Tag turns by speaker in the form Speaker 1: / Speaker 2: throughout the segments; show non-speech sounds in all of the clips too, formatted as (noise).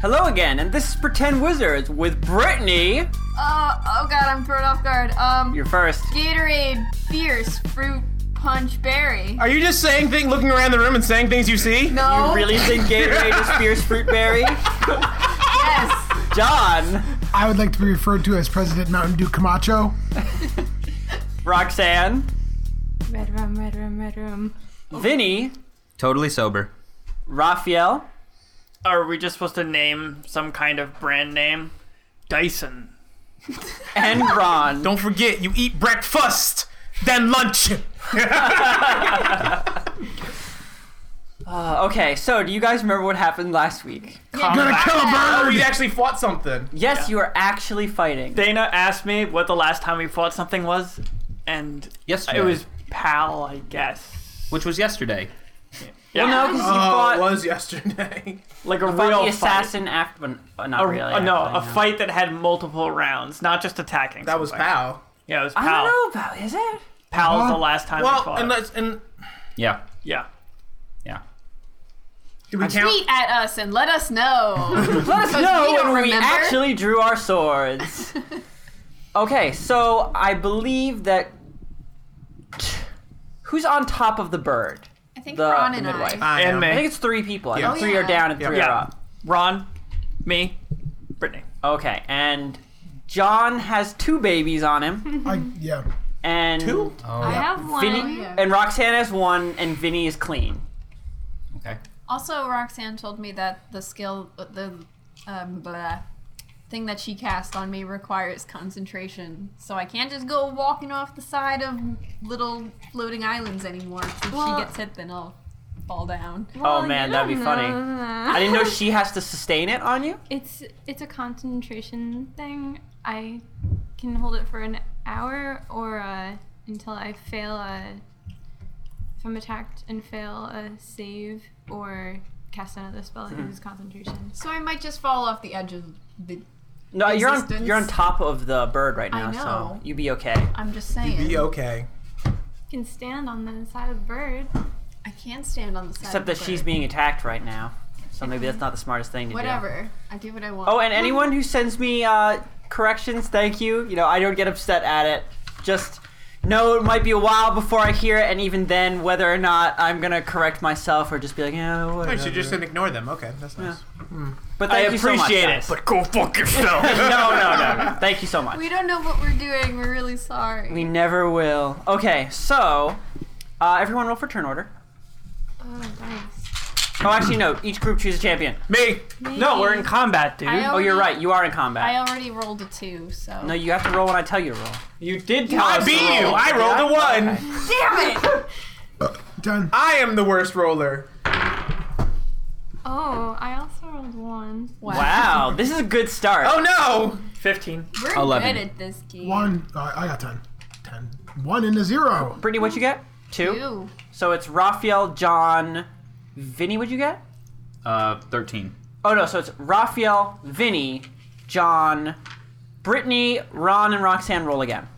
Speaker 1: Hello again, and this is Pretend Wizards with Brittany.
Speaker 2: Uh, oh god, I'm thrown off guard. Um,
Speaker 1: You're first.
Speaker 2: Gatorade, fierce, fruit, punch, berry.
Speaker 3: Are you just saying things, looking around the room and saying things you see?
Speaker 2: no.
Speaker 1: You really think Gatorade is fierce fruit berry? (laughs)
Speaker 2: Yes.
Speaker 1: John,
Speaker 4: I would like to be referred to as President Mountain Dew Camacho.
Speaker 1: Roxanne,
Speaker 2: Red rum, red rum, red rum.
Speaker 1: Vinny,
Speaker 5: Totally sober.
Speaker 1: Raphael,
Speaker 6: Are we just supposed to name some kind of brand name? Dyson.
Speaker 1: and
Speaker 6: (laughs)
Speaker 1: Ron.
Speaker 3: Don't forget, you eat breakfast, then lunch.
Speaker 1: Uh, okay, so do you guys remember what happened last week?
Speaker 4: Gonna kill a bird.
Speaker 3: Oh, we actually fought something.
Speaker 1: Yes, you are actually fighting.
Speaker 6: Dana asked me what the last time we fought something was, and
Speaker 5: Yesterday.
Speaker 6: it was Pal, I guess.
Speaker 5: which was yesterday.
Speaker 6: Yeah,
Speaker 1: no, because you
Speaker 3: Oh, it
Speaker 1: fought,
Speaker 3: was yesterday.
Speaker 6: like a
Speaker 1: fought
Speaker 6: real
Speaker 1: the assassin after. well, n- Not
Speaker 6: Fight. A-
Speaker 1: really.
Speaker 6: uh, no,
Speaker 1: actually,
Speaker 6: a fight that had multiple rounds, not just attacking.
Speaker 3: That was
Speaker 6: somebody.
Speaker 3: Pow.
Speaker 6: Yeah, it was
Speaker 1: I
Speaker 6: Pal.
Speaker 1: don't know about. Is it?
Speaker 6: Pal was
Speaker 4: Huh?
Speaker 6: the last time we
Speaker 3: Well,
Speaker 6: fought.
Speaker 3: and let's and
Speaker 5: Yeah.
Speaker 6: yeah.
Speaker 5: Yeah.
Speaker 3: do we count?
Speaker 2: Tweet at us and let
Speaker 1: (laughs)
Speaker 2: us know.
Speaker 1: Let us
Speaker 2: Because
Speaker 1: know
Speaker 2: we
Speaker 1: when
Speaker 2: don't
Speaker 1: we
Speaker 2: remember.
Speaker 1: actually drew our
Speaker 2: (laughs)
Speaker 1: swords. okay, so I believe that. Who's on top of the bird?
Speaker 2: I think
Speaker 1: The-
Speaker 2: Ron
Speaker 1: the
Speaker 2: and
Speaker 1: midwife.
Speaker 2: I.
Speaker 3: I
Speaker 6: and
Speaker 3: am.
Speaker 6: me.
Speaker 1: I think it's three people. I
Speaker 3: Yeah.
Speaker 1: think
Speaker 2: Oh,
Speaker 1: three
Speaker 2: yeah.
Speaker 1: are down and three
Speaker 6: Uh, Yeah.
Speaker 1: are up.
Speaker 6: Ron, me, Brittany.
Speaker 1: Okay, and John has two babies on
Speaker 2: (laughs)
Speaker 1: him,
Speaker 4: I, yeah.
Speaker 1: and
Speaker 3: Two?
Speaker 2: I have one.
Speaker 1: Vinny and Roxanne has one, and Vinny is clean.
Speaker 5: Okay.
Speaker 2: Also, Roxanne told me that the skill, the um, blah, thing that she cast on me requires concentration, so I can't just go walking off the side of little floating islands anymore. If
Speaker 7: Well-
Speaker 2: she gets hit, then I'll fall down.
Speaker 1: oh man, that'd be funny. I
Speaker 2: (laughs)
Speaker 1: didn't know she has to sustain it on you.
Speaker 7: It's it's a concentration thing. I can hold it for an hour or uh, until I fail a if I'm attacked and fail a save or cast another spell
Speaker 6: Hmm.
Speaker 7: that uses concentration.
Speaker 2: So I might just fall off the edge of the.
Speaker 1: No, you're on
Speaker 2: Resistance.
Speaker 1: you're on top of the bird right
Speaker 2: I
Speaker 1: now, so
Speaker 2: know.
Speaker 1: you'd be okay.
Speaker 2: I'm just saying.
Speaker 3: Be okay.
Speaker 7: I can stand on the side of the bird.
Speaker 2: I can't stand on the side.
Speaker 1: Except
Speaker 2: of the
Speaker 1: that she's
Speaker 2: bird.
Speaker 1: being attacked right now, so maybe that's not the smartest thing to do.
Speaker 2: Whatever. I do what I want.
Speaker 1: Oh, and anyone who sends me uh, corrections, thank you. You know, I don't get upset at it. Just know it might be a while before I hear it, and even then, whether or not I'm gonna correct myself or just be like, yeah,
Speaker 3: I
Speaker 1: whatever.
Speaker 3: should just ignore them. Okay, that's nice.
Speaker 1: But thank
Speaker 6: I
Speaker 1: you so much,
Speaker 6: appreciate
Speaker 1: guys.
Speaker 6: it, but go fuck yourself.
Speaker 1: no, no, no, no. Thank you so much.
Speaker 2: we don't know what we're doing. We're really sorry.
Speaker 1: We never will. Okay, so uh, everyone roll for turn order.
Speaker 7: Oh, nice.
Speaker 1: Oh, actually, no. Each group choose a champion.
Speaker 3: Me.
Speaker 6: no, we're in combat, dude.
Speaker 2: I
Speaker 1: Oh, you're
Speaker 2: already-
Speaker 1: right. You are in combat.
Speaker 2: I already rolled a two, so.
Speaker 1: No, you have to roll when I tell you to roll.
Speaker 6: you did tell
Speaker 3: I
Speaker 6: us
Speaker 3: beat
Speaker 6: to
Speaker 3: you.
Speaker 6: roll.
Speaker 3: I rolled a one.
Speaker 2: Damn it!
Speaker 4: Done.
Speaker 3: I am the worst roller.
Speaker 7: Oh, I also rolled
Speaker 2: Um,
Speaker 7: one.
Speaker 1: Wow, this is a good start.
Speaker 3: Oh no!
Speaker 6: Fifteen.
Speaker 2: We're
Speaker 5: Eleven.
Speaker 2: good at this game.
Speaker 4: One. Uh, I got ten. Ten. One and a zero.
Speaker 1: Brittany, what you get? Two.
Speaker 2: Ew.
Speaker 1: So it's Raphael, John, Vinny. What you get?
Speaker 5: Uh, 13.
Speaker 1: Oh no, so it's Raphael, Vinny, John, Brittany, Ron, and Roxanne. Roll again.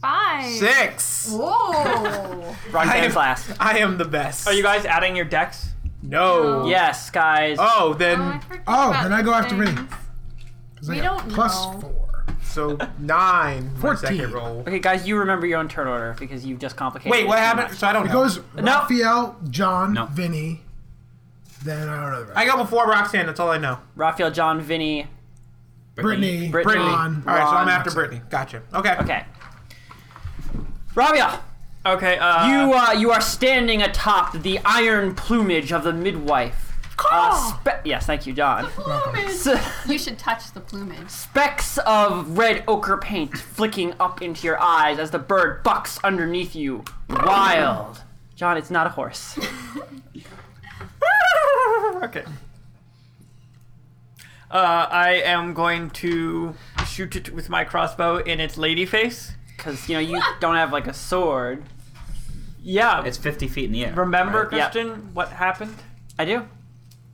Speaker 7: Five.
Speaker 3: Six.
Speaker 2: Whoa!
Speaker 1: Roxanne's
Speaker 3: I-
Speaker 1: last.
Speaker 3: I am the best.
Speaker 6: Are you guys adding your decks?
Speaker 3: No.
Speaker 1: Yes, guys.
Speaker 3: Oh,
Speaker 7: Oh, I
Speaker 3: then
Speaker 7: forgot
Speaker 4: Oh,
Speaker 7: about
Speaker 4: then I go after
Speaker 7: things.
Speaker 4: Vinny. 'Cause I
Speaker 2: We
Speaker 4: got
Speaker 2: don't
Speaker 4: plus
Speaker 2: know.
Speaker 4: four.
Speaker 3: so nine. My second
Speaker 4: Fourteen.
Speaker 3: roll.
Speaker 1: Okay, guys, you remember your own turn order because you've just complicated.
Speaker 3: Wait,
Speaker 1: it
Speaker 3: what
Speaker 1: too
Speaker 3: happened?
Speaker 1: much.
Speaker 3: So I don't
Speaker 4: It
Speaker 3: know.
Speaker 4: goes
Speaker 1: No.
Speaker 4: Raphael, John,
Speaker 5: No.
Speaker 4: Vinny. Then I don't know. the rest.
Speaker 3: I go before Roxanne. That's all I know.
Speaker 1: Raphael, John, Vinny.
Speaker 4: Brittany,
Speaker 1: Brittany.
Speaker 4: John.
Speaker 3: All right, so
Speaker 1: Ron.
Speaker 3: I'm after Brittany. Gotcha. Okay.
Speaker 1: Okay. Raphael,
Speaker 6: Okay. Uh, (laughs)
Speaker 1: you uh, you are standing atop the iron plumage of the midwife. Uh, spe- yes, thank you, John. S-
Speaker 2: you should touch the plumage.
Speaker 1: specks of red ochre paint flicking up into your eyes as the bird bucks underneath you. Wild. John, it's not a horse.
Speaker 6: Okay. Uh, I am going to shoot it with my crossbow in its lady face.
Speaker 1: Because, you know,
Speaker 6: (laughs)
Speaker 1: you don't have like a sword.
Speaker 6: Yeah.
Speaker 5: It's 50 feet in the air.
Speaker 6: remember,
Speaker 1: right. Yeah.
Speaker 6: Christian, what happened?
Speaker 1: I do,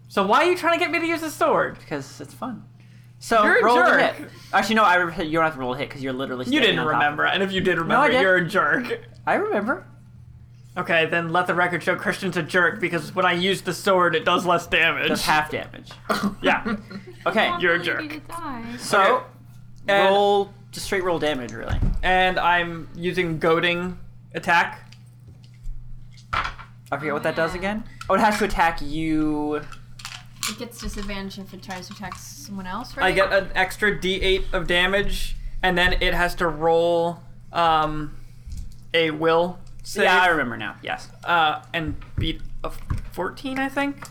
Speaker 6: So why are you trying to get me to use a sword?
Speaker 1: because it's fun. So,
Speaker 6: You're a
Speaker 1: roll a
Speaker 6: jerk.
Speaker 1: hit. Actually, no, I, you don't have to roll a hit because you're literally
Speaker 6: You
Speaker 1: standing
Speaker 6: didn't
Speaker 1: on top of
Speaker 6: remember, and if you did remember,
Speaker 1: did.
Speaker 6: you're a jerk.
Speaker 1: I remember.
Speaker 6: Okay, then let the record show Christian's a jerk because when I use the sword, it does less damage. (laughs)
Speaker 1: Does half damage.
Speaker 6: yeah.
Speaker 1: Okay,
Speaker 7: I
Speaker 6: You're a
Speaker 7: want
Speaker 6: jerk.
Speaker 7: you to die.
Speaker 1: so
Speaker 6: Okay. And-
Speaker 1: roll just straight roll damage really.
Speaker 6: And I'm using goading attack.
Speaker 1: I forget what that
Speaker 2: yeah.
Speaker 1: does again. Oh, it has to attack you.
Speaker 2: It gets disadvantage if it tries to attack someone else, right?
Speaker 6: I get an extra d8 of damage, and then it has to roll um, a will save
Speaker 1: Yeah, I remember now. Yes.
Speaker 6: uh, and beat a 14, I think.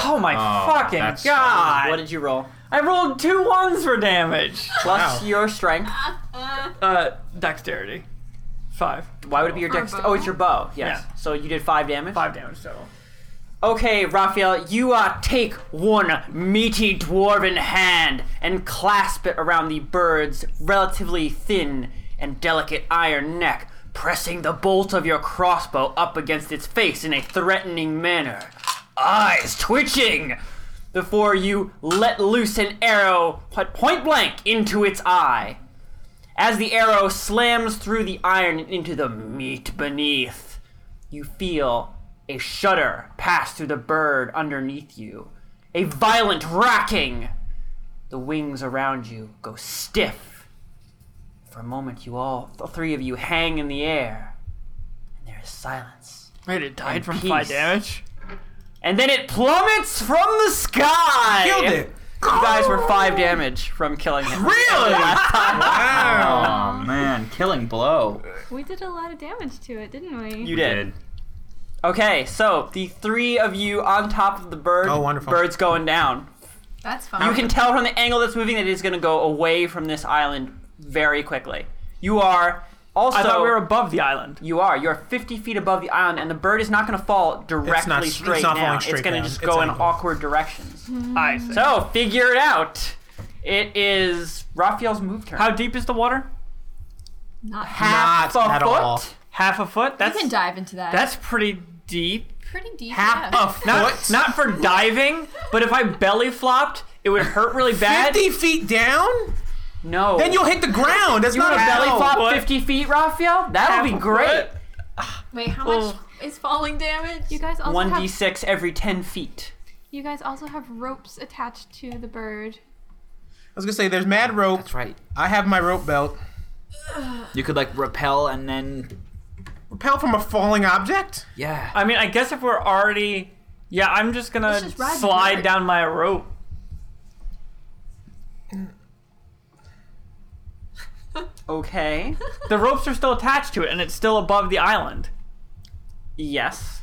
Speaker 6: Oh my
Speaker 5: Oh,
Speaker 6: fucking
Speaker 5: that's-
Speaker 6: god!
Speaker 1: what did you roll?
Speaker 6: I rolled two ones for damage.
Speaker 1: Plus
Speaker 3: Wow.
Speaker 1: your strength.
Speaker 2: Uh,
Speaker 6: Uh, dexterity, five,
Speaker 1: Why would it be your dex?
Speaker 2: bow?
Speaker 1: Oh, it's your bow. Yes.
Speaker 6: Yeah.
Speaker 1: So you did five damage.
Speaker 6: five damage total.
Speaker 1: Okay, Raphael, you uh, take one meaty dwarven hand and clasp it around the bird's relatively thin and delicate iron neck, pressing the bolt of your crossbow up against its face in a threatening manner, eyes twitching, before you let loose an arrow po- point blank into its eye. As the arrow slams through the iron and into the meat beneath, you feel a shudder pass through the bird underneath you, a violent racking. The wings around you go stiff. For a moment, you all, the three of you, hang in the air, and there is silence.
Speaker 6: Wait, it died from
Speaker 1: peace.
Speaker 6: five damage.
Speaker 1: And then it plummets from the sky.
Speaker 3: Killed it.
Speaker 1: You guys were five damage from killing it.
Speaker 3: Really? Wow.
Speaker 5: Oh man, killing blow.
Speaker 7: We did a lot of damage to it, didn't we?
Speaker 1: You did. (laughs) Okay, so the three of you on top of the bird.
Speaker 3: Oh, wonderful.
Speaker 1: Bird's going down.
Speaker 2: that's fine.
Speaker 1: You can tell from the angle that's moving that it is going to go away from this island very quickly. You are also.
Speaker 6: I thought we were above the island.
Speaker 1: you are. You're 50 feet above the island, and the bird is not going to fall directly
Speaker 3: not- it's
Speaker 1: straight
Speaker 3: not
Speaker 1: down.
Speaker 3: falling straight
Speaker 1: it's going
Speaker 3: down.
Speaker 1: to just
Speaker 3: It's
Speaker 1: go in
Speaker 3: angled.
Speaker 1: awkward directions.
Speaker 6: I see.
Speaker 1: So figure it out. It is Raphael's move turn.
Speaker 6: How deep is the water?
Speaker 2: Not
Speaker 1: half
Speaker 3: Not
Speaker 1: a
Speaker 3: at
Speaker 1: foot?
Speaker 3: all.
Speaker 6: Half a foot. That's
Speaker 2: you can dive into that.
Speaker 6: that's pretty deep.
Speaker 2: pretty deep.
Speaker 6: Half
Speaker 2: yeah.
Speaker 6: a foot. Not, not for diving, but if I belly flopped, it would hurt really bad.
Speaker 3: 50 feet down?
Speaker 1: No.
Speaker 3: Then you'll hit the ground. That's
Speaker 1: you
Speaker 3: not
Speaker 1: want
Speaker 3: a
Speaker 1: to belly
Speaker 3: belly
Speaker 1: flop
Speaker 6: foot.
Speaker 1: 50 feet, Raphael? That would
Speaker 6: Half
Speaker 1: be
Speaker 6: a
Speaker 1: great.
Speaker 6: foot.
Speaker 2: Wait, how much
Speaker 6: Oh.
Speaker 2: is falling damage?
Speaker 7: You guys also
Speaker 1: One d
Speaker 7: have
Speaker 1: six every 10 feet.
Speaker 7: you guys also have ropes attached to the bird.
Speaker 3: I was gonna say there's mad rope.
Speaker 5: right.
Speaker 3: I have my rope belt.
Speaker 5: You could like repel and then
Speaker 3: Repel from a falling object?
Speaker 5: yeah.
Speaker 6: I mean, I guess if we're already, yeah, I'm just gonna
Speaker 2: Let's just ride the
Speaker 6: slide
Speaker 2: bird.
Speaker 6: down my rope.
Speaker 1: Okay.
Speaker 6: The ropes are still attached to it, and it's still above the island.
Speaker 1: yes.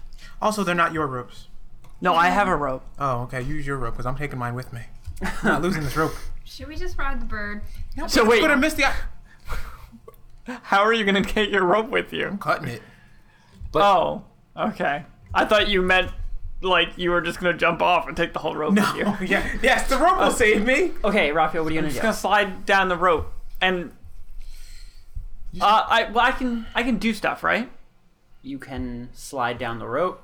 Speaker 3: Also, they're not your ropes.
Speaker 6: No, I have a rope.
Speaker 3: Oh, okay. Use your rope because I'm taking mine with me. I'm not losing this rope.
Speaker 7: Should we just ride the bird?
Speaker 3: Nope,
Speaker 6: So
Speaker 3: I'm
Speaker 6: wait.
Speaker 3: gonna miss the. eye-
Speaker 6: How are you gonna get your rope with you?
Speaker 3: Cutting it.
Speaker 6: Oh, okay. I thought you meant like you were just gonna jump off and take the whole rope (laughs) with you.
Speaker 3: No. Yeah. Yes, the rope will save me.
Speaker 1: Okay, Raphael, what are you
Speaker 6: I'm
Speaker 1: going to do?
Speaker 6: just gonna slide down the rope and uh, I well I can I can do stuff right,
Speaker 1: you can slide down the rope.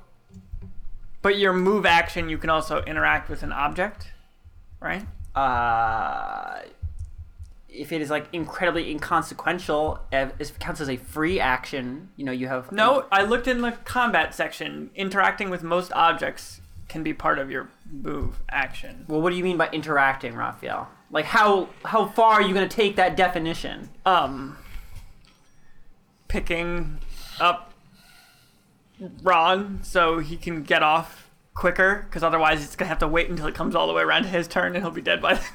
Speaker 6: but your move action you can also interact with an object, right?
Speaker 1: Uh, if it is like incredibly inconsequential, if if it counts as a free action, you know you have
Speaker 6: No, I looked in the combat section. Interacting with most objects can be part of your move action.
Speaker 1: Well, what do you mean by interacting, Raphael? Like how how far are you going to take that definition? Uh,
Speaker 6: Um, picking up Ron so he can get off quicker, because otherwise it's gonna have to wait until it comes all the way around to his turn and he'll be dead by then. (laughs)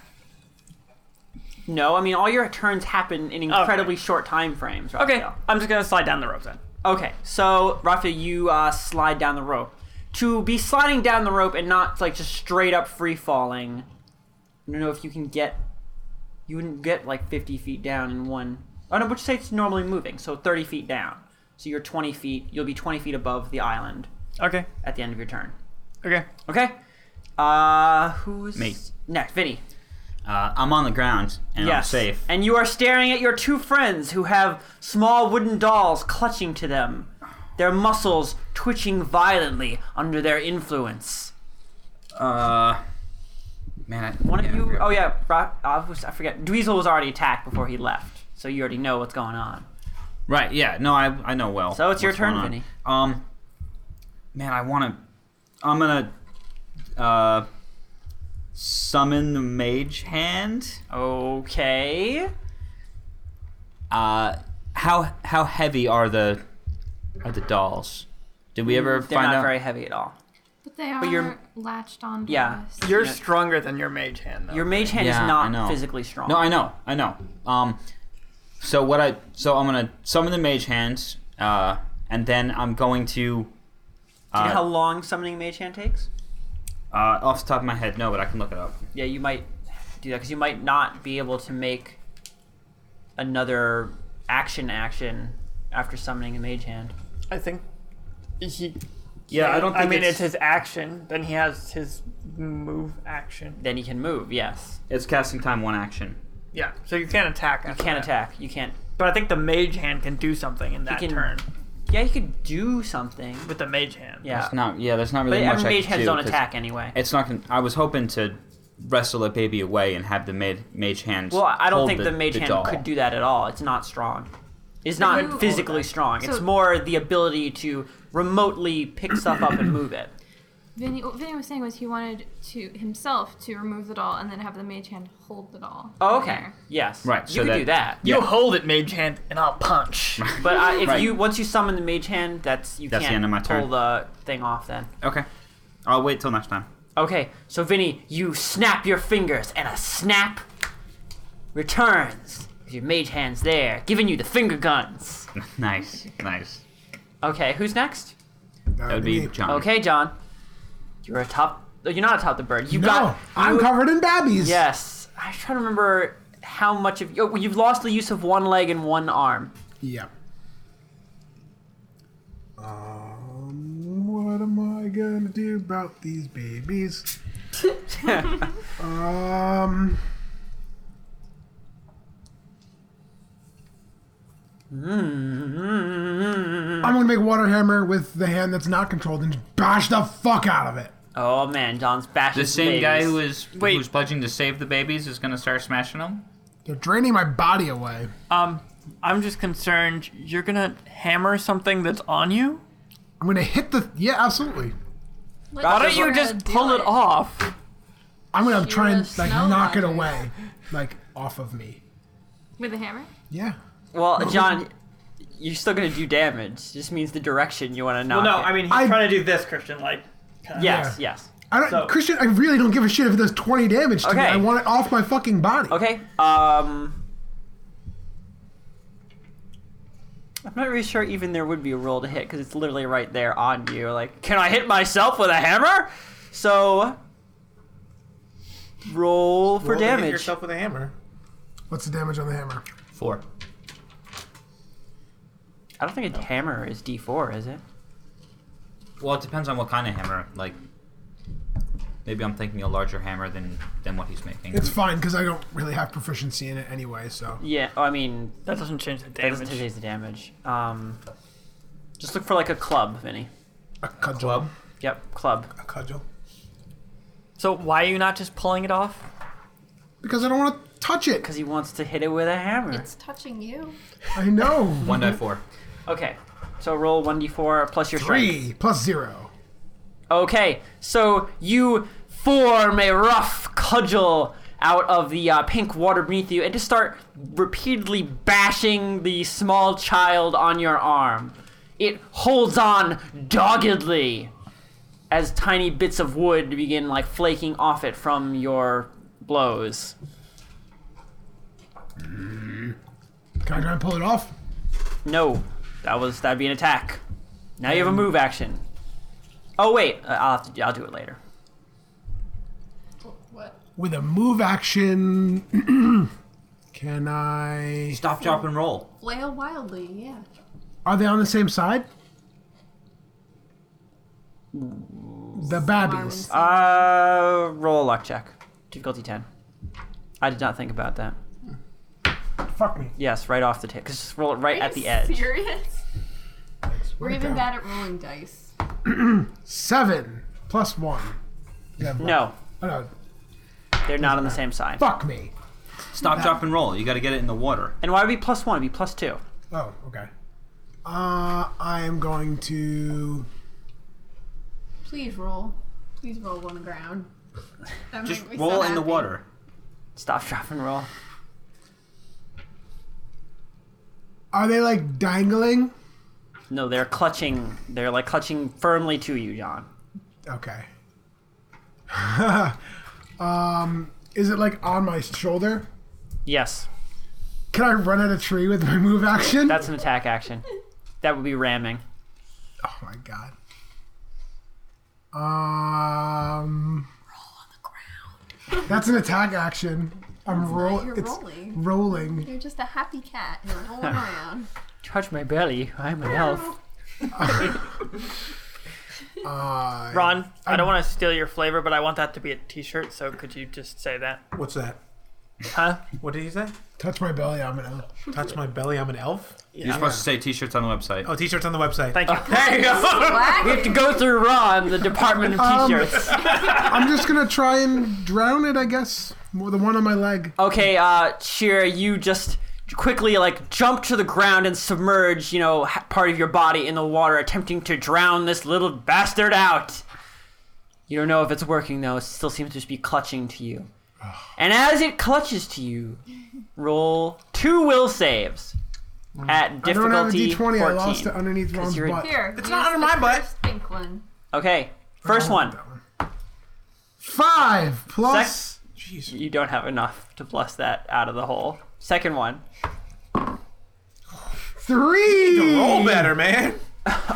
Speaker 1: No, I mean all your turns happen in incredibly short time frames.
Speaker 6: Okay,
Speaker 1: Raphael.
Speaker 6: I'm just gonna slide down the rope then.
Speaker 1: Okay, so Rafa, you uh, slide down the rope. To be sliding down the rope and not like just straight up free falling, I don't know if you can get. You wouldn't get like 50 feet down in one. Oh no, but you say it's normally moving, so 30 feet down. So you're 20 feet. You'll be 20 feet above the island
Speaker 6: Okay.
Speaker 1: at the end of your turn.
Speaker 6: Okay.
Speaker 1: Okay. Uh, who's
Speaker 5: Me.
Speaker 1: next? Vinny.
Speaker 5: Uh, I'm on the ground and I'm
Speaker 1: Yes.
Speaker 5: safe.
Speaker 1: And you are staring at your two friends who have small wooden dolls clutching to them, their muscles twitching violently under their influence.
Speaker 5: Uh, Man, I,
Speaker 1: One
Speaker 5: yeah,
Speaker 1: of
Speaker 5: I
Speaker 1: you.
Speaker 5: forgot.
Speaker 1: Oh yeah, Ra- I, was, I forget. Dweezil was already attacked before he left, so you already know what's going on.
Speaker 5: Right. Yeah. No, I I know well.
Speaker 1: So it's your
Speaker 5: what's
Speaker 1: turn,
Speaker 5: going on.
Speaker 1: Vinny.
Speaker 5: Um, man, I want to. I'm gonna uh summon the mage hand.
Speaker 1: Okay.
Speaker 5: Uh, how how heavy are the are the dolls? Did we ever
Speaker 1: Mm, They're
Speaker 5: find
Speaker 1: not
Speaker 5: out?
Speaker 1: very heavy at all.
Speaker 7: But they are
Speaker 1: you're-
Speaker 7: latched on.
Speaker 1: Yeah.
Speaker 7: us.
Speaker 6: You're
Speaker 1: Yeah.
Speaker 6: stronger than your mage hand, though.
Speaker 1: Your mage hand
Speaker 5: Yeah,
Speaker 1: is
Speaker 5: I
Speaker 1: not
Speaker 5: know.
Speaker 1: physically strong.
Speaker 5: No, I know, I know. Um, so what I so I'm gonna summon the mage hand, uh, and then I'm going to.
Speaker 1: Do you know how
Speaker 5: Uh,
Speaker 1: long summoning mage hand takes?
Speaker 5: uh, off the top of my head, no, but I can look it up.
Speaker 1: Yeah, you might do that because you might not be able to make another action action after summoning a mage hand.
Speaker 6: I think he.
Speaker 5: Yeah, I don't
Speaker 6: I
Speaker 5: think
Speaker 6: mean, it's...
Speaker 5: it's-
Speaker 6: his action. Then he has his move action.
Speaker 1: Then you can move. Yes,
Speaker 5: It's casting time one action.
Speaker 6: Yeah, so you can't attack.
Speaker 1: you can't attack. You can't.
Speaker 6: But I think the mage hand can do something in that
Speaker 1: can-
Speaker 6: turn
Speaker 1: Yeah, you could do something.
Speaker 6: with the mage hand.
Speaker 1: Yeah,
Speaker 5: It's not. Yeah, there's not
Speaker 1: but
Speaker 5: really much
Speaker 1: every
Speaker 5: I
Speaker 1: mage
Speaker 5: can
Speaker 1: hands
Speaker 5: do
Speaker 1: don't
Speaker 5: 'cause
Speaker 1: attack anyway.
Speaker 5: It's not. Gonna, I was hoping to wrestle a baby away and have the mage mage hand.
Speaker 1: Well, I don't
Speaker 5: hold
Speaker 1: think the, mage hand
Speaker 5: doll.
Speaker 1: could do that at all. It's not strong. It's
Speaker 7: But
Speaker 1: not
Speaker 7: you-
Speaker 1: physically strong. it's
Speaker 7: So-
Speaker 1: more the ability to remotely pick stuff up and move it.
Speaker 7: Vinny, what Vinny was saying was he wanted to himself to remove the doll and then have the mage hand hold the doll.
Speaker 1: Oh,
Speaker 7: in
Speaker 1: okay.
Speaker 7: there.
Speaker 1: Yes. You
Speaker 5: Right, so
Speaker 1: could
Speaker 5: that-
Speaker 1: do that.
Speaker 6: You
Speaker 5: Yeah.
Speaker 6: hold it, mage hand, and I'll (laughs) punch.
Speaker 1: But uh, if
Speaker 5: Right.
Speaker 1: you once you summon the mage hand, that's you
Speaker 5: That's the
Speaker 1: can't
Speaker 5: end of my
Speaker 1: pull
Speaker 5: turn.
Speaker 1: the thing off then.
Speaker 5: Okay, I'll wait till next time. (laughs)
Speaker 1: Okay, so Vinny, you snap your fingers, and a snap returns. With your mage hand's there, giving you the finger guns. (laughs)
Speaker 5: nice, nice.
Speaker 1: Okay, who's next?
Speaker 5: That would be John.
Speaker 1: Okay, John. You're atop. You're not atop the bird. You
Speaker 4: No,
Speaker 1: got.
Speaker 4: I'm
Speaker 1: you-
Speaker 4: covered in babbies.
Speaker 1: Yes, I was trying to remember how much of oh, you've lost the use of one leg and one arm.
Speaker 4: Yep. Um, what am I gonna do about these babies? um. I'm gonna make water hammer with the hand that's not controlled and just bash the fuck out of it.
Speaker 1: Oh man, John's bashing
Speaker 5: The same
Speaker 1: babies.
Speaker 5: guy who is
Speaker 6: Wait.
Speaker 5: who's pledging to save the babies is gonna start smashing them.
Speaker 4: They're draining my body away.
Speaker 6: Um, I'm just concerned you're gonna hammer something that's on you.
Speaker 4: I'm gonna hit the yeah, absolutely.
Speaker 1: Why
Speaker 7: Let's
Speaker 6: Why
Speaker 1: don't
Speaker 6: don't you
Speaker 7: we're
Speaker 6: just
Speaker 7: gonna do
Speaker 6: pull it off?
Speaker 4: I'm gonna
Speaker 2: Shoot
Speaker 4: try
Speaker 2: a
Speaker 4: and like
Speaker 2: snow
Speaker 4: knock it
Speaker 2: rocket.
Speaker 4: away, like off of me.
Speaker 7: with a hammer.
Speaker 4: Yeah.
Speaker 1: Well, John, you're still gonna do damage. Just means the direction you want to knock. it.
Speaker 6: mean he's
Speaker 4: I-
Speaker 6: to do this, Christian. Like,
Speaker 1: Yes, yes.
Speaker 4: I don't,
Speaker 6: So-
Speaker 4: Christian, I really don't give a shit if it does 20 damage to me.
Speaker 1: Okay.
Speaker 4: I want it off my fucking body.
Speaker 1: Okay. Um. I'm not really sure even there would be a roll to hit because it's literally right there on you. Like, can I hit myself with a hammer? So, roll for
Speaker 3: Roll to hit
Speaker 1: damage.
Speaker 3: yourself with a hammer.
Speaker 4: What's the damage on the hammer?
Speaker 5: Four.
Speaker 1: I don't think a hammer is D4, is it?
Speaker 5: Well, it depends on what kind of hammer. Like, maybe I'm thinking a larger hammer than than what he's making.
Speaker 4: It's fine because I don't really have proficiency in it anyway, so.
Speaker 1: Yeah. I mean,
Speaker 6: that doesn't change the
Speaker 1: that doesn't
Speaker 6: damage.
Speaker 1: change the damage. Um, just look for like a club, Vinny.
Speaker 4: A cudgel.
Speaker 5: Club.
Speaker 1: Yep, club.
Speaker 4: A cudgel.
Speaker 6: So why are you not just pulling it off?
Speaker 4: Because I don't want to touch it.
Speaker 1: Because he wants to hit it with a hammer.
Speaker 2: It's touching you.
Speaker 4: I know.
Speaker 5: One die four.
Speaker 1: Okay. So roll 1d4 plus your strength.
Speaker 4: Three plus zero.
Speaker 1: Okay, so you form a rough cudgel out of the uh, pink water beneath you and just start repeatedly bashing the small child on your arm. It holds on doggedly as tiny bits of wood begin like flaking off it from your blows.
Speaker 4: Can I try and pull it off?
Speaker 1: No, that was that'd be an attack. Now you have a move action. Oh wait, uh, I'll have to, I'll do it later.
Speaker 2: What?
Speaker 4: With a move action. (clears throat) Can I.
Speaker 5: Stop, drop, and roll.
Speaker 2: Flail wildly, yeah.
Speaker 4: Are they on the same side? The babbies.
Speaker 1: Uh, roll a luck check. Difficulty 10. I did not think about that.
Speaker 4: Fuck me.
Speaker 1: Yes, right off the tip. Just roll it right at the edge.
Speaker 2: Serious? We're even
Speaker 4: down.
Speaker 2: bad at rolling dice.
Speaker 4: Seven plus one. Yeah,
Speaker 1: No.
Speaker 4: I know.
Speaker 1: They're not on the same side.
Speaker 4: Fuck me.
Speaker 5: Stop, drop, and roll. You got to get it in the water.
Speaker 1: And why would it be plus one? It'd be plus two.
Speaker 4: Oh, okay. Uh, I am going to.
Speaker 2: Please roll. Please roll on the ground. That
Speaker 5: Just
Speaker 2: make me so
Speaker 5: roll in the
Speaker 2: happy.
Speaker 5: water.
Speaker 1: Stop, (laughs) drop, and roll.
Speaker 4: Are they like dangling?
Speaker 1: No, they're clutching. They're like clutching firmly to you, John.
Speaker 4: Okay. (laughs) um, is it like on my shoulder?
Speaker 1: Yes,
Speaker 4: Can I run at a tree with my move action?
Speaker 1: that's an attack action. That would be ramming.
Speaker 4: oh my god. Um. That's an attack action. I'm rolling.
Speaker 2: You're
Speaker 4: It's
Speaker 2: rolling.
Speaker 4: rolling.
Speaker 2: You're just a happy cat.
Speaker 1: (laughs)
Speaker 2: You're rolling around.
Speaker 1: Touch my belly. I'm an (laughs)
Speaker 6: (laughs)
Speaker 1: elf.
Speaker 4: Uh,
Speaker 6: Ron, I don't want to steal your flavor, but I want that to be a T-shirt. So could you just say that?
Speaker 3: What's that?
Speaker 6: Huh?
Speaker 3: What did you say?
Speaker 4: Touch my belly. I'm gonna.
Speaker 3: Touch my belly, I'm an elf?
Speaker 5: You're supposed to say t-shirts on the website.
Speaker 3: Oh, t shirts on the website.
Speaker 6: Thank you.
Speaker 1: There you
Speaker 3: (laughs)
Speaker 1: go. We
Speaker 2: Black.
Speaker 1: have to go through Ron, the department of
Speaker 4: (laughs) Um,
Speaker 1: t-shirts.
Speaker 4: I'm just gonna try and drown it. I guess. More the one on my leg.
Speaker 1: Okay, uh, Shira, you just quickly like jump to the ground and submerge, you know, ha- part of your body in the water, attempting to drown this little bastard out. You don't know if it's working though. It still seems to just be clutching to you. And as it clutches to you, roll two will saves at
Speaker 4: Mm. I don't have a
Speaker 1: difficulty
Speaker 4: D20. I
Speaker 1: 14.
Speaker 4: lost it underneath Ron's
Speaker 1: you're-
Speaker 4: butt.
Speaker 7: Here.
Speaker 3: It's
Speaker 7: use
Speaker 3: not under
Speaker 7: the
Speaker 3: my butt.
Speaker 7: First pink one.
Speaker 1: Okay, first one.
Speaker 4: That one. Five plus.
Speaker 3: Jeez.
Speaker 1: You don't have enough to plus that out of the hole. Second one.
Speaker 4: Three.
Speaker 3: Roll better, man.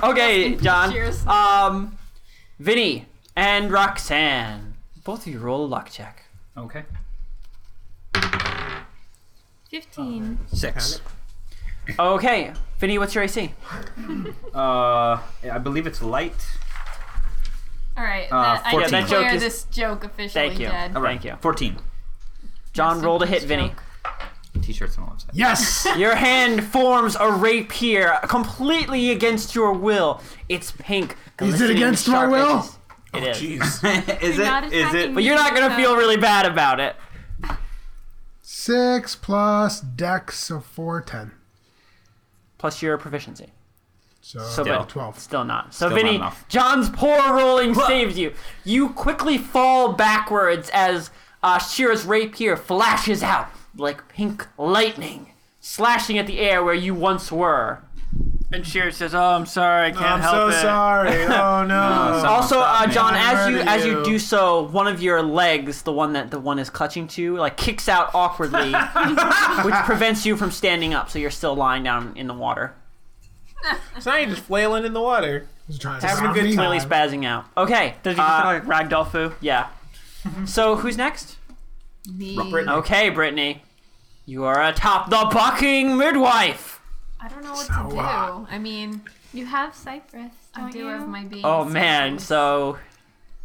Speaker 1: Okay, John.
Speaker 2: Cheers.
Speaker 1: Um, Vinny and Roxanne. Both of you roll a luck check.
Speaker 5: Okay.
Speaker 7: 15.
Speaker 5: Six.
Speaker 1: Okay, Vinny, what's your AC?
Speaker 5: Uh, I believe it's light.
Speaker 7: All right.
Speaker 5: Uh,
Speaker 7: that, I
Speaker 5: 14.
Speaker 1: Yeah, that joke
Speaker 7: declare
Speaker 1: is-
Speaker 7: this joke officially
Speaker 1: Thank you.
Speaker 7: dead.
Speaker 5: All right.
Speaker 1: Thank you.
Speaker 5: Fourteen.
Speaker 1: John,
Speaker 7: Rest in
Speaker 1: roll to
Speaker 7: peace
Speaker 1: hit Vinny.
Speaker 7: joke.
Speaker 5: T-shirts on the website.
Speaker 4: Yes.
Speaker 1: Your hand forms a rapier completely against your will. It's pink.
Speaker 4: Is it
Speaker 1: glistening
Speaker 4: against
Speaker 1: with
Speaker 4: my
Speaker 1: sharp
Speaker 4: will?
Speaker 1: edges. It is.
Speaker 3: (laughs) Jeez.
Speaker 5: (laughs) is
Speaker 7: You're not
Speaker 5: it? Is
Speaker 7: attacking
Speaker 5: it?
Speaker 1: But you're not gonna feel really bad about it.
Speaker 4: Six plus dex, so four ten.
Speaker 1: Plus your proficiency.
Speaker 4: So,
Speaker 1: So, but
Speaker 4: twelve.
Speaker 1: Still not. So,
Speaker 5: Still not
Speaker 1: Vinny,
Speaker 5: enough.
Speaker 1: John's poor rolling saves you. You quickly fall backwards as uh, Shira's rapier flashes out like pink lightning, slashing at the air where you once were.
Speaker 6: And Shears says, "Oh, I'm sorry, I can't
Speaker 3: I'm
Speaker 6: help
Speaker 3: so (laughs)
Speaker 6: it."
Speaker 3: sorry. Oh, no.
Speaker 1: also, uh, John,
Speaker 3: I
Speaker 1: as you
Speaker 3: murder
Speaker 1: as you
Speaker 3: you.
Speaker 1: do so, one of your legs, the one that the one is clutching to, like kicks out
Speaker 6: (laughs)
Speaker 1: awkwardly, which prevents you from standing up. So you're still lying down in the water,
Speaker 3: so now you're just flailing in the water.
Speaker 4: Just trying to
Speaker 3: Having a
Speaker 4: stop
Speaker 3: good
Speaker 4: me.
Speaker 3: time.
Speaker 1: clearly spazzing out. Okay,
Speaker 6: Does he
Speaker 1: uh,
Speaker 6: just look like ragdoll foo? (laughs)
Speaker 1: yeah. So who's next?
Speaker 2: Me.
Speaker 1: Okay, Brittany. You are atop the bucking midwife.
Speaker 2: I don't know what
Speaker 4: So,
Speaker 2: to do.
Speaker 4: uh,
Speaker 2: I mean,
Speaker 7: You have Cypress. Don't
Speaker 2: I do
Speaker 7: you?
Speaker 2: have my
Speaker 1: (laughs)
Speaker 2: being.
Speaker 1: Oh man, so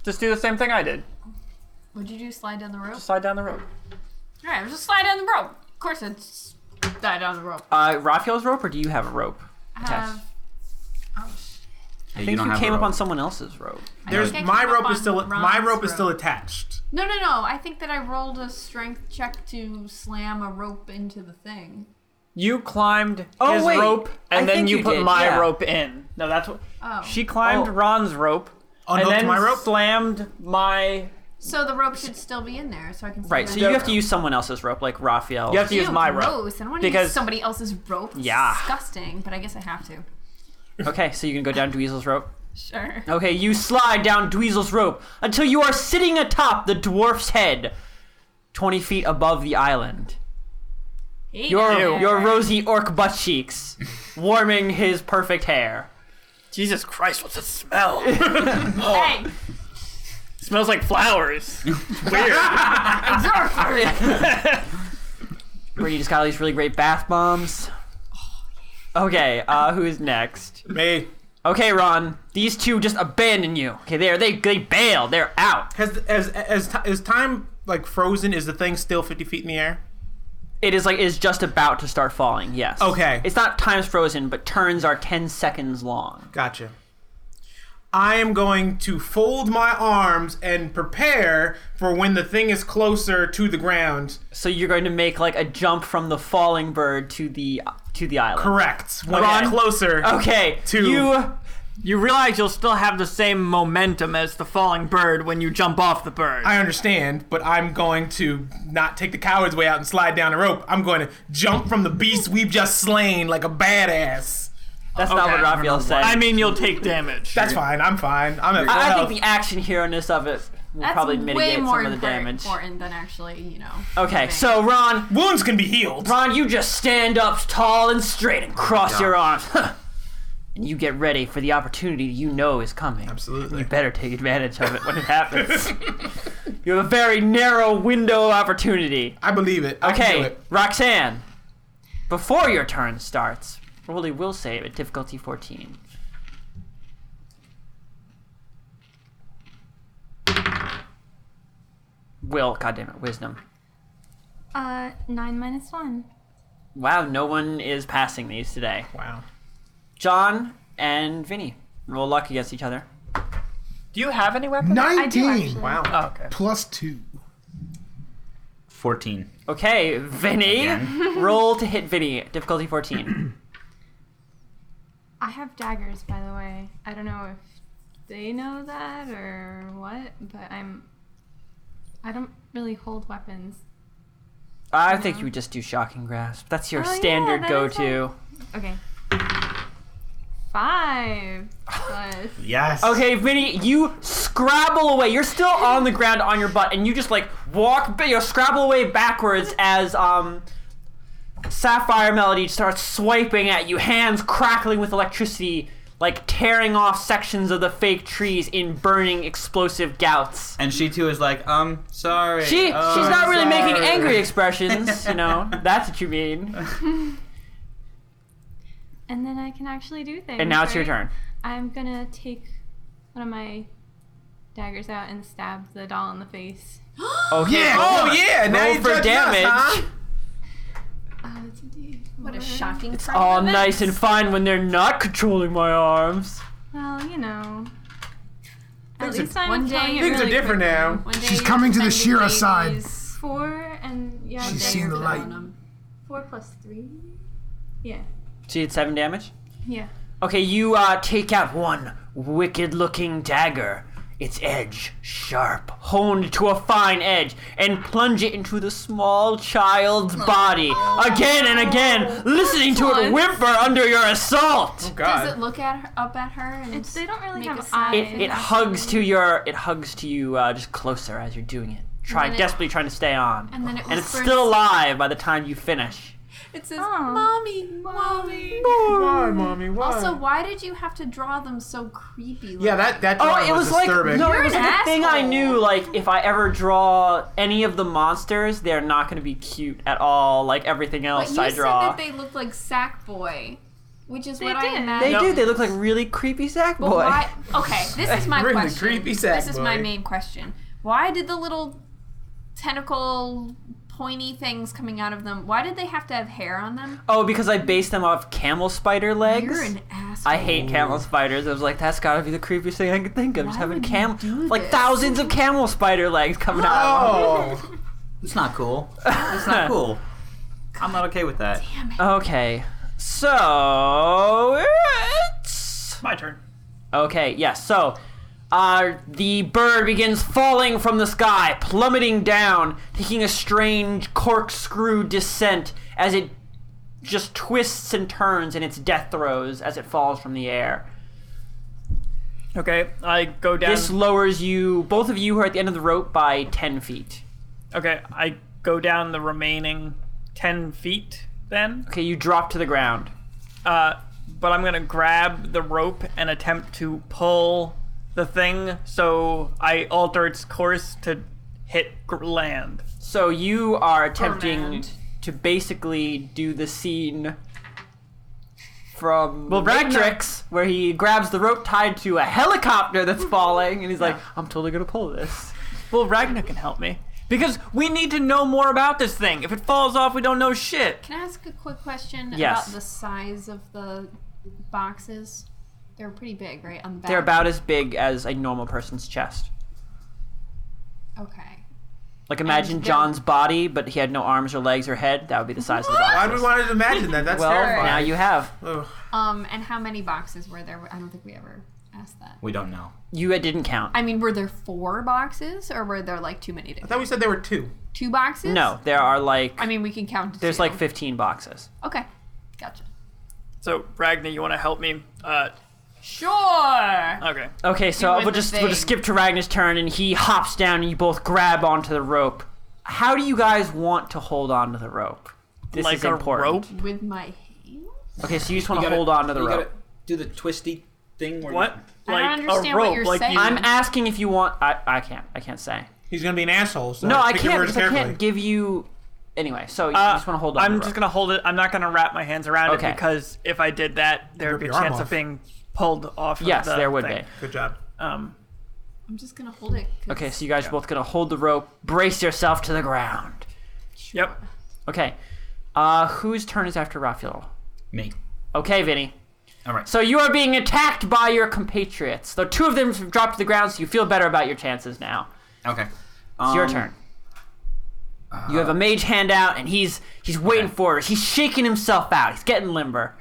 Speaker 6: Just do the same thing I did.
Speaker 2: Would you do slide down the rope?
Speaker 6: Slide down the rope.
Speaker 2: All right, just slide down the rope. Of course, it's slide down the rope.
Speaker 1: uh Raphael's rope or do you have a rope?
Speaker 2: I have. Oh, sh-
Speaker 5: I
Speaker 1: I think you, came up on someone else's rope.
Speaker 3: There's
Speaker 2: think I
Speaker 3: my
Speaker 2: came up
Speaker 3: rope is
Speaker 2: on
Speaker 3: still my
Speaker 2: Ron's
Speaker 3: rope is still
Speaker 2: rope.
Speaker 3: attached.
Speaker 2: no, no, no. I think that I rolled a strength check to slam a rope into the thing.
Speaker 6: You climbed
Speaker 1: Oh,
Speaker 6: his
Speaker 1: wait.
Speaker 6: rope, and
Speaker 1: I
Speaker 6: then
Speaker 1: think
Speaker 6: you,
Speaker 1: you
Speaker 6: put
Speaker 1: did,
Speaker 6: my
Speaker 1: yeah.
Speaker 6: rope in. No, that's what
Speaker 2: Oh.
Speaker 6: she climbed.
Speaker 1: Oh.
Speaker 6: Ron's rope, and
Speaker 3: Unhooked
Speaker 6: then
Speaker 3: my rope.
Speaker 6: slammed my.
Speaker 2: so the rope should still be in there, so I can. slide
Speaker 1: Right,
Speaker 2: down
Speaker 1: so
Speaker 2: the
Speaker 1: you
Speaker 2: rope.
Speaker 1: have to use someone else's rope, like Raphael.
Speaker 6: You have to
Speaker 2: Ew,
Speaker 6: use my
Speaker 2: gross.
Speaker 6: rope.
Speaker 2: I don't want to
Speaker 6: Because-
Speaker 2: use somebody else's rope. It's
Speaker 1: Yeah.
Speaker 2: disgusting. But I guess I have to.
Speaker 1: Okay, so you can go down Dweezil's rope.
Speaker 2: Sure.
Speaker 1: Okay, you slide down Dweezil's rope until you are sitting atop the dwarf's head, twenty feet above the island.
Speaker 2: Hey
Speaker 1: Your
Speaker 2: there.
Speaker 1: your rosy orc butt cheeks, (laughs) warming his perfect hair.
Speaker 6: Jesus Christ, what's the (laughs) smell? it
Speaker 2: Hey,
Speaker 6: smells like flowers.
Speaker 2: exorcist.
Speaker 1: Brittany just got all these really great bath bombs. Okay, uh, who's next?
Speaker 3: Me.
Speaker 1: Okay, Ron, these two just abandon you. Okay, there, they they bail. They're out.
Speaker 3: Has as as ti- is time like frozen? Is the thing still fifty feet in the air?
Speaker 1: It is like it is just about to start falling. Yes.
Speaker 3: Okay.
Speaker 1: It's not time's frozen, but turns are ten seconds long.
Speaker 3: Gotcha. I am going to fold my arms and prepare for when the thing is closer to the ground.
Speaker 1: So you're going to make like a jump from the falling bird to the to the island.
Speaker 3: Correct. When
Speaker 1: Okay.
Speaker 3: it's closer.
Speaker 1: Okay.
Speaker 3: To-
Speaker 1: you
Speaker 6: You realize you'll still have the same momentum as the falling bird when you jump off the bird.
Speaker 3: I understand, but I'm going to not take the coward's way out and slide down a rope. I'm going to jump from the beast we've just slain like a badass.
Speaker 1: That's not what
Speaker 6: Okay.
Speaker 1: Raphael said.
Speaker 6: I mean, you'll take damage.
Speaker 3: That's fine. I'm fine. I'm at full
Speaker 1: I, I
Speaker 3: health.
Speaker 1: think the action hero-ness of it will
Speaker 2: That's
Speaker 1: probably
Speaker 2: way
Speaker 1: mitigate
Speaker 2: more
Speaker 1: some of the damage. Oh.
Speaker 2: important than actually, you know.
Speaker 1: Okay,
Speaker 2: the
Speaker 1: so Ron,
Speaker 3: Wounds can be healed.
Speaker 1: Ron, you just stand up tall and straight and cross your arms, (laughs) huh. and you get ready for the opportunity you know is coming.
Speaker 3: Absolutely.
Speaker 1: You better take advantage of it when it happens. (laughs) you have a very narrow window of opportunity.
Speaker 3: (laughs) I believe it. I can do
Speaker 1: Okay,
Speaker 3: it.
Speaker 1: Roxanne, before your turn starts, roll a will save at difficulty 14. Will, goddamn it, wisdom.
Speaker 7: Uh, nine minus one.
Speaker 1: Wow, no one is passing these today.
Speaker 3: Wow.
Speaker 1: John and Vinny roll luck against each other.
Speaker 6: (laughs) Do you have any weapons?
Speaker 7: I do
Speaker 4: 19
Speaker 7: actually.
Speaker 3: Wow.
Speaker 6: Oh, okay.
Speaker 4: plus 2.
Speaker 5: 14.
Speaker 1: Okay,
Speaker 5: Eh?
Speaker 1: Vinny, (laughs)
Speaker 5: (laughs)
Speaker 1: roll to hit Vinny, difficulty 14.
Speaker 7: I have daggers, by the way. I don't know if they know that or what, but I'm. I don't really hold weapons.
Speaker 1: I think you just do shocking grasp. That's your
Speaker 7: Oh, yeah,
Speaker 1: standard
Speaker 7: that
Speaker 1: go
Speaker 7: is
Speaker 1: to.
Speaker 7: Okay. Five plus.
Speaker 5: Yes.
Speaker 1: Okay, Vinny, you scrabble away. You're still on the ground on your butt, and you just like walk, you know, scrabble away backwards as um, Sapphire Melody starts swiping at you, hands crackling with electricity, like tearing off sections of the fake trees in burning explosive gouts.
Speaker 5: And she too is like, um, sorry.
Speaker 1: She,
Speaker 5: Oh,
Speaker 1: she's not
Speaker 5: I'm
Speaker 1: really making
Speaker 5: sorry."
Speaker 1: angry expressions, you
Speaker 5: (laughs)
Speaker 1: know. That's what you mean.
Speaker 7: And then I can actually do things.
Speaker 1: And now it's your
Speaker 7: right?
Speaker 1: turn.
Speaker 7: I'm gonna take one of my daggers out and stab the doll in the face.
Speaker 1: Okay.
Speaker 3: Yeah. Oh yeah. Now
Speaker 1: Roll
Speaker 3: you
Speaker 1: for
Speaker 3: judging us,
Speaker 1: damage.
Speaker 3: huh?
Speaker 7: Uh, it's a D.
Speaker 2: What a shocking It's
Speaker 1: All nice and fine when they're not controlling my arms.
Speaker 7: Well, you know.
Speaker 3: Things
Speaker 7: At
Speaker 3: are-
Speaker 7: least I'm
Speaker 2: One day
Speaker 7: telling it
Speaker 3: Things
Speaker 7: really
Speaker 3: are different
Speaker 7: quickly.
Speaker 3: now.
Speaker 2: One day
Speaker 4: She's
Speaker 2: you're
Speaker 4: coming to the
Speaker 2: defending
Speaker 4: Shira side.
Speaker 2: ladies.
Speaker 7: Four and yeah.
Speaker 2: One
Speaker 4: She's
Speaker 2: day
Speaker 7: dagger
Speaker 4: seen
Speaker 2: you're
Speaker 4: the
Speaker 7: for
Speaker 4: light.
Speaker 2: killing 'em.
Speaker 7: Four plus three. Yeah.
Speaker 1: She did seven damage.
Speaker 7: Yeah.
Speaker 1: Okay, you uh, take out one wicked looking dagger, its edge sharp, honed to a fine edge, and plunge it into the small child's
Speaker 2: Oh.
Speaker 1: body again and again, listening to it
Speaker 7: Excellent.
Speaker 1: whimper under your assault.
Speaker 2: Does
Speaker 3: Oh, God.
Speaker 2: it look at her, up at her? And
Speaker 7: It's, they don't really
Speaker 2: Make a
Speaker 7: have
Speaker 2: sound.
Speaker 7: eyes.
Speaker 1: It, it hugs to your it hugs to you uh, just closer as you're doing it. Try
Speaker 2: And then it-
Speaker 1: desperately trying to stay on,
Speaker 2: and then it
Speaker 1: and it's
Speaker 2: whispers-
Speaker 1: still alive by the time you finish.
Speaker 2: It says,
Speaker 7: Aw.
Speaker 2: "Mommy, mommy."
Speaker 3: Why, mommy? Why?
Speaker 2: Also, why did you have to draw them so creepy? looking?
Speaker 3: yeah, that that
Speaker 1: Oh,
Speaker 3: drawing
Speaker 1: it was, like
Speaker 3: disturbing.
Speaker 1: no,
Speaker 2: You're
Speaker 1: it was
Speaker 2: an
Speaker 1: like a thing I
Speaker 2: asshole.
Speaker 1: knew. Like if I ever draw any of the monsters, they're not going to be cute at all. Like everything
Speaker 2: But
Speaker 1: else
Speaker 2: you
Speaker 1: I draw,
Speaker 2: said that they looked like Sackboy, which is
Speaker 7: They
Speaker 2: what I
Speaker 7: did.
Speaker 1: they,
Speaker 2: imagined.
Speaker 1: do. They look like really creepy sack
Speaker 2: But
Speaker 1: boy.
Speaker 2: why? (laughs) Okay, this is my
Speaker 3: Bring the
Speaker 2: question.
Speaker 3: creepy
Speaker 2: this is my
Speaker 3: Sackboy.
Speaker 2: main question. Why did the little tentacle pointy things coming out of them? Why did they have to have hair on them?
Speaker 1: Oh, because I based them off camel spider legs.
Speaker 2: You're an asshole.
Speaker 1: I hate camel spiders. I was like, that's gotta be the creepiest thing I could think of. Just
Speaker 2: Why
Speaker 1: having
Speaker 2: would you
Speaker 1: cam
Speaker 2: do
Speaker 1: like
Speaker 2: this?
Speaker 1: thousands of camel spider legs coming out.
Speaker 3: Oh,
Speaker 5: It's not cool. It's (laughs) not cool. I'm not okay with that.
Speaker 2: Damn it.
Speaker 1: (laughs) Okay, so it's
Speaker 6: My turn.
Speaker 1: Okay, yes. so uh, the bird begins falling from the sky, plummeting down, taking a strange corkscrew descent as it just twists and turns in its death throes as it falls from the air.
Speaker 6: Okay, I go down.
Speaker 1: This lowers you, both of you who are at the end of the rope, by 10 feet.
Speaker 6: Okay, I go down the remaining 10 feet then.
Speaker 1: Okay, you drop to the ground.
Speaker 6: Uh, but I'm gonna grab the rope and attempt to pull the thing so I alter its course to hit gr- land.
Speaker 1: So you are attempting
Speaker 2: Around.
Speaker 1: to basically do the scene from
Speaker 6: Well, right
Speaker 1: Matrix, where he grabs the rope tied to a helicopter that's falling, and he's like, "I'm totally gonna pull this."
Speaker 6: Well, Ragnar can help me. Because we need to know more about this thing. If it falls off, we don't know shit.
Speaker 2: Can I ask a quick question
Speaker 1: Yes.
Speaker 2: about the size of the boxes? They're pretty big, right? Um, On the back.
Speaker 1: They're about as big as a normal person's chest.
Speaker 2: Okay.
Speaker 1: Like imagine
Speaker 2: they're-
Speaker 1: John's body, but he had no arms or legs or head. That would be the size of the
Speaker 3: Why
Speaker 1: box.
Speaker 3: would we want to imagine that? That's
Speaker 1: Well,
Speaker 3: terrifying.
Speaker 1: now you have.
Speaker 3: Ugh.
Speaker 2: Um, and how many boxes were there? I don't think we ever asked that.
Speaker 5: We don't know.
Speaker 1: You didn't count.
Speaker 2: I mean, were there four boxes, or were there like too many?
Speaker 3: I
Speaker 2: To-
Speaker 3: thought we said there were two.
Speaker 2: two boxes?
Speaker 1: No, there are like
Speaker 2: I mean, we can count. To
Speaker 1: there's
Speaker 2: two.
Speaker 1: like 15 boxes.
Speaker 2: Okay, gotcha.
Speaker 6: So Ragnar, you want to help me? Uh,
Speaker 2: Sure.
Speaker 6: okay.
Speaker 1: Okay, so
Speaker 2: win
Speaker 1: we'll
Speaker 2: the
Speaker 1: just we'll just
Speaker 2: thing.
Speaker 1: skip to Ragnar's turn, and he hops down, and you both grab onto the rope. How do you guys want to hold onto the rope? This
Speaker 6: like
Speaker 1: is
Speaker 6: a
Speaker 1: important.
Speaker 6: rope.
Speaker 2: With my hands.
Speaker 1: Okay, so you just want to hold onto the rope.
Speaker 5: do the twisty thing. Where
Speaker 6: What?
Speaker 2: I
Speaker 6: Like
Speaker 2: don't understand
Speaker 6: a
Speaker 2: what
Speaker 6: rope?
Speaker 2: you're
Speaker 6: like
Speaker 2: saying.
Speaker 6: you-
Speaker 1: I'm asking if you want. I, I can't. I can't say.
Speaker 3: He's gonna be an asshole. So
Speaker 1: No, I
Speaker 3: pick your
Speaker 1: can't.
Speaker 3: words
Speaker 1: Because I
Speaker 3: carefully.
Speaker 1: can't give you. Anyway, so you
Speaker 6: Uh,
Speaker 1: just want to hold on.
Speaker 6: I'm
Speaker 1: to the
Speaker 6: just
Speaker 1: rope.
Speaker 6: gonna hold it. I'm not gonna wrap my hands around
Speaker 1: Okay.
Speaker 6: it because if I did that, there would
Speaker 3: Rip
Speaker 6: be a
Speaker 3: your arm
Speaker 6: chance
Speaker 3: off.
Speaker 6: of being pulled off.
Speaker 1: Yes,
Speaker 6: of the
Speaker 1: there would
Speaker 6: thing.
Speaker 3: Good job.
Speaker 6: be. Um,
Speaker 2: I'm just gonna hold it. 'cause-
Speaker 1: be. Okay, so you guys are both gonna hold the rope. Brace yourself to the ground.
Speaker 6: yep.
Speaker 1: Okay. Uh, whose turn is after Raphael?
Speaker 5: Me.
Speaker 1: Okay, Vinny.
Speaker 5: All right.
Speaker 1: So you are being attacked by your compatriots. Though two of them have dropped to the ground, so you feel better about your chances now.
Speaker 5: Okay.
Speaker 1: It's your
Speaker 5: Um, uh,
Speaker 1: turn. you have a mage hand out, and he's he's waiting for us. He's shaking himself out. He's getting limber.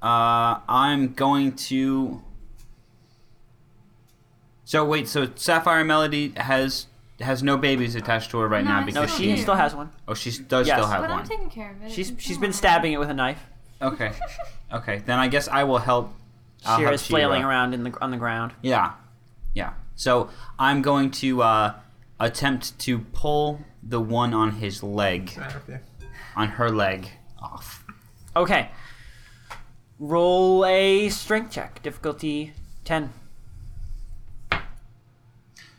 Speaker 5: Uh, I'm going to. So wait, so Sapphire Melody has has no babies attached to her right
Speaker 7: No,
Speaker 5: now
Speaker 7: it's
Speaker 1: No,
Speaker 5: because
Speaker 7: Oh,
Speaker 1: she
Speaker 7: dear.
Speaker 1: still has one.
Speaker 5: Oh, she does
Speaker 1: Yes.
Speaker 5: still have
Speaker 7: But I'm
Speaker 5: one.
Speaker 7: taking care of it.
Speaker 1: She's
Speaker 7: It's
Speaker 1: she's
Speaker 7: fine.
Speaker 1: been stabbing it with a knife.
Speaker 5: Okay. Okay. Then I guess I will help. I'll help
Speaker 1: Shira's flailing
Speaker 5: Shira.
Speaker 1: around in the on the ground.
Speaker 5: Yeah. Yeah. So I'm going to uh, attempt to pull the one on his leg, on her leg, off.
Speaker 1: Okay. Roll a strength check. Difficulty 10.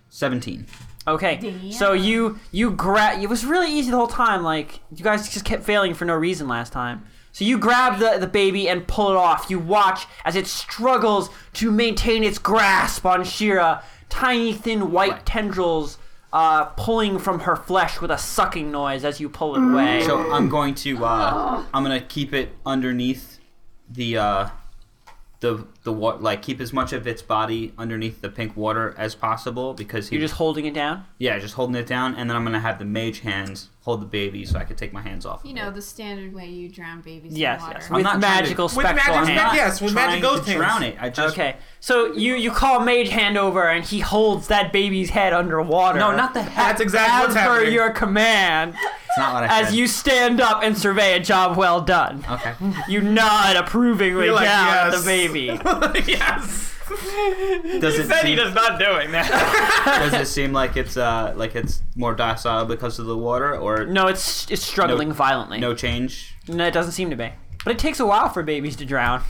Speaker 5: 17.
Speaker 1: Okay. So you you grab it was really easy the whole time like you guys just kept failing for no reason last time. So you grab the the baby and pull it off. You watch as it struggles to maintain its grasp on Shira, tiny thin white
Speaker 5: Right.
Speaker 1: tendrils uh, pulling from her flesh with a sucking noise as you pull it away.
Speaker 5: Mm-hmm. So I'm going to uh, I'm gonna keep it underneath the uh, the the wa- like keep as much of its body underneath the pink water as possible because he
Speaker 1: You're just holding it down.
Speaker 5: yeah just holding it down and then I'm gonna have the mage hands hold the baby so I could take my hands off.
Speaker 2: You know the standard way you drown babies
Speaker 1: Yes,
Speaker 2: in water.
Speaker 1: yes.
Speaker 5: I'm
Speaker 1: With
Speaker 5: not trying to-
Speaker 1: magical
Speaker 5: With
Speaker 1: spectral
Speaker 3: magic
Speaker 1: hand.
Speaker 3: spec- Yes, with magic
Speaker 5: trying to
Speaker 3: ghost hands.
Speaker 5: drown it. I just
Speaker 1: Okay, so you you call Mage Hand over, and he holds that baby's head underwater.
Speaker 5: no not the head.
Speaker 3: That's exactly
Speaker 1: as
Speaker 3: what's
Speaker 1: per
Speaker 3: happening.
Speaker 1: your command.
Speaker 5: It's not what I
Speaker 1: As
Speaker 5: said.
Speaker 1: you stand up and survey a job well done,
Speaker 5: okay.
Speaker 1: you nod approvingly
Speaker 3: You're like,
Speaker 1: down at
Speaker 3: "Yes."
Speaker 1: the
Speaker 6: (laughs)
Speaker 1: baby.
Speaker 3: (laughs) yes.
Speaker 5: Does
Speaker 6: He
Speaker 5: it
Speaker 6: said he
Speaker 5: seem,
Speaker 6: does not doing that.
Speaker 5: does it seem like it's uh like it's more docile because of the water or
Speaker 1: No, it's it's struggling
Speaker 5: No-
Speaker 1: violently.
Speaker 5: no change?
Speaker 1: no, it doesn't seem to be. But it takes a while for babies to drown.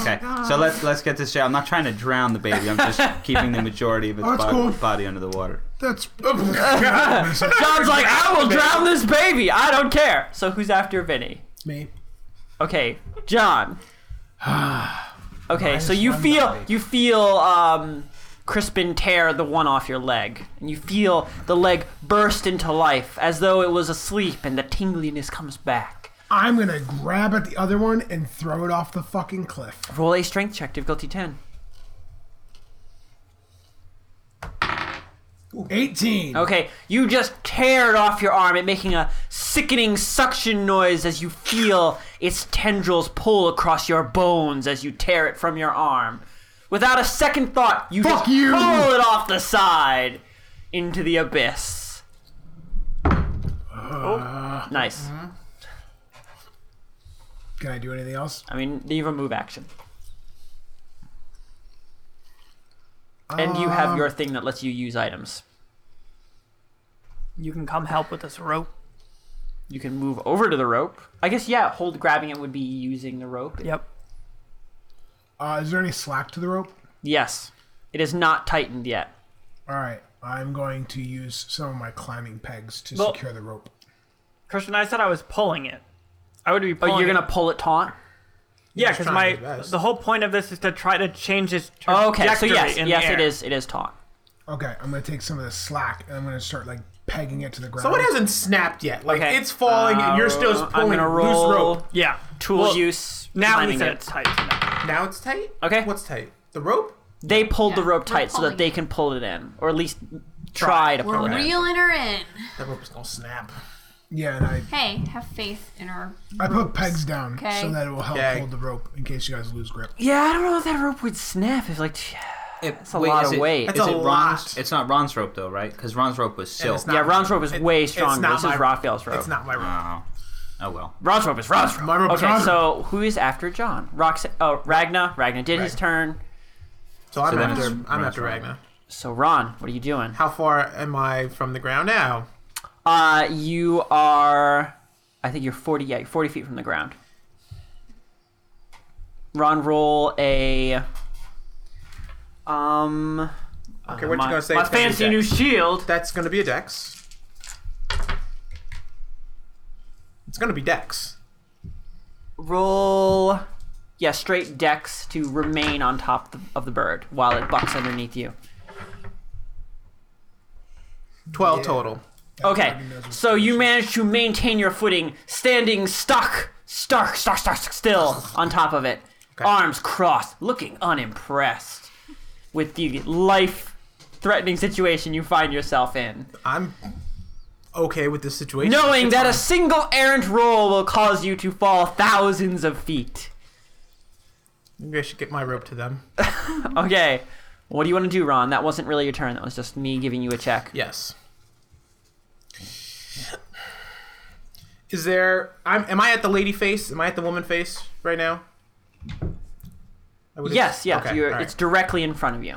Speaker 5: Okay, so let's let's get this straight. I'm not trying to drown the baby. I'm just keeping the majority of its
Speaker 4: Oh, that's
Speaker 5: body,
Speaker 4: cool.
Speaker 5: body under the water.
Speaker 4: That's (laughs)
Speaker 1: John's like, I will drown this baby. I don't care. So who's after Vinny?
Speaker 4: me.
Speaker 1: Okay, John. Okay, so you feel you feel um, Crispin tear the one off your leg, and you feel the leg burst into life as though it was asleep, and the tingliness comes back.
Speaker 4: I'm gonna grab at the other one and throw it off the fucking cliff.
Speaker 1: Roll a strength check, difficulty ten.
Speaker 4: 18.
Speaker 3: Oh.
Speaker 1: Okay, you just tear it off your arm, it making a sickening suction noise as you feel its tendrils pull across your bones as you tear it from your arm. Without a second thought, you
Speaker 4: Fuck
Speaker 1: just
Speaker 4: you!
Speaker 1: pull it off the side into the abyss. Oh, nice.
Speaker 4: Can I do anything else?
Speaker 1: I mean, leave a move action. And you
Speaker 4: Um,
Speaker 1: have your thing that lets you use items.
Speaker 6: you can come help with this rope.
Speaker 1: You can move over to the rope. I guess, yeah, hold grabbing it would be using the rope.
Speaker 6: Yep.
Speaker 4: Uh, is there any slack to the rope?
Speaker 1: Yes. It is not tightened yet.
Speaker 4: All right. I'm going to use some of my climbing pegs to
Speaker 6: Well-
Speaker 4: secure the rope.
Speaker 6: Christian, I said I was pulling it. I would be.
Speaker 1: Oh,
Speaker 6: Pulling
Speaker 1: you're
Speaker 6: it.
Speaker 1: gonna pull it taunt?
Speaker 6: Yeah,
Speaker 3: He's
Speaker 6: because
Speaker 3: trying
Speaker 6: my
Speaker 3: his best.
Speaker 6: the whole point of this is to try to change his trajectory
Speaker 1: Oh, okay, so yes,
Speaker 6: in
Speaker 1: yes,
Speaker 6: the air.
Speaker 1: it is. It is taunt.
Speaker 4: Okay. I'm going to take some of the slack and I'm going to start like pegging it to the ground.
Speaker 3: So it hasn't snapped yet. Like
Speaker 1: Okay. Uh,
Speaker 3: it's falling, and you're still just
Speaker 1: I'm
Speaker 3: pulling
Speaker 1: gonna
Speaker 3: loose
Speaker 1: roll
Speaker 3: rope.
Speaker 6: Yeah.
Speaker 1: tool
Speaker 6: Well,
Speaker 1: use.
Speaker 6: Now he
Speaker 1: climbing
Speaker 6: said
Speaker 1: it.
Speaker 6: it's tight.
Speaker 3: Now it's tight?
Speaker 1: Okay.
Speaker 3: What's tight? The rope?
Speaker 1: They pulled the
Speaker 2: Yeah,
Speaker 1: rope
Speaker 2: we're
Speaker 1: tight so
Speaker 2: pulling
Speaker 1: that they
Speaker 2: it.
Speaker 1: can pull it in, or at least try to pull
Speaker 2: We're
Speaker 1: it in.
Speaker 2: reeling her in.
Speaker 3: That rope is gonna snap.
Speaker 4: Yeah, and I
Speaker 2: Hey, have faith in her.
Speaker 4: I put pegs down
Speaker 2: Okay.
Speaker 4: so that it will help
Speaker 3: Okay.
Speaker 4: hold the rope in case you guys lose grip.
Speaker 1: Yeah, I don't know if that rope would snap. If like,
Speaker 5: It's
Speaker 1: a lot of weight.
Speaker 3: That's
Speaker 5: is
Speaker 3: a
Speaker 5: it Ron's?
Speaker 3: lot.
Speaker 5: It's not Ron's rope though, right? Because Ron's rope was silk.
Speaker 3: it's not-
Speaker 1: yeah, Ron's rope is
Speaker 3: It-
Speaker 1: way
Speaker 3: it's
Speaker 1: stronger.
Speaker 3: not
Speaker 1: This
Speaker 3: my-
Speaker 1: is Raphael's rope.
Speaker 3: It's not my rope.
Speaker 5: Oh, oh well.
Speaker 1: Ron's rope is Ron's rope.
Speaker 4: My rope is
Speaker 1: okay,
Speaker 4: Ron's
Speaker 1: so who is after John? Rox. Oh, Ragna. Ragna did his turn.
Speaker 3: so I'm
Speaker 5: So then
Speaker 3: after
Speaker 5: it's
Speaker 3: I'm
Speaker 5: Ron's
Speaker 3: after
Speaker 5: rope.
Speaker 3: Ragna.
Speaker 1: So Ron, what are you doing?
Speaker 3: How far am I from the ground now?
Speaker 1: Uh, you are. I think you're 40. Yeah, you're 40 feet from the ground. Ron, roll a. Um.
Speaker 3: Okay, what you
Speaker 1: my-
Speaker 3: gonna say?
Speaker 6: My
Speaker 3: it's gonna be
Speaker 6: fancy
Speaker 3: a
Speaker 6: new
Speaker 3: dex?
Speaker 6: shield.
Speaker 3: That's gonna be a dex. It's gonna be dex.
Speaker 1: Roll. Yeah, straight dex to remain on top th- of the bird while it bucks underneath you.
Speaker 3: Twelve total.
Speaker 1: Okay, so you manage to maintain your footing, standing stock, stark, stark, stark, stark still on top of it, arms crossed, looking unimpressed with the life-threatening situation you find yourself in,
Speaker 3: I'm okay with this situation.
Speaker 1: knowing
Speaker 3: It's
Speaker 1: that
Speaker 3: fine.
Speaker 1: a single errant roll will cause you to fall thousands of feet.
Speaker 3: Maybe I should get my rope to them.
Speaker 1: Okay, what do you want to do, Ron? That wasn't really your turn. That was just me giving you a check.
Speaker 3: Yes. Is there? I'm. Am I at the lady face? Am I at the woman face right now? I would-
Speaker 1: Yes, yes,
Speaker 3: Okay,
Speaker 1: you're,
Speaker 3: all right.
Speaker 1: it's directly in front of you.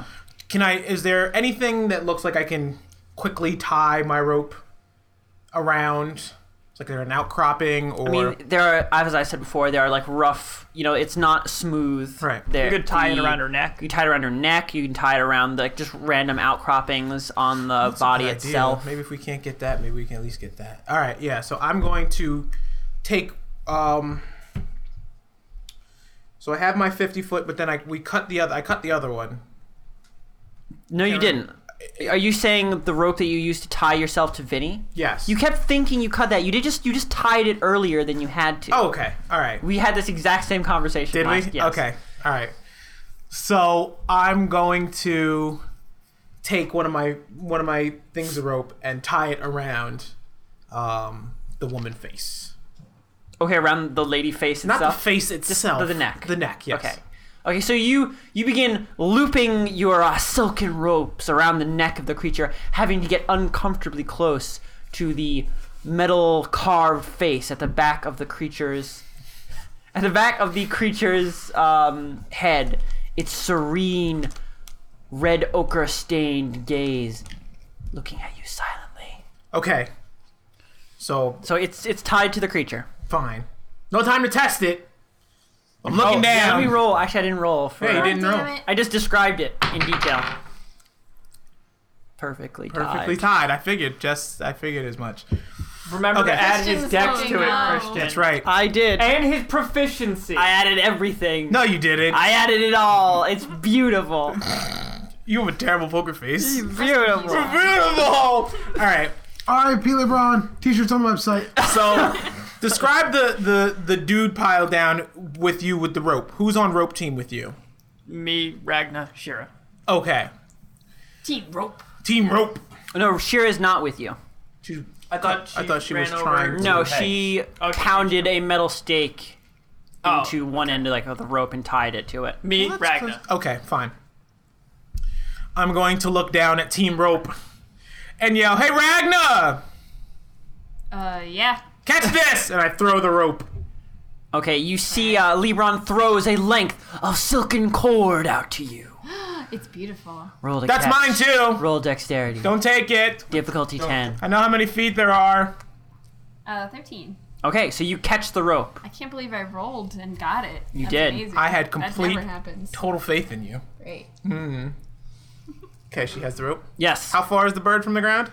Speaker 3: Can I? Is there anything that looks like I can quickly tie my rope around? It's like there an outcropping or
Speaker 1: I mean, there are, as I said before, there are like rough, you know, it's not smooth.
Speaker 3: Right.
Speaker 1: There,
Speaker 6: You could tie it
Speaker 1: the-
Speaker 6: around her neck.
Speaker 1: You tie it around her neck. You can tie it around like just random outcroppings on the
Speaker 3: That's a
Speaker 1: body
Speaker 3: good idea.
Speaker 1: itself.
Speaker 3: Maybe if we can't get that, maybe we can at least get that. All right, yeah. So I'm going to take. Um, so I have my 50 foot, but then I we cut the other. I cut the other one.
Speaker 1: No, you didn't. Are you saying the rope that you used to tie yourself to Vinny?
Speaker 3: Yes.
Speaker 1: You kept thinking you cut that. You did just you just tied it earlier than you had to.
Speaker 3: Oh, okay. All right.
Speaker 1: We had this exact same conversation.
Speaker 3: Did
Speaker 1: last,
Speaker 3: we?
Speaker 1: Yes.
Speaker 3: Okay. All right. So I'm going to take one of my one of my things of rope and tie it around um, the woman face.
Speaker 1: Okay, around the lady face
Speaker 3: Not
Speaker 1: itself.
Speaker 3: the face itself.
Speaker 1: the neck.
Speaker 3: The neck. Yes.
Speaker 1: Okay. Okay, so you you begin looping your uh, silken ropes around the neck of the creature, having to get uncomfortably close to the metal carved face at the back of the creature's at the back of the creature's um, head. Its serene, red ochre stained gaze, looking at you silently.
Speaker 3: Okay. So
Speaker 1: So it's it's tied to the creature.
Speaker 3: fine. No time to test it. I'm looking
Speaker 1: Oh, yeah,
Speaker 3: down.
Speaker 1: let me roll. Actually, I didn't roll. For,
Speaker 3: Yeah, you
Speaker 2: God
Speaker 3: didn't
Speaker 2: damn
Speaker 3: roll.
Speaker 2: it.
Speaker 1: I just described it in detail. Perfectly tied.
Speaker 3: Perfectly tied. I figured. Just I figured as much.
Speaker 6: Remember
Speaker 3: Okay.
Speaker 6: to add
Speaker 2: Christian's
Speaker 6: his dex
Speaker 2: going
Speaker 6: to it,
Speaker 1: Oh.
Speaker 2: now.
Speaker 6: Christian.
Speaker 3: That's right.
Speaker 1: I did.
Speaker 6: And his proficiency.
Speaker 1: I added everything.
Speaker 3: No, you didn't.
Speaker 1: I added it all. It's beautiful.
Speaker 3: you have a terrible
Speaker 1: (laughs)
Speaker 3: poker face.
Speaker 1: beautiful.
Speaker 3: Beautiful. All right.
Speaker 4: All right, P. LeBron, t-shirts on the website.
Speaker 3: So, describe the, the the dude piled down with you with the rope. Who's on rope team with you?
Speaker 6: Me, Ragna, Shira.
Speaker 3: Okay,
Speaker 2: Team rope.
Speaker 3: team rope.
Speaker 1: No, Shira is not with you.
Speaker 3: She's-
Speaker 6: I thought she,
Speaker 3: I thought she
Speaker 6: ran
Speaker 3: was
Speaker 6: over
Speaker 3: trying
Speaker 6: and-
Speaker 3: to-
Speaker 1: No,
Speaker 3: Okay.
Speaker 1: she
Speaker 6: Okay.
Speaker 1: pounded a metal stake
Speaker 6: Oh,
Speaker 1: into one end of like of the rope and tied it to it.
Speaker 6: me, Ragna.
Speaker 3: Okay, fine. I'm going to look down at team rope and yell, "Hey, Ragna,
Speaker 2: Uh, yeah.
Speaker 3: catch this!" And I throw the rope.
Speaker 1: Okay, you see uh, Lebron throws a length of silken cord out to you.
Speaker 2: It's beautiful.
Speaker 1: Roll to
Speaker 3: That's
Speaker 1: catch.
Speaker 3: mine too.
Speaker 1: Roll dexterity.
Speaker 3: Don't take it.
Speaker 1: Difficulty 10.
Speaker 3: I know how many feet there are.
Speaker 2: Uh, 13.
Speaker 1: Okay, so you catch the rope.
Speaker 2: I can't believe I rolled and got it. You
Speaker 1: did.
Speaker 3: I had
Speaker 2: That
Speaker 3: complete-
Speaker 2: never happens.
Speaker 3: Total faith in you.
Speaker 2: Great.
Speaker 3: Okay, she has the rope.
Speaker 1: Yes.
Speaker 3: How far is the bird from the ground?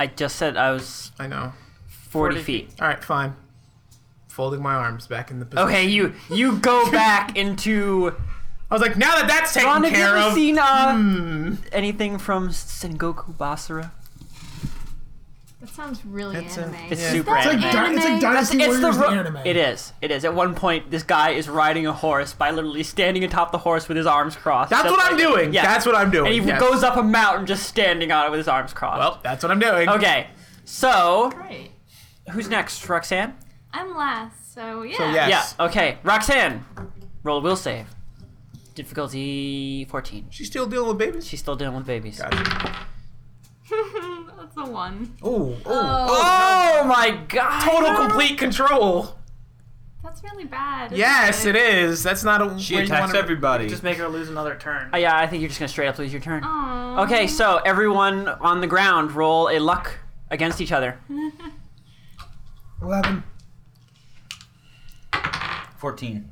Speaker 1: I just said I was
Speaker 3: I know.
Speaker 1: 40, feet.
Speaker 3: All right, fine. Folding my arms back in the position.
Speaker 1: Okay,
Speaker 3: (laughs)
Speaker 1: you you go back into.
Speaker 3: I was like, now that that's taken
Speaker 1: Ron, have you
Speaker 3: care
Speaker 1: ever
Speaker 3: of. hmm,
Speaker 1: seen uh, anything from Sengoku Basara?
Speaker 2: That sounds really
Speaker 3: It's a-
Speaker 2: anime.
Speaker 3: It's Yeah.
Speaker 1: super
Speaker 7: Is that
Speaker 1: anime.
Speaker 4: It's like, di- it's like
Speaker 7: Anime.
Speaker 4: Dynasty
Speaker 1: It's the
Speaker 4: Warriors
Speaker 1: ro-
Speaker 4: in anime.
Speaker 1: It is. It is. At one point, this guy is riding a horse by literally standing atop the horse with his arms crossed.
Speaker 3: That's
Speaker 1: Just
Speaker 3: what I'm
Speaker 1: like-
Speaker 3: doing.
Speaker 1: Yeah.
Speaker 3: That's what I'm doing.
Speaker 1: And he
Speaker 3: Yes.
Speaker 1: goes up a mountain just standing on it with his arms crossed.
Speaker 3: Well, that's what I'm doing.
Speaker 1: Okay. So,
Speaker 2: Great.
Speaker 1: who's next? Roxanne?
Speaker 7: I'm last, so yeah.
Speaker 3: So yeah. Yes. Oh,
Speaker 1: Yeah. Okay. Roxanne. Roll a will save. Difficulty 14.
Speaker 3: She's still dealing with babies.
Speaker 1: She's still dealing with babies.
Speaker 3: Gotcha.
Speaker 7: (laughs) That's a one.
Speaker 3: Ooh, ooh.
Speaker 1: Oh my god.
Speaker 3: Total complete control.
Speaker 7: That's really bad. isn't
Speaker 3: Yes, it is. That's not a.
Speaker 5: She
Speaker 3: where you
Speaker 5: attacks
Speaker 3: wanna-
Speaker 5: everybody.
Speaker 6: Just make her lose another turn.
Speaker 1: Uh, yeah, I think you're just going to straight up lose your
Speaker 7: Oh.
Speaker 1: turn.
Speaker 7: Aw.
Speaker 1: Okay, so everyone on the ground roll a luck against each other.
Speaker 4: 11.
Speaker 5: 14.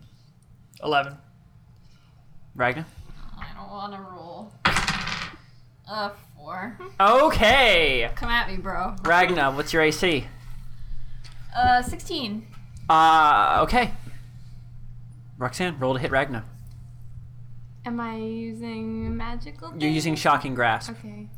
Speaker 6: Eleven.
Speaker 1: Ragnar?
Speaker 2: I don't want to roll. Uh, four.
Speaker 1: Okay.
Speaker 2: Come at me, bro.
Speaker 1: Ragna, what's your AC?
Speaker 2: Uh, 16.
Speaker 1: Uh, okay. Roxanne, roll to hit Ragna.
Speaker 7: Am I using magical?
Speaker 1: You're
Speaker 7: thing?
Speaker 1: using Shocking Grasp.
Speaker 7: Okay.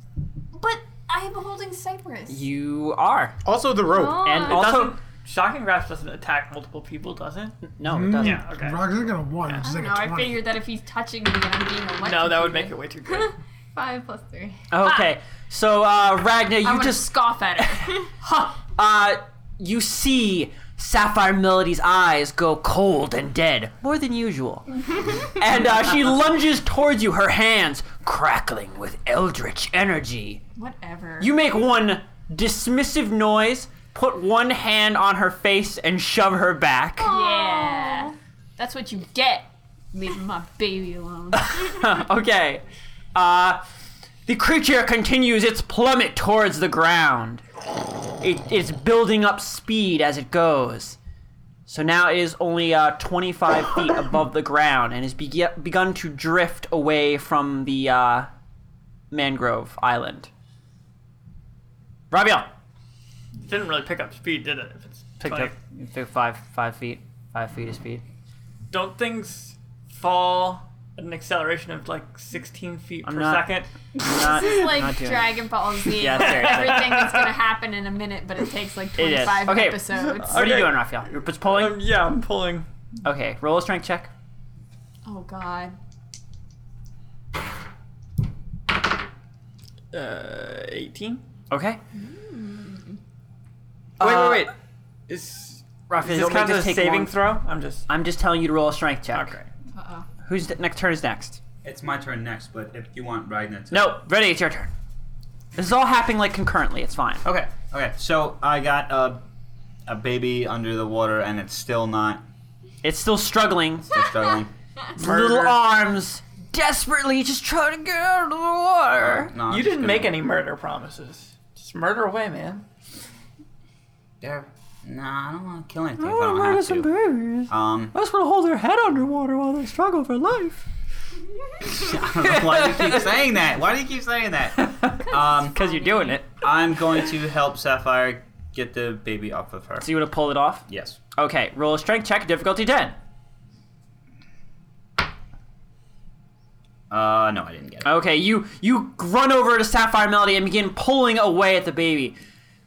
Speaker 2: But I am holding Cypress.
Speaker 1: You are.
Speaker 3: Also, the
Speaker 2: Oh.
Speaker 3: rope.
Speaker 1: And
Speaker 2: Uh,
Speaker 7: Come on.
Speaker 1: also.
Speaker 6: doesn't- Shocking Grasp doesn't attack multiple people, does it?
Speaker 1: No, Oh, it doesn't.
Speaker 6: Yeah, okay.
Speaker 4: Rock's not gonna one.
Speaker 2: I
Speaker 4: She's
Speaker 2: don't
Speaker 4: like
Speaker 2: know.
Speaker 4: a
Speaker 2: I
Speaker 4: 20.
Speaker 2: figured that if he's touching me and I'm being electrocuted.
Speaker 6: No, that would (laughs) make it way too good.
Speaker 7: five plus three.
Speaker 1: Okay. So, uh, Ragna,
Speaker 2: I'm
Speaker 1: you
Speaker 2: gonna
Speaker 1: just.
Speaker 2: scoff at it.
Speaker 7: (laughs)
Speaker 1: Huh. Uh, you see Sapphire Melody's eyes go cold and dead, more than usual. and uh, she lunges towards you, her hands crackling with eldritch energy.
Speaker 2: Whatever.
Speaker 1: You make one dismissive noise, put one hand on her face, and shove her back.
Speaker 2: Yeah. That's what you get. Leaving my baby alone.
Speaker 1: (laughs) okay. Uh, the creature continues its plummet towards the ground. It, it's building up speed as it goes. So now it is only uh, 25
Speaker 6: (laughs)
Speaker 1: feet above the ground and has bege- begun to drift away from the uh, mangrove island. Rabiel,
Speaker 6: It didn't really pick up speed, did it? If it's
Speaker 1: picked
Speaker 6: 20.
Speaker 1: up picked five five feet five feet of
Speaker 6: (laughs)
Speaker 1: speed.
Speaker 6: Don't things fall at an acceleration of like 16 feet per
Speaker 1: not-
Speaker 6: second?
Speaker 1: Not,
Speaker 2: This is like
Speaker 1: not doing it.
Speaker 2: Dragon Ball Z.
Speaker 1: Yeah, seriously.
Speaker 2: Everything is gonna happen in a minute, but it takes like
Speaker 1: (laughs) It is.
Speaker 2: 25
Speaker 1: Okay.
Speaker 2: episodes.
Speaker 1: What are you
Speaker 6: Okay.
Speaker 1: doing, Raphael? You're just pulling.
Speaker 6: Um, yeah, I'm pulling.
Speaker 1: Okay, roll a strength check.
Speaker 2: Oh god.
Speaker 6: Uh, 18?
Speaker 1: Okay,
Speaker 6: wait,
Speaker 1: Uh,
Speaker 6: wait, wait. Is,
Speaker 1: Raphael,
Speaker 6: is this
Speaker 1: don't
Speaker 6: kind
Speaker 1: make
Speaker 6: of a
Speaker 1: this take
Speaker 6: saving
Speaker 1: long.
Speaker 6: throw? I'm just.
Speaker 1: I'm just telling you to roll a strength check.
Speaker 6: Okay.
Speaker 2: Uh oh.
Speaker 1: Who's next turn is next?
Speaker 5: It's my turn next, but if you want Ragnar to.
Speaker 1: No, ready. It's your turn. This is all happening like concurrently. It's fine.
Speaker 5: Okay, okay. So I got a, a baby under the water and it's still not
Speaker 1: It's still struggling.
Speaker 5: it's
Speaker 1: (laughs)
Speaker 5: struggling.
Speaker 1: Its Little arms desperately just trying to get out of the water.
Speaker 5: No, I'm
Speaker 6: You
Speaker 5: just
Speaker 6: didn't
Speaker 5: gonna-
Speaker 6: make any murder promises. Just murder away, man.
Speaker 5: There. Nah, I don't want to kill anything. I
Speaker 1: Oh,
Speaker 5: don't I don't have to.
Speaker 1: babies.
Speaker 5: Um,
Speaker 1: I just want to hold their head underwater while they struggle for
Speaker 5: (laughs)
Speaker 1: life.
Speaker 5: why do
Speaker 1: (laughs)
Speaker 5: you keep saying that? Why do you keep saying that? Um,
Speaker 1: Because you're doing it.
Speaker 5: I'm going to help Sapphire get the baby off of her.
Speaker 1: So you want to pull it off?
Speaker 5: Yes.
Speaker 1: Okay, roll a strength check, difficulty 10.
Speaker 5: Uh, no, I didn't get it.
Speaker 1: Okay, you you run over to Sapphire Melody and begin pulling away at the baby.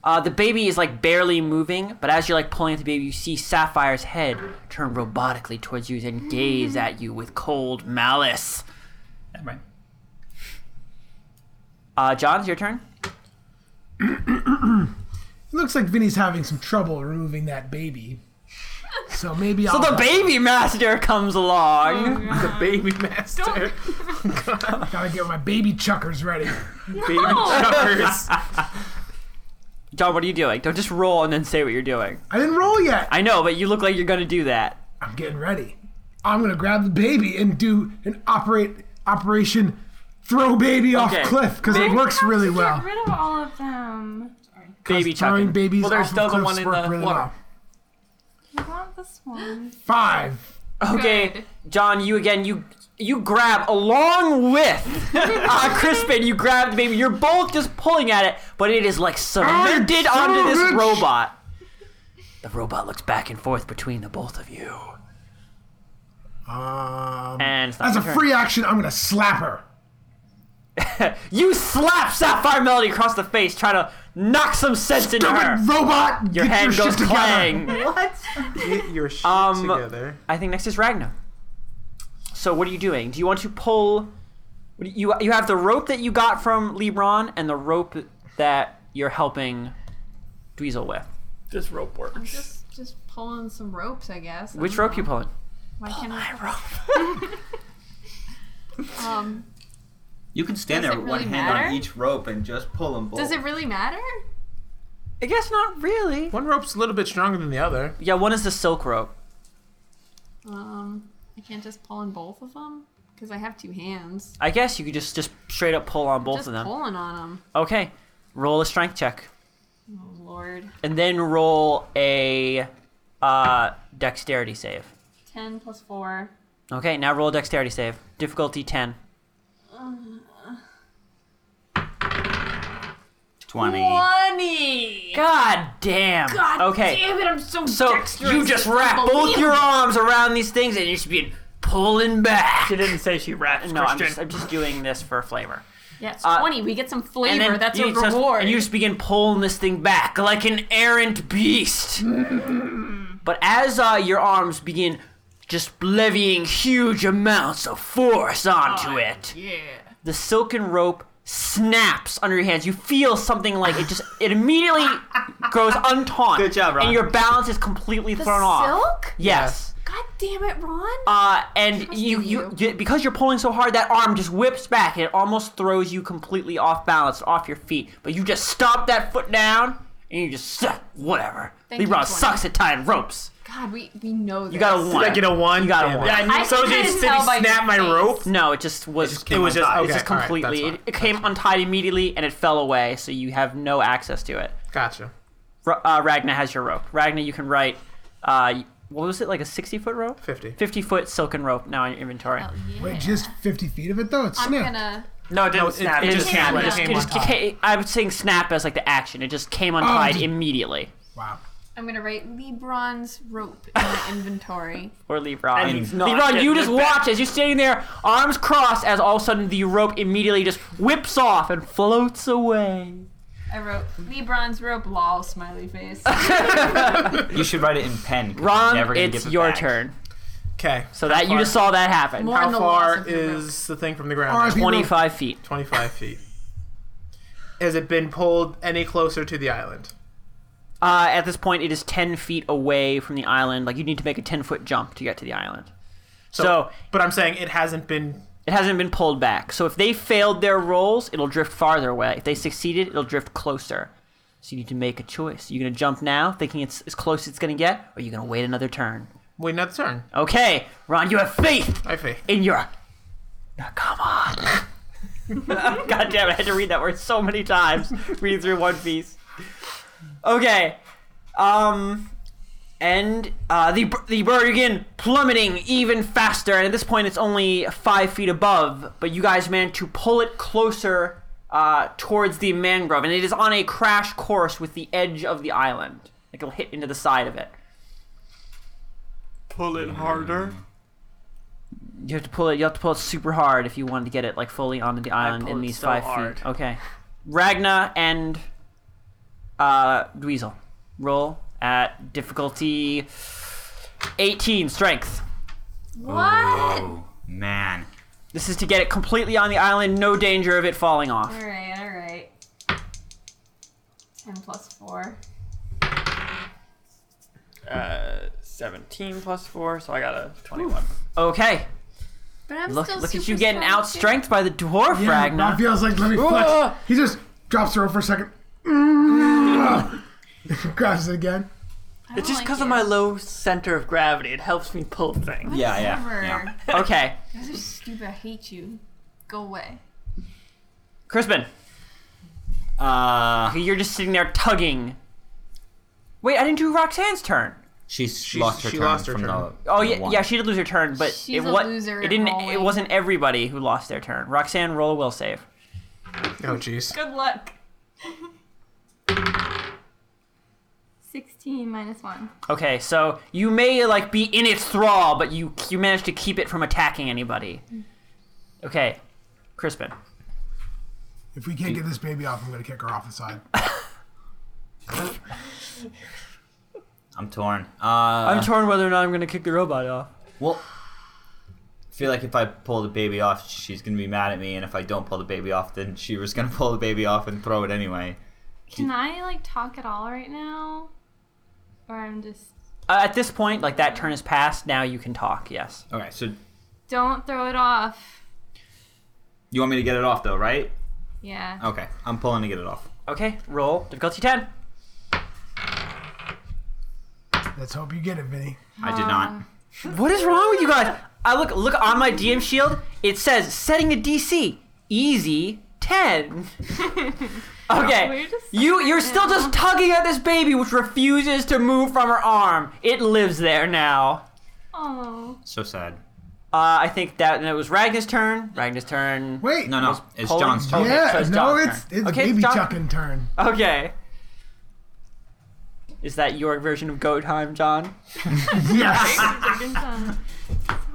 Speaker 1: Uh, the baby is like barely moving, but as you're like pulling at the baby, you see Sapphire's head turn robotically towards you and gaze at you with cold malice.
Speaker 5: Right.
Speaker 1: Uh, John, it's your turn.
Speaker 4: It looks like Vinny's having some trouble removing that baby. So maybe
Speaker 1: So
Speaker 4: I'll.
Speaker 1: the baby master comes along.
Speaker 3: The baby master.
Speaker 4: Gotta get my baby chuckers ready.
Speaker 3: (laughs) baby
Speaker 2: (laughs)
Speaker 3: chuckers.
Speaker 1: John, what are you doing? Don't just roll and then say what you're doing.
Speaker 4: I didn't roll yet.
Speaker 1: I know, but you look like you're gonna do that.
Speaker 4: I'm getting ready. I'm gonna grab the baby and do an operate operation throw baby
Speaker 1: Okay.
Speaker 4: off cliff because it works really well.
Speaker 7: Get rid of all of them.
Speaker 1: Baby
Speaker 4: Throwing
Speaker 1: chucking.
Speaker 4: babies
Speaker 6: Well, there's
Speaker 4: off of
Speaker 6: still the
Speaker 4: cliffs
Speaker 6: one in
Speaker 4: work
Speaker 6: the
Speaker 4: really
Speaker 6: water.
Speaker 4: well.
Speaker 7: I want this one.
Speaker 4: Five.
Speaker 1: Okay,
Speaker 7: Good.
Speaker 1: John, you again. You you grab along
Speaker 4: (laughs)
Speaker 1: with uh, Crispin. You grab the baby. You're both just pulling at it, but it is like cemented
Speaker 4: Ah, son
Speaker 1: onto
Speaker 4: of a
Speaker 1: this
Speaker 4: bitch.
Speaker 1: robot. The robot looks back and forth between the both of you,
Speaker 4: Um,
Speaker 1: and it's not
Speaker 4: as a Um,
Speaker 1: your turn.
Speaker 4: free action, I'm gonna slap her.
Speaker 1: (laughs) you slap Sapphire Melody across the face, trying to knock some sense into her.
Speaker 4: Stupid robot!
Speaker 1: Your
Speaker 4: get
Speaker 1: head
Speaker 4: your
Speaker 1: goes
Speaker 4: shit together.
Speaker 1: clang.
Speaker 2: What?
Speaker 3: Get your shit
Speaker 1: Um,
Speaker 3: together.
Speaker 1: I think next is Ragnar. So what are you doing? Do you want to pull? You you have the rope that you got from Lebron and the rope that you're helping Dweezil with.
Speaker 6: This rope works.
Speaker 2: just just pulling some ropes, I guess. I
Speaker 1: Which
Speaker 2: don't
Speaker 1: rope you
Speaker 2: know.
Speaker 1: pulling? Oh,
Speaker 2: Why can't I?
Speaker 1: (laughs)
Speaker 2: Um,
Speaker 5: You can stand
Speaker 2: Does
Speaker 5: there
Speaker 2: it
Speaker 5: with one
Speaker 2: really
Speaker 5: hand on
Speaker 2: matter?
Speaker 5: each rope and just pull them both.
Speaker 2: does it really matter?
Speaker 1: I guess not really.
Speaker 3: One rope's a little bit stronger than the other.
Speaker 1: Yeah, one is the silk rope.
Speaker 2: Um, I can't just pull in both of them because I have two hands.
Speaker 1: I guess you could just just straight up pull on both
Speaker 2: just
Speaker 1: of them.
Speaker 2: pulling on them.
Speaker 1: Okay, roll a strength check
Speaker 2: Oh lord.
Speaker 1: and then roll a uh, dexterity save.
Speaker 2: Ten plus four.
Speaker 1: Okay, now roll a dexterity save. Difficulty ten.
Speaker 5: Twenty.
Speaker 2: Twenty.
Speaker 1: God damn.
Speaker 2: God
Speaker 1: okay.
Speaker 2: damn it! I'm so
Speaker 1: So
Speaker 2: dexterous.
Speaker 1: you just wrap both your arms around these things and you should be pulling back.
Speaker 6: She didn't say she raps,
Speaker 1: No, I'm
Speaker 6: Christian.
Speaker 1: just, I'm just doing this for flavor.
Speaker 2: Yeah, it's
Speaker 1: uh,
Speaker 2: twenty. We get some
Speaker 1: And
Speaker 2: flavor. That's a
Speaker 1: you just,
Speaker 2: reward.
Speaker 1: and you just begin pulling this thing back like an errant beast. but as uh, your arms begin just levying huge amounts of force onto it,
Speaker 2: Oh, yeah.
Speaker 1: the silken rope snaps under your hands. You feel something like it just it immediately
Speaker 2: (laughs)
Speaker 1: goes untaut.
Speaker 5: Good job, Ron.
Speaker 1: And your balance is completely thrown off.
Speaker 2: Silk?
Speaker 1: Yes.
Speaker 2: God damn it, Ron.
Speaker 1: Uh, and you,
Speaker 2: in
Speaker 1: you,
Speaker 2: you.
Speaker 1: you, because you're pulling so hard, that arm just whips back and it almost throws you completely off balance, off your feet. But you just stomp that foot down and you just, suck, whatever.
Speaker 2: Thank you,
Speaker 1: LeBron
Speaker 2: 20.
Speaker 1: sucks at tying ropes.
Speaker 2: God, we we know this.
Speaker 1: You got a one.
Speaker 3: Did I get a one?
Speaker 1: You got a
Speaker 3: Damn it.
Speaker 1: one.
Speaker 3: Yeah, I knew-
Speaker 2: I
Speaker 3: so
Speaker 2: couldn't
Speaker 3: did he
Speaker 2: tell by
Speaker 3: snap my
Speaker 2: your face.
Speaker 3: rope?
Speaker 1: No, it just was.
Speaker 5: came
Speaker 3: was just-
Speaker 5: untied.
Speaker 1: It's
Speaker 3: okay.
Speaker 1: just
Speaker 3: all right,
Speaker 1: completely.
Speaker 3: that's fine.
Speaker 1: it, it came untied immediately and it fell away, so you have no access to it.
Speaker 3: Gotcha.
Speaker 1: R- uh, Ragna has your rope. Ragna, you can write. Uh, what was it like a sixty foot rope?
Speaker 3: 50.
Speaker 1: Fifty foot silken rope now in your inventory.
Speaker 2: Oh, yeah.
Speaker 4: Wait, just 50 feet of it though? It's
Speaker 2: I'm
Speaker 4: snapped.
Speaker 2: gonna.
Speaker 6: no, it didn't
Speaker 3: No, it-
Speaker 6: snap.
Speaker 1: It
Speaker 6: It,
Speaker 1: just
Speaker 6: just
Speaker 2: came
Speaker 1: snapped.
Speaker 2: on
Speaker 1: It just, it
Speaker 2: top.
Speaker 1: just came, I was saying snap as like the action. It just came untied
Speaker 4: just-
Speaker 1: immediately.
Speaker 4: Wow.
Speaker 2: I'm gonna write Lebron's rope in my inventory.
Speaker 1: Or Lebron.
Speaker 5: And he's
Speaker 6: not
Speaker 1: Lebron, you
Speaker 6: getting
Speaker 1: just
Speaker 6: it back.
Speaker 1: watch as you're standing there, arms crossed, as all of a sudden the rope immediately just whips off and floats away.
Speaker 2: I wrote Lebron's rope. Lol. Smiley
Speaker 5: (laughs)
Speaker 2: face.
Speaker 5: You should write it in pen. 'cause you're never
Speaker 1: Ron,
Speaker 5: gonna give
Speaker 1: it's
Speaker 5: it
Speaker 1: your
Speaker 5: back.
Speaker 1: turn.
Speaker 3: Okay.
Speaker 1: So that you just saw that happen.
Speaker 2: More
Speaker 3: How
Speaker 2: on the loss
Speaker 3: far
Speaker 2: of the rope.
Speaker 3: is the thing from the ground?
Speaker 4: RIP rope.
Speaker 1: 25 feet.
Speaker 3: 25 feet. Has it been pulled any closer to the island?
Speaker 1: Uh, at this point, it is 10 feet away from the island. Like, you need to make a 10 foot jump to get to the island. So,
Speaker 3: but I'm saying it hasn't been.
Speaker 1: it hasn't been pulled back. So, if they failed their rolls, it'll drift farther away. If they succeeded, it'll drift closer. So, you need to make a choice. you going to jump now, thinking it's as close as it's going to get, or you going to wait another turn?
Speaker 3: Wait, another turn.
Speaker 1: Okay, Ron, you have faith
Speaker 3: I faith.
Speaker 1: in your. Now, come on. (laughs) God damn, I had to read that word so many times reading through One Piece. Okay. Um. And uh, the the bird again plummeting even faster, and at this point it's only five feet above. But you guys managed to pull it closer uh, towards the mangrove, and it is on a crash course with the edge of the island. Like it'll hit into the side of it.
Speaker 6: pull it harder.
Speaker 1: You have to pull it. You have to pull it super hard if you wanted to get it like fully onto the island
Speaker 6: pull
Speaker 1: in
Speaker 6: it
Speaker 1: these
Speaker 6: so
Speaker 1: five
Speaker 6: hard.
Speaker 1: feet. Okay, Ragna and uh, Dweezil, roll at difficulty eighteen strength.
Speaker 2: What?
Speaker 5: Oh man.
Speaker 1: This is to get it completely on the island, no danger of it falling off.
Speaker 2: All right, all right. Ten plus four.
Speaker 6: Uh, 17 plus 4, so I got a 21.
Speaker 1: Okay,
Speaker 2: But I'm
Speaker 1: look
Speaker 2: still
Speaker 1: look at
Speaker 2: super
Speaker 1: you getting
Speaker 2: strong,
Speaker 1: out strength by the dwarf,
Speaker 4: Yeah,
Speaker 1: Ragna.
Speaker 4: Ron feels like, let me flex.
Speaker 1: Ah!
Speaker 4: He just drops the rope for a second. (laughs) Grabs it again.
Speaker 2: too. I don't
Speaker 6: It's just
Speaker 2: like
Speaker 6: because
Speaker 2: you.
Speaker 6: of my low center of gravity. It helps me pull things.
Speaker 5: Yeah, yeah,
Speaker 2: Whatever.
Speaker 5: yeah.
Speaker 1: Okay,
Speaker 2: You guys are stupid. I hate you. Go away.
Speaker 1: Crispin,
Speaker 5: Uh,
Speaker 1: you're just sitting there tugging. Wait, I didn't do Roxanne's turn.
Speaker 5: she's,
Speaker 3: She's-
Speaker 5: lost her
Speaker 3: she
Speaker 5: turn
Speaker 3: lost her
Speaker 5: from
Speaker 3: turn.
Speaker 5: the.
Speaker 1: Oh
Speaker 5: the
Speaker 1: yeah,
Speaker 5: one.
Speaker 1: yeah, she did lose her turn, but
Speaker 2: She's
Speaker 1: it
Speaker 2: a
Speaker 1: wa-
Speaker 2: loser
Speaker 1: It didn't.
Speaker 2: in all
Speaker 1: It
Speaker 2: ways.
Speaker 1: wasn't everybody who lost their turn. Roxanne, roll a will save.
Speaker 3: Oh, jeez.
Speaker 2: Good luck.
Speaker 7: 16 minus 1.
Speaker 1: Okay, so you may like be in its thrall, but you you
Speaker 2: Mm.
Speaker 1: managed to keep it from attacking anybody. Okay, Crispin.
Speaker 4: If we can't get this baby off, I'm gonna kick her off the side.
Speaker 5: I'm torn. Uh,
Speaker 1: I'm torn whether or not I'm gonna kick the robot off.
Speaker 5: Well, I feel like if I pull the baby off, she's gonna be mad at me, and if I don't pull the baby off, then she was gonna (laughs) pull the baby off and throw it anyway.
Speaker 7: Can I like talk at all right now? Or I'm just
Speaker 1: Uh, at this point, like that turn is passed. Now you can talk. Yes.
Speaker 5: All right, so
Speaker 7: don't throw it off.
Speaker 5: you want me to get it off though, right?
Speaker 7: Yeah.
Speaker 5: Okay, I'm pulling to get it off.
Speaker 1: Okay. Roll difficulty ten.
Speaker 4: Let's hope you get it, Vinny.
Speaker 5: I did
Speaker 7: Um,
Speaker 5: not.
Speaker 1: What is wrong with you guys? I look look on my DM shield. It says setting a DC easy
Speaker 7: (laughs)
Speaker 1: ten.
Speaker 7: We're
Speaker 1: Okay.
Speaker 7: just-
Speaker 1: You you're still just tugging at this baby, which refuses to move from her arm. It lives there now.
Speaker 7: Oh.
Speaker 5: So sad.
Speaker 1: Uh, I think that and it was Ragnar's turn. Ragnar's turn.
Speaker 4: Wait.
Speaker 5: No, no, it's
Speaker 1: Pulling-
Speaker 5: John's turn.
Speaker 1: okay, so
Speaker 4: Yeah.
Speaker 1: it's
Speaker 4: no,
Speaker 1: John's
Speaker 4: it's
Speaker 1: turn.
Speaker 4: it's
Speaker 1: Okay, it's
Speaker 4: baby
Speaker 1: John-
Speaker 4: chucking turn.
Speaker 1: Okay. Is that your version of go time,
Speaker 7: (laughs)
Speaker 1: John?
Speaker 4: Yes.
Speaker 7: Hashtag.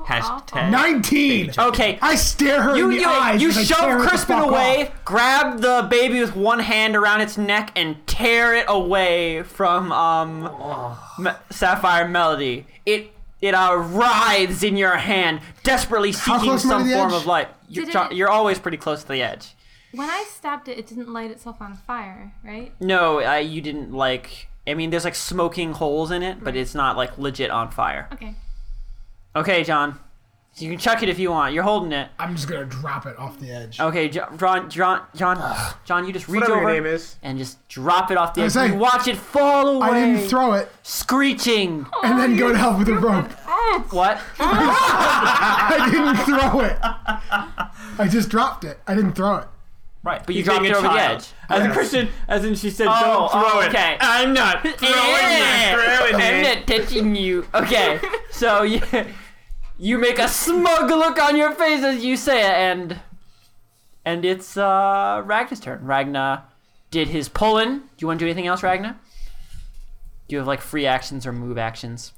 Speaker 5: Hashtag.
Speaker 4: Nineteen.
Speaker 1: Okay.
Speaker 4: I stare her
Speaker 1: You
Speaker 4: in the
Speaker 1: you,
Speaker 4: eyes.
Speaker 1: you
Speaker 4: as I tear her
Speaker 1: shove
Speaker 4: the
Speaker 1: Crispin
Speaker 4: fuck
Speaker 1: away,
Speaker 4: off.
Speaker 1: grab the baby with one hand around its neck, and tear it away from um
Speaker 4: Oh.
Speaker 1: Me- Sapphire Melody. It it uh, writhes in your hand, desperately seeking
Speaker 4: close am I to
Speaker 1: some
Speaker 4: the
Speaker 1: form
Speaker 4: edge?
Speaker 1: of light. You're,
Speaker 7: Did it-
Speaker 1: John, you're always pretty close to the edge.
Speaker 7: When I stabbed it, it didn't light itself on fire, right?
Speaker 1: No, uh, you didn't like. I mean, there's like smoking holes in it, but it's not like legit on fire.
Speaker 7: Okay.
Speaker 1: Okay, John, you can chuck it if you want. You're holding it.
Speaker 4: I'm just gonna drop it off the edge.
Speaker 1: Okay, Jo- John, John, John, John, you just reach
Speaker 3: Whatever
Speaker 1: over.
Speaker 3: your name is.
Speaker 1: and just drop it off the edge.
Speaker 4: say-
Speaker 1: You watch it fall away,
Speaker 4: I didn't throw it,
Speaker 1: screeching.
Speaker 4: and then go to help with the rope. (laughs)
Speaker 1: What?
Speaker 4: I didn't throw it. I just dropped it. I didn't throw it.
Speaker 6: Right.
Speaker 1: But you dropped it over the edge.
Speaker 6: (laughs) As a Christian, as in she said,
Speaker 1: Oh,
Speaker 6: don't throw
Speaker 1: oh,
Speaker 6: it.
Speaker 1: okay. (laughs)
Speaker 6: I'm not throwing
Speaker 1: Yeah.
Speaker 6: it.
Speaker 1: (laughs)
Speaker 6: Throwing
Speaker 1: I'm
Speaker 6: it.
Speaker 1: not touching you. Okay, so you, (laughs) you make a smug look on your face as you say it, and and it's uh, Ragnar's turn. Ragnar did his pulling. Do you want to do anything else, Ragnar? Do you have like free actions or move actions?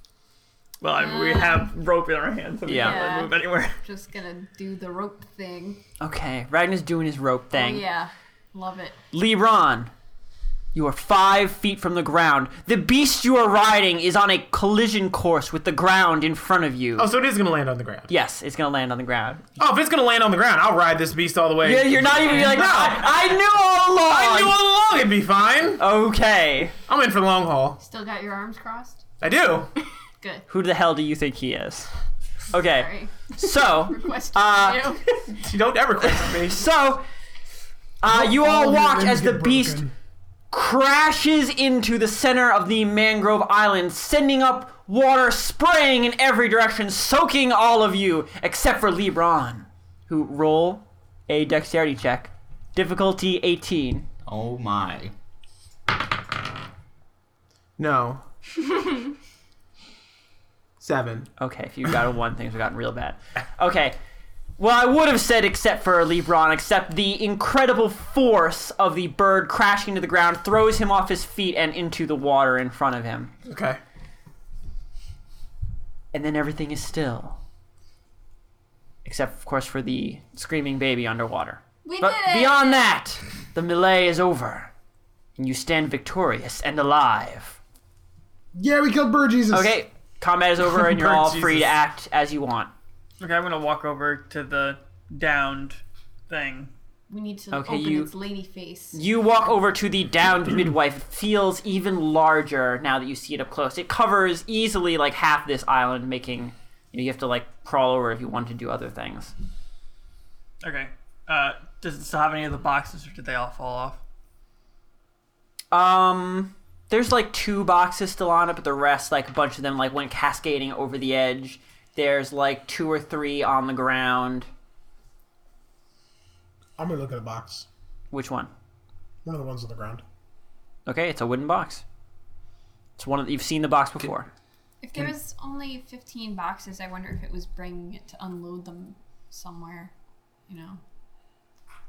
Speaker 6: Well, I mean, we have rope in our hands, so we
Speaker 1: Yeah.
Speaker 6: can't really
Speaker 2: Yeah.
Speaker 6: move anywhere.
Speaker 2: Just gonna do the rope thing.
Speaker 1: Okay, Ragnar's doing his rope
Speaker 2: Oh,
Speaker 1: thing.
Speaker 2: yeah. Love it.
Speaker 1: Lebron, you are five feet from the ground. The beast you are riding is on a collision course with the ground in front of you.
Speaker 3: Oh, so it is gonna land on the ground.
Speaker 1: Yes, it's gonna land on the ground.
Speaker 3: Oh, if it's gonna land on the ground, I'll ride this beast all the way.
Speaker 1: Yeah, You're not even (laughs) like, "Ah, I, I
Speaker 3: I
Speaker 1: knew
Speaker 3: knew
Speaker 1: all along.
Speaker 3: all along it'd be fine.
Speaker 1: Oh. (laughs) Okay,
Speaker 3: I'm in for the long haul.
Speaker 2: Still got your arms crossed?
Speaker 3: I do. (laughs)
Speaker 2: Good.
Speaker 1: who the hell do you think he is? Okay,
Speaker 2: Sorry.
Speaker 1: so, (laughs)
Speaker 2: Question
Speaker 1: Uh,
Speaker 2: you.
Speaker 3: You don't ever question me.
Speaker 1: so, uh, you all
Speaker 4: of your
Speaker 1: watch
Speaker 4: limbs
Speaker 1: as the
Speaker 4: get
Speaker 1: beast
Speaker 4: Oh, broken.
Speaker 1: crashes into the center of the mangrove island, sending up water spraying in every direction, soaking all of you, except for Lebron, who roll a dexterity check. Difficulty 18.
Speaker 5: Oh my.
Speaker 4: (laughs)
Speaker 3: No. Seven.
Speaker 1: Okay, if you got a one, things have gotten real bad. Okay. Well, I would have said except for Lebron, except the incredible force of the bird crashing to the ground throws him off his feet and into the water in front of him.
Speaker 3: Okay.
Speaker 1: and then everything is still. Except, of course, for the screaming baby underwater.
Speaker 2: We
Speaker 1: But
Speaker 2: did it!
Speaker 1: beyond that, the melee is over, and you stand victorious and alive.
Speaker 4: Yeah, we killed Bird Jesus.
Speaker 1: Okay, combat is over, and you're
Speaker 3: Bird
Speaker 1: all free to
Speaker 3: Jesus.
Speaker 1: act as you want.
Speaker 6: (laughs) Okay, I'm gonna walk over to the downed thing.
Speaker 2: we need to
Speaker 1: Okay,
Speaker 2: open
Speaker 1: you-
Speaker 2: its lady face.
Speaker 1: You walk over to the downed midwife. It feels even larger now that you see it up close. It covers easily like half this island, making you, know, you have to like crawl over if you want to do other things.
Speaker 6: Okay. Uh, does it still have any of the boxes, or did they all fall off?
Speaker 1: Um, there's like two boxes still on it, but the rest, like a bunch of them, like went cascading over the edge. There's like two or three on the ground.
Speaker 4: I'm gonna look at a box.
Speaker 1: Which one?
Speaker 4: One of the ones on the ground.
Speaker 1: Okay, it's a wooden box. It's one of you've seen the box before.
Speaker 2: If there was only 15 boxes, I wonder if it was bringing it to unload them somewhere. You know?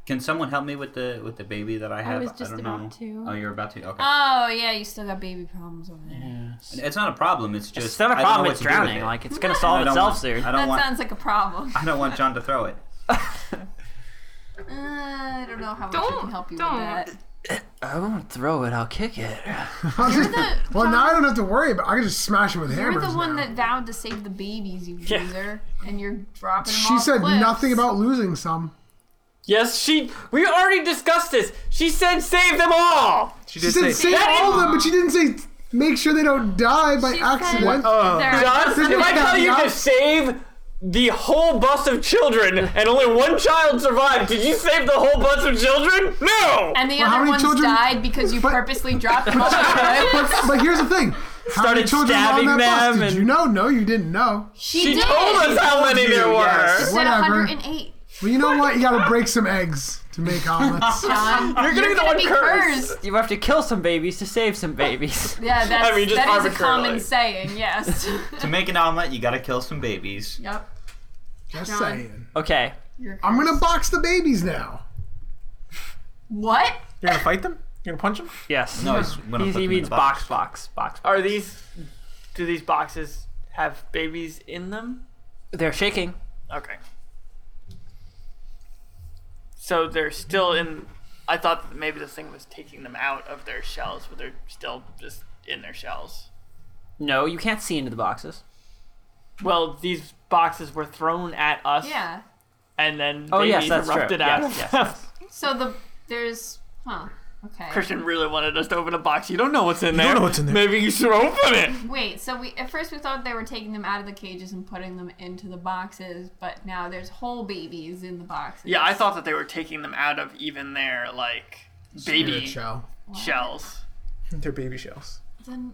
Speaker 5: Can someone help me with the with the baby that I have?
Speaker 7: was just
Speaker 5: don't
Speaker 7: about
Speaker 5: know.
Speaker 7: to.
Speaker 5: Oh, you're about to. Okay.
Speaker 2: Oh, yeah, you still got baby problems over there.
Speaker 5: it's not a problem. It's just
Speaker 1: It's not a
Speaker 5: I don't know
Speaker 1: problem.
Speaker 5: what
Speaker 1: It's
Speaker 5: to do with
Speaker 1: drowning.
Speaker 5: it.
Speaker 1: Like it's gonna
Speaker 5: I
Speaker 1: solve
Speaker 5: don't
Speaker 1: itself
Speaker 5: want-
Speaker 1: soon.
Speaker 5: I don't
Speaker 2: That
Speaker 5: want.
Speaker 2: sounds like a problem.
Speaker 5: I don't want John to throw it.
Speaker 2: Uh, I don't know how much I
Speaker 7: Don't-
Speaker 2: can help you
Speaker 7: don't.
Speaker 2: with that.
Speaker 1: I won't throw it. I'll kick it.
Speaker 4: I was
Speaker 2: You're
Speaker 4: just-
Speaker 2: the-
Speaker 4: (laughs) well, now I don't have to worry about. I can just smash him with
Speaker 2: You're
Speaker 4: hammers.
Speaker 2: the one
Speaker 4: now.
Speaker 2: that vowed to save the babies, you
Speaker 6: Yeah.
Speaker 2: loser, and you're dropping them
Speaker 4: She
Speaker 2: off
Speaker 4: said
Speaker 2: cliffs.
Speaker 4: nothing about losing some.
Speaker 6: Yes, she. We already discussed this. She said save them all.
Speaker 3: She
Speaker 4: She
Speaker 3: did
Speaker 4: said
Speaker 3: say.
Speaker 4: save
Speaker 6: That
Speaker 4: all of
Speaker 6: is-
Speaker 4: them, but she didn't say make sure they don't die by
Speaker 7: She said-
Speaker 4: accident.
Speaker 3: Oh.
Speaker 7: There are
Speaker 6: John,
Speaker 7: just-
Speaker 6: if I tell you to save the whole bus of children and only one child survived, did you save the whole bus of children? No.
Speaker 2: And the
Speaker 4: Well, how
Speaker 2: other
Speaker 4: many
Speaker 2: ones
Speaker 4: children-
Speaker 2: died because you
Speaker 4: But-
Speaker 2: purposely dropped them off
Speaker 4: (laughs)
Speaker 2: the cliff.
Speaker 4: (laughs) but, but here's the thing. How many
Speaker 6: Started
Speaker 4: children were on that
Speaker 6: stabbing
Speaker 4: bus?
Speaker 6: them
Speaker 4: Did
Speaker 6: and-
Speaker 4: you know? No, you didn't know.
Speaker 2: She,
Speaker 6: She
Speaker 2: did.
Speaker 6: told us how many there were.
Speaker 2: She
Speaker 4: yes.
Speaker 2: said
Speaker 4: Whatever.
Speaker 2: 108.
Speaker 4: Well, you know what? You gotta break some eggs
Speaker 2: (laughs)
Speaker 4: to make omelets.
Speaker 2: John, you're
Speaker 6: be the one cursed.
Speaker 1: You have to kill some babies to save some babies. (laughs)
Speaker 2: Yeah, that's,
Speaker 6: (laughs) I mean, just
Speaker 2: that is a
Speaker 6: arbitrarily.
Speaker 2: common saying,
Speaker 6: (laughs)
Speaker 2: yes.
Speaker 5: To make an omelet, you gotta kill some babies.
Speaker 2: yep.
Speaker 4: Just
Speaker 2: John.
Speaker 4: saying.
Speaker 1: Okay.
Speaker 2: You're
Speaker 4: I'm gonna box the babies now.
Speaker 2: What?
Speaker 3: You're gonna fight them? You're gonna punch them?
Speaker 1: Yes.
Speaker 5: No, he's when I
Speaker 1: He,
Speaker 5: put
Speaker 1: he
Speaker 5: them
Speaker 1: means
Speaker 5: in the box.
Speaker 1: box, box, box.
Speaker 6: Are these? Do these boxes have babies in them?
Speaker 1: They're shaking.
Speaker 6: Okay. So they're still in. I thought that maybe the thing was taking them out of their shells, but they're still just in their shells.
Speaker 1: No, you can't see into the boxes.
Speaker 6: Well, these boxes were thrown at us,
Speaker 2: Yeah.
Speaker 6: and then
Speaker 1: Oh,
Speaker 6: babies
Speaker 1: yes, that's true.
Speaker 6: erupted out.
Speaker 1: Yes, yes, yes.
Speaker 2: So the there's huh. Okay.
Speaker 6: (laughs) Christian really wanted us to open a box. You don't know what's in there.
Speaker 3: don't know what's in there.
Speaker 6: Maybe you should open it.
Speaker 2: Wait, so we at first we thought they were taking them out of the cages and putting them into the boxes, but now there's whole babies in the boxes.
Speaker 6: Yeah, I thought that they were taking them out of even their like baby
Speaker 4: Good show.
Speaker 6: shells.
Speaker 3: They're baby shells.
Speaker 2: Then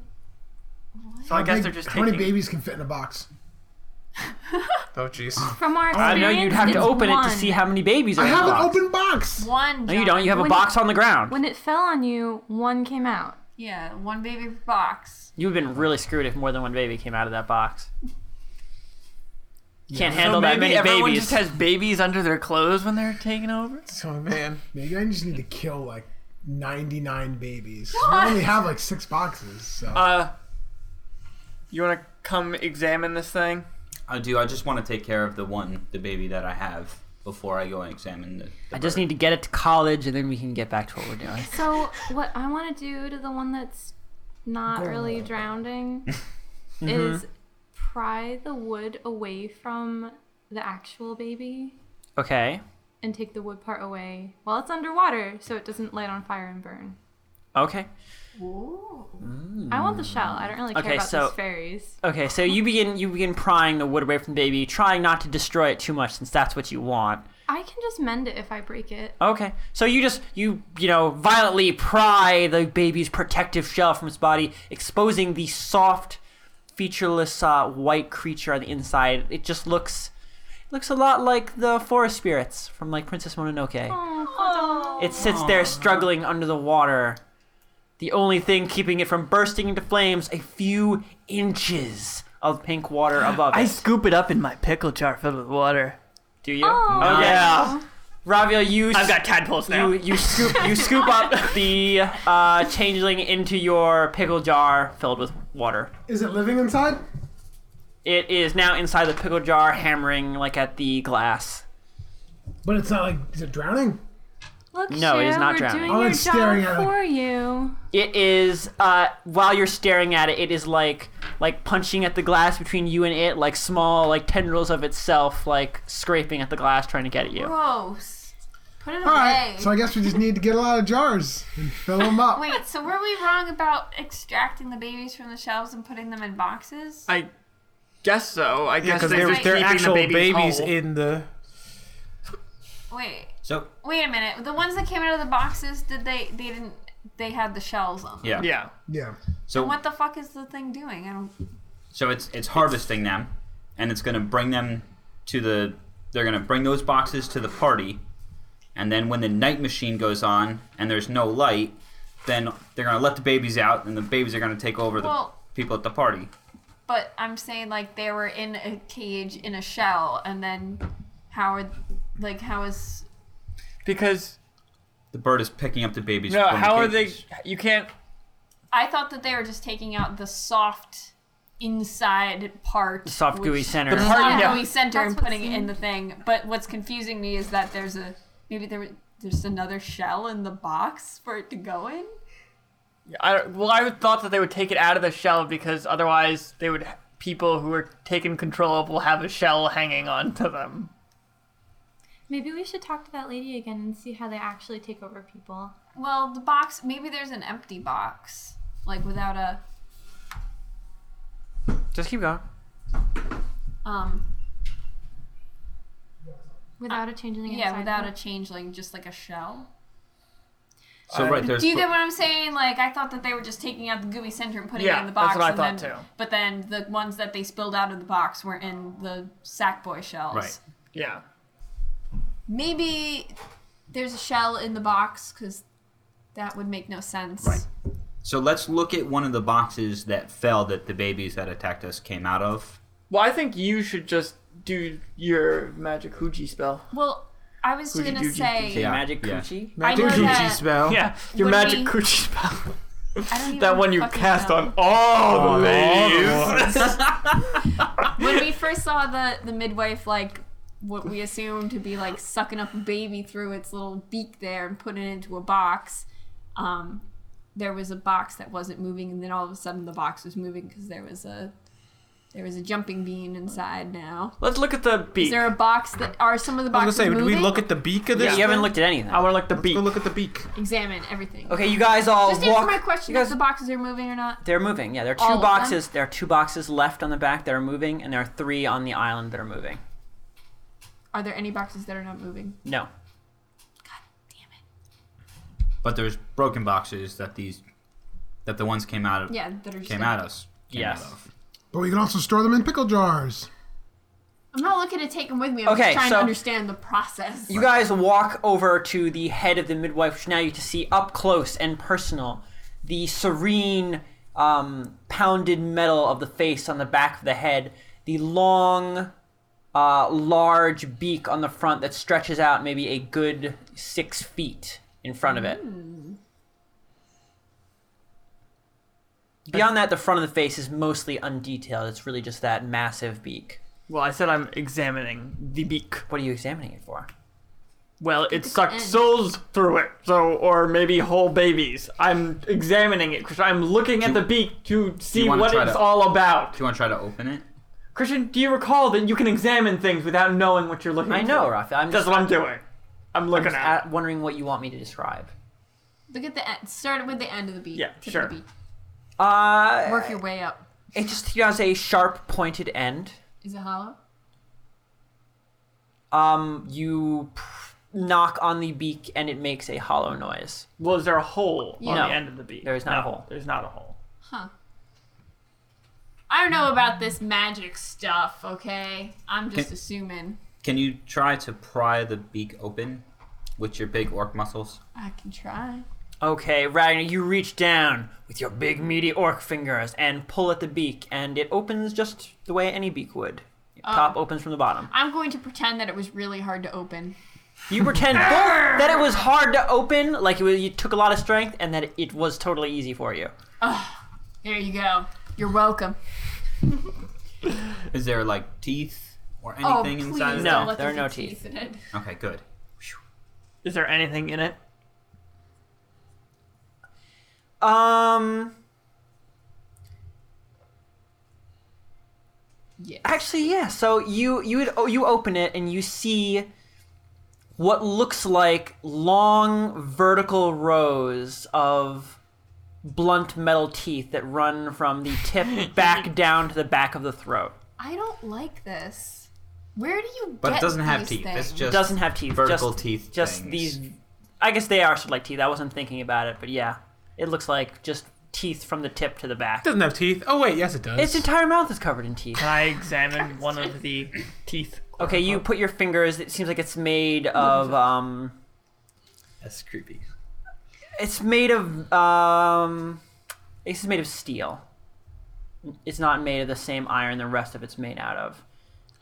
Speaker 6: So I
Speaker 4: How
Speaker 6: guess
Speaker 4: big-
Speaker 6: they're just
Speaker 4: how
Speaker 6: taking.
Speaker 4: many babies can fit in a box?
Speaker 3: Oh jeez.
Speaker 7: From our
Speaker 1: I
Speaker 7: experience,
Speaker 1: know you'd have to
Speaker 7: it's
Speaker 1: open it
Speaker 7: one.
Speaker 1: to see how many babies are
Speaker 4: I
Speaker 1: in
Speaker 4: have
Speaker 1: the
Speaker 4: an
Speaker 1: box.
Speaker 4: open box.
Speaker 2: one.
Speaker 1: No, you don't. You have a
Speaker 7: When-
Speaker 1: box on the ground.
Speaker 7: When it fell on you, one came out.
Speaker 2: Yeah, one baby per box.
Speaker 1: You've been really screwed if more than one baby came out of that box. Can't
Speaker 6: So
Speaker 1: handle that
Speaker 6: maybe
Speaker 1: many
Speaker 6: everyone
Speaker 1: babies.
Speaker 6: just has babies under their clothes when they're taking over.
Speaker 3: Oh
Speaker 4: (gasps)
Speaker 3: man.
Speaker 4: Maybe I just need to kill like 99 babies. We only have like six boxes. So.
Speaker 6: Uh, you want to come examine this thing?
Speaker 5: I do. I just want to take care of the one, the baby that I have, before I go and examine the. the
Speaker 1: I just
Speaker 5: bird.
Speaker 1: need to get it to college, and then we can get back to what we're doing.
Speaker 4: (laughs)
Speaker 7: So what I want to do to the one that's not
Speaker 4: (laughs)
Speaker 7: really drowning
Speaker 4: Mm-hmm.
Speaker 7: is pry the wood away from the actual baby
Speaker 1: Okay.
Speaker 7: and take the wood part away while it's underwater so it doesn't light on fire and burn.
Speaker 1: Okay.
Speaker 7: I want the shell. I don't really care
Speaker 1: Okay,
Speaker 7: about
Speaker 1: so-
Speaker 7: these fairies.
Speaker 1: Okay. So you begin. You begin prying the wood away from the baby, trying not to destroy it too much, since that's what you want.
Speaker 7: I can just mend it if I break it.
Speaker 1: Okay. So you just you you know violently pry the baby's protective shell from its body, exposing the soft, featureless uh, white creature on the inside. It just looks looks a lot like the forest spirits from like Princess Mononoke.
Speaker 7: Oh, poor doll.
Speaker 1: It sits there struggling under the water. The only thing keeping it from bursting into flames, a few inches of pink water above
Speaker 6: I
Speaker 1: it.
Speaker 6: scoop it up in my pickle jar filled with water.
Speaker 1: Do you?
Speaker 7: Oh.
Speaker 1: Okay.
Speaker 6: Yeah,
Speaker 1: Ravia, you
Speaker 6: I've got tadpoles now.
Speaker 1: you you scoop you scoop
Speaker 6: (laughs)
Speaker 1: up the uh, changeling into your pickle jar filled with water.
Speaker 4: Is it living inside?
Speaker 1: It is now inside the pickle jar, hammering like at the glass.
Speaker 4: But it's not like, is it drowning?
Speaker 7: Look,
Speaker 1: No, it is
Speaker 7: Shira,
Speaker 1: not
Speaker 7: we're
Speaker 1: drowning.
Speaker 7: doing
Speaker 4: Oh,
Speaker 7: your
Speaker 4: it's staring
Speaker 7: job
Speaker 4: at it.
Speaker 7: for you.
Speaker 1: It is uh, while you're staring at it, it is like like punching at the glass between you and it, like small like tendrils of itself, like scraping at the glass trying to get at you.
Speaker 2: Gross. Put it
Speaker 4: All
Speaker 2: away.
Speaker 4: right. So I guess we just need to get a lot of jars and fill them up.
Speaker 2: Wait, so were we wrong about extracting the babies from the shelves and putting them in boxes?
Speaker 6: I guess so. I
Speaker 3: Yeah,
Speaker 6: guess
Speaker 3: because
Speaker 6: they
Speaker 3: they're,
Speaker 6: were
Speaker 2: just
Speaker 3: they're
Speaker 6: keeping
Speaker 3: actual
Speaker 6: the babies,
Speaker 3: babies
Speaker 6: whole.
Speaker 3: in the.
Speaker 2: Wait,
Speaker 5: So
Speaker 2: wait a minute. The ones that came out of the boxes, did they? They didn't. They had the shells on them.
Speaker 5: yeah,
Speaker 6: Yeah.
Speaker 4: Yeah.
Speaker 5: So
Speaker 2: What the fuck is the thing doing? I don't.
Speaker 5: so it's it's harvesting them, and it's gonna bring them to the. They're gonna bring those boxes to the party, and then when the night machine goes on and there's no light, then they're gonna let the babies out, and the babies are gonna take over the
Speaker 2: Well-
Speaker 5: people at the party.
Speaker 2: But I'm saying like they were in a cage in a shell, and then how are, like how is
Speaker 6: Because
Speaker 5: The bird is picking up the babies.
Speaker 6: no,
Speaker 5: from the
Speaker 6: how are they?
Speaker 5: cages.
Speaker 6: You can't.
Speaker 2: I thought that they were just taking out the soft inside part, the
Speaker 1: Soft gooey center.
Speaker 6: The part-
Speaker 2: soft
Speaker 6: Yeah.
Speaker 2: gooey center,
Speaker 7: That's
Speaker 2: and
Speaker 7: what
Speaker 2: putting it in
Speaker 7: seemed-
Speaker 2: the thing. But what's confusing me is that there's a Maybe there was just another shell in the box for it to go in.
Speaker 6: Yeah, I don't, well, I would thought that they would take it out of the shell because otherwise they would people who are taking control of will have a shell hanging on to them.
Speaker 7: Maybe we should talk to that lady again and see how they actually take over people.
Speaker 2: Well, the box. Maybe there's an empty box, like without a
Speaker 6: Just keep going.
Speaker 2: um.
Speaker 7: Without a changeling
Speaker 2: Uh, Yeah,
Speaker 7: inside
Speaker 2: without a
Speaker 7: them.
Speaker 2: changeling, just like a shell.
Speaker 5: So right there's
Speaker 2: Do you get what I'm saying? Like, I thought that they were just taking out the gooey center and putting it
Speaker 6: Yeah,
Speaker 2: in the box.
Speaker 6: that's what I
Speaker 2: and
Speaker 6: thought
Speaker 2: then,
Speaker 6: too.
Speaker 2: But then the ones that they spilled out of the box were in the Sackboy shells.
Speaker 5: Right.
Speaker 6: Yeah.
Speaker 2: Maybe there's a shell in the box because that would make no sense.
Speaker 5: Right. so let's look at one of the boxes that fell that the babies that attacked us came out of.
Speaker 6: Well, I think you should just do your magic hooji spell.
Speaker 2: Well, I was
Speaker 6: Coochie
Speaker 2: gonna
Speaker 6: doochie
Speaker 2: say
Speaker 5: Yeah,
Speaker 1: Magic
Speaker 5: yeah.
Speaker 1: coochie.
Speaker 2: I know
Speaker 3: Doogie
Speaker 2: that
Speaker 3: spell.
Speaker 6: Yeah, (laughs) your
Speaker 2: Would
Speaker 6: magic
Speaker 2: we-
Speaker 6: coochie spell. (laughs)
Speaker 2: I don't even
Speaker 6: That one you
Speaker 2: fucking
Speaker 6: cast
Speaker 2: know.
Speaker 1: Oh,
Speaker 4: Oh,
Speaker 6: on all the ladies.
Speaker 2: when we first saw the the midwife like what we assumed to be like sucking up a baby through its little beak there and putting it into a box um there was a box that wasn't moving and then all of a sudden the box was moving because there was a there was a jumping bean inside now
Speaker 6: Let's look at the
Speaker 2: is
Speaker 6: beak.
Speaker 2: there a box that are some of the
Speaker 3: I
Speaker 2: boxes
Speaker 3: was gonna say,
Speaker 2: moving
Speaker 3: did we look at the beak of this?
Speaker 1: You haven't
Speaker 3: thing?
Speaker 1: looked at anything.
Speaker 6: I want to look at the beak.
Speaker 3: Go look at the beak.
Speaker 2: examine everything
Speaker 1: Okay, you guys all
Speaker 2: just
Speaker 1: walk.
Speaker 2: answer my question
Speaker 1: you
Speaker 2: if
Speaker 1: guys,
Speaker 2: the boxes are moving or not
Speaker 1: they're moving. Yeah, there are two
Speaker 2: All of them?
Speaker 1: boxes. There are two boxes left on the back that are moving, and there are three on the island that are moving.
Speaker 2: are there any boxes that are not moving
Speaker 1: No,
Speaker 5: But there's broken boxes that these that the ones came out of
Speaker 2: yeah that are just
Speaker 5: came at us. Came
Speaker 1: Yes.
Speaker 5: Out of.
Speaker 4: But we can also store them in pickle jars.
Speaker 2: i'm not looking to take them with me i'm
Speaker 1: Okay,
Speaker 2: just trying
Speaker 1: so-
Speaker 2: to understand the process
Speaker 1: You guys walk over to the head of the midwife, which now you can see up close and personal the serene, um, pounded metal of the face on the back of the head, the long, uh, large beak on the front that stretches out maybe a good six feet in front of it. Beyond that, the front of the face is mostly undetailed. It's really just that massive beak.
Speaker 6: well, I said I'm examining the beak.
Speaker 1: What are you examining it for?
Speaker 6: Well, it sucked
Speaker 2: end.
Speaker 6: souls through it, so or maybe whole babies. I'm examining it, Christian. I'm looking at
Speaker 5: you-
Speaker 6: the beak to see
Speaker 5: you wanna
Speaker 6: what
Speaker 5: try
Speaker 6: it's
Speaker 5: to-
Speaker 6: all about.
Speaker 5: Do you want to try to open it?
Speaker 6: Christian, do you recall that you can examine things without knowing what you're looking?
Speaker 1: I know,
Speaker 6: for?
Speaker 1: Raphael. I'm
Speaker 6: That's
Speaker 1: just
Speaker 6: what I'm doing. I'm looking
Speaker 1: just
Speaker 6: at.
Speaker 1: at- wondering what you want me to describe.
Speaker 2: Look at the end. Start with the end of the beat.
Speaker 6: Yeah,
Speaker 2: tip of
Speaker 6: sure.
Speaker 2: the beat.
Speaker 1: Uh,
Speaker 2: Work your way up.
Speaker 1: it just has a sharp pointed end.
Speaker 2: Is it hollow?
Speaker 1: Um, you p- knock on the beak and it makes a hollow noise.
Speaker 6: Well, is there a hole on
Speaker 1: No.
Speaker 6: the end of the beak?
Speaker 1: There is not a
Speaker 6: No,
Speaker 1: hole.
Speaker 6: There's not a hole.
Speaker 2: Huh. I don't know about this magic stuff, okay? I'm just
Speaker 5: Can-
Speaker 2: assuming.
Speaker 5: Can you try to pry the beak open with your big orc muscles?
Speaker 2: I can try.
Speaker 1: Okay, Ragnar, you reach down with your big meaty orc fingers and pull at the beak, and it opens just the way any beak would. Top opens from the bottom.
Speaker 2: I'm going to pretend that it was really hard to open.
Speaker 1: You pretend (laughs) both that it was hard to open, like it was, you took a lot of strength, and that it was totally easy for you.
Speaker 2: There you go. You're welcome.
Speaker 5: Is there like teeth or
Speaker 2: Oh,
Speaker 5: anything
Speaker 2: please
Speaker 5: inside?
Speaker 2: don't
Speaker 5: of
Speaker 1: No,
Speaker 2: let
Speaker 1: there are
Speaker 2: be
Speaker 1: no
Speaker 2: in it.
Speaker 5: it? Okay, good.
Speaker 6: Is there anything in it?
Speaker 1: Um,
Speaker 2: Yeah.
Speaker 1: Actually, yeah. So you you would, oh, you open it and you see what looks like long vertical rows of blunt metal teeth that run from the
Speaker 6: (laughs)
Speaker 1: tip back down to the back of the throat.
Speaker 2: I don't like this. Where do you
Speaker 5: But
Speaker 2: get
Speaker 5: it doesn't have
Speaker 2: these
Speaker 5: teeth.
Speaker 2: Things?
Speaker 5: It's just
Speaker 1: Doesn't have teeth.
Speaker 5: vertical
Speaker 1: just,
Speaker 5: teeth.
Speaker 1: Just these.
Speaker 5: things.
Speaker 1: I guess they are sort of like teeth. I wasn't thinking about it, but yeah, it looks like just teeth from the tip to the back.
Speaker 3: Doesn't have teeth. Oh wait, yes it does.
Speaker 1: Its entire mouth is covered in teeth.
Speaker 6: Can I examine one of the teeth?
Speaker 1: Okay, you put your fingers. It seems like it's made of um.
Speaker 5: That's creepy.
Speaker 1: It's made of um it's made of steel. It's not made of the same iron the rest of it's made out of.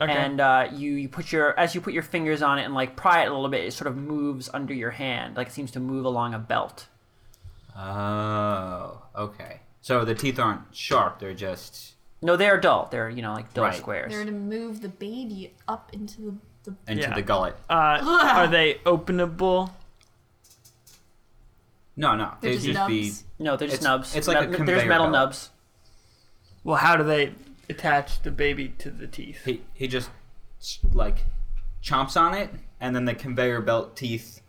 Speaker 6: Okay.
Speaker 1: And uh, you, you put your as you put your fingers on it and like pry it a little bit, it sort of moves under your hand, like it seems to move along a belt.
Speaker 5: Oh, okay. So the teeth aren't sharp. They're just
Speaker 1: No, they're dull. They're you know like dull
Speaker 5: Right.
Speaker 1: squares.
Speaker 2: They're to move the baby up into the
Speaker 5: into
Speaker 6: Yeah.
Speaker 5: the gullet.
Speaker 6: (sighs) Uh, are they openable?
Speaker 5: No, no,
Speaker 2: They're
Speaker 5: they'd
Speaker 2: just
Speaker 5: just, be
Speaker 2: nubs.
Speaker 1: No, they're just
Speaker 5: It's-
Speaker 1: nubs.
Speaker 5: it's like a
Speaker 1: there's
Speaker 5: conveyor
Speaker 1: metal
Speaker 5: belt.
Speaker 1: nubs.
Speaker 6: Well, how do they attach the baby to the teeth?
Speaker 5: he he just like chomps on it, and then the conveyor belt teeth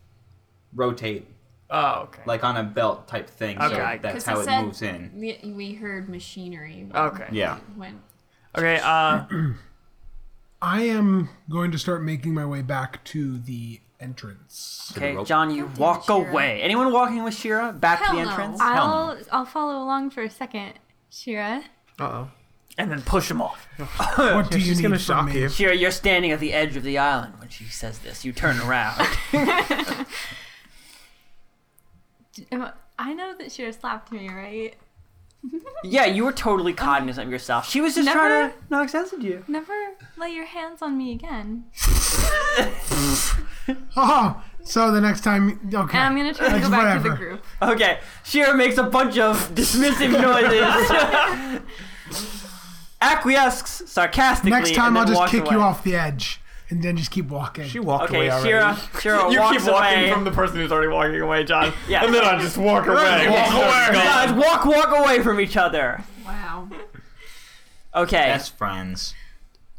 Speaker 5: rotate
Speaker 6: Oh, okay.
Speaker 5: like on a belt type thing.
Speaker 6: Okay.
Speaker 5: So that's
Speaker 2: 'Cause
Speaker 5: how
Speaker 2: he
Speaker 5: it
Speaker 2: said-
Speaker 5: moves in.
Speaker 2: We, we heard machinery. when-
Speaker 6: okay.
Speaker 5: Yeah.
Speaker 2: When
Speaker 6: Okay. Uh,
Speaker 4: I am going to start making my way back to the entrance.
Speaker 5: the
Speaker 1: Okay,
Speaker 5: rope.
Speaker 1: John, you
Speaker 2: Don't do
Speaker 1: walk
Speaker 2: it, Shira.
Speaker 1: away. Anyone walking with Shira back
Speaker 2: Hell
Speaker 1: to the
Speaker 2: no.
Speaker 1: entrance?
Speaker 5: Hell no.
Speaker 7: I'll I'll follow along for a second, Shira.
Speaker 3: Uh oh.
Speaker 6: and then push them off.
Speaker 4: What do you
Speaker 3: She's
Speaker 4: need
Speaker 3: gonna
Speaker 4: from
Speaker 3: shock
Speaker 4: me? (laughs)
Speaker 3: you.
Speaker 1: Shira, you're standing at the edge of the island when she says this. You turn around.
Speaker 7: D- am I- I know that Shira slapped me, right?
Speaker 1: yeah, you were totally cognizant of yourself. She was just
Speaker 7: Never-
Speaker 1: trying to not accessing you.
Speaker 7: Never lay your hands on me again.
Speaker 4: Oh, so the next time, okay.
Speaker 7: And I'm
Speaker 6: (laughs)
Speaker 7: gonna try to
Speaker 4: It's
Speaker 7: Um, go back to the
Speaker 4: whatever.
Speaker 7: group.
Speaker 1: Okay, Shira makes a bunch of dismissive noises. Acquiesces sarcastically.
Speaker 4: next time
Speaker 1: and
Speaker 4: I'll
Speaker 1: then
Speaker 4: just
Speaker 1: walks
Speaker 4: kick
Speaker 1: away.
Speaker 4: you off the edge and then just keep walking.
Speaker 3: She walked
Speaker 1: Okay,
Speaker 3: away already.
Speaker 1: Shira, Shira
Speaker 6: You
Speaker 1: walks
Speaker 6: keep walking
Speaker 1: away.
Speaker 6: from the person who's already walking away, (laughs) John.
Speaker 1: Yeah.
Speaker 6: And then I just walk away.
Speaker 1: Walk
Speaker 6: away.
Speaker 1: Guys, walk, walk away from each other.
Speaker 2: wow.
Speaker 1: Okay.
Speaker 5: Best friends.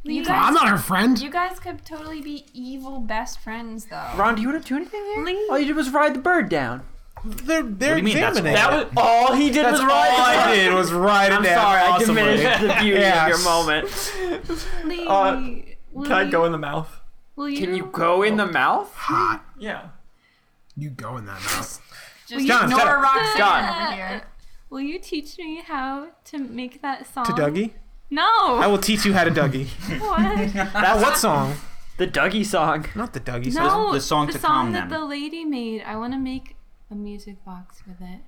Speaker 7: You
Speaker 4: Well, I'm
Speaker 7: guys,
Speaker 4: not her friend.
Speaker 2: You guys could totally be evil best friends though.
Speaker 1: Ron, do you want to do anything here?
Speaker 7: Lee.
Speaker 1: All you did was ride the bird down.
Speaker 3: They're they're
Speaker 5: do you mean? That's-
Speaker 3: examining.
Speaker 5: that
Speaker 3: it.
Speaker 5: was-
Speaker 1: All he did
Speaker 3: That's
Speaker 1: was
Speaker 3: all
Speaker 1: ride the
Speaker 3: I
Speaker 1: bird.
Speaker 3: did was ride
Speaker 1: I'm
Speaker 3: it down.
Speaker 1: sorry, I (laughs)
Speaker 3: awesomely.
Speaker 1: diminished the beauty of your
Speaker 3: Yes.
Speaker 1: moment.
Speaker 7: Lee,
Speaker 6: Uh,
Speaker 7: will
Speaker 6: Can I
Speaker 7: you-
Speaker 6: go in the mouth?
Speaker 7: Will you?
Speaker 1: Can you go in the mouth?
Speaker 4: Hot.
Speaker 6: Yeah.
Speaker 4: You go in that mouth.
Speaker 2: Just
Speaker 3: John, shut
Speaker 2: ignore
Speaker 3: up.
Speaker 2: Roxanne
Speaker 1: John.
Speaker 2: over here.
Speaker 7: Will you teach me how to make that song?
Speaker 3: To Dougie, (laughs) Oh.
Speaker 7: No.
Speaker 3: I will teach you how to Dougie.
Speaker 5: (laughs)
Speaker 7: what?
Speaker 3: oh, what song?
Speaker 1: The Dougie song.
Speaker 3: Not the Dougie song.
Speaker 7: no.
Speaker 5: the song to calm
Speaker 7: that
Speaker 5: them.
Speaker 7: the lady made. I want to make a music box with it.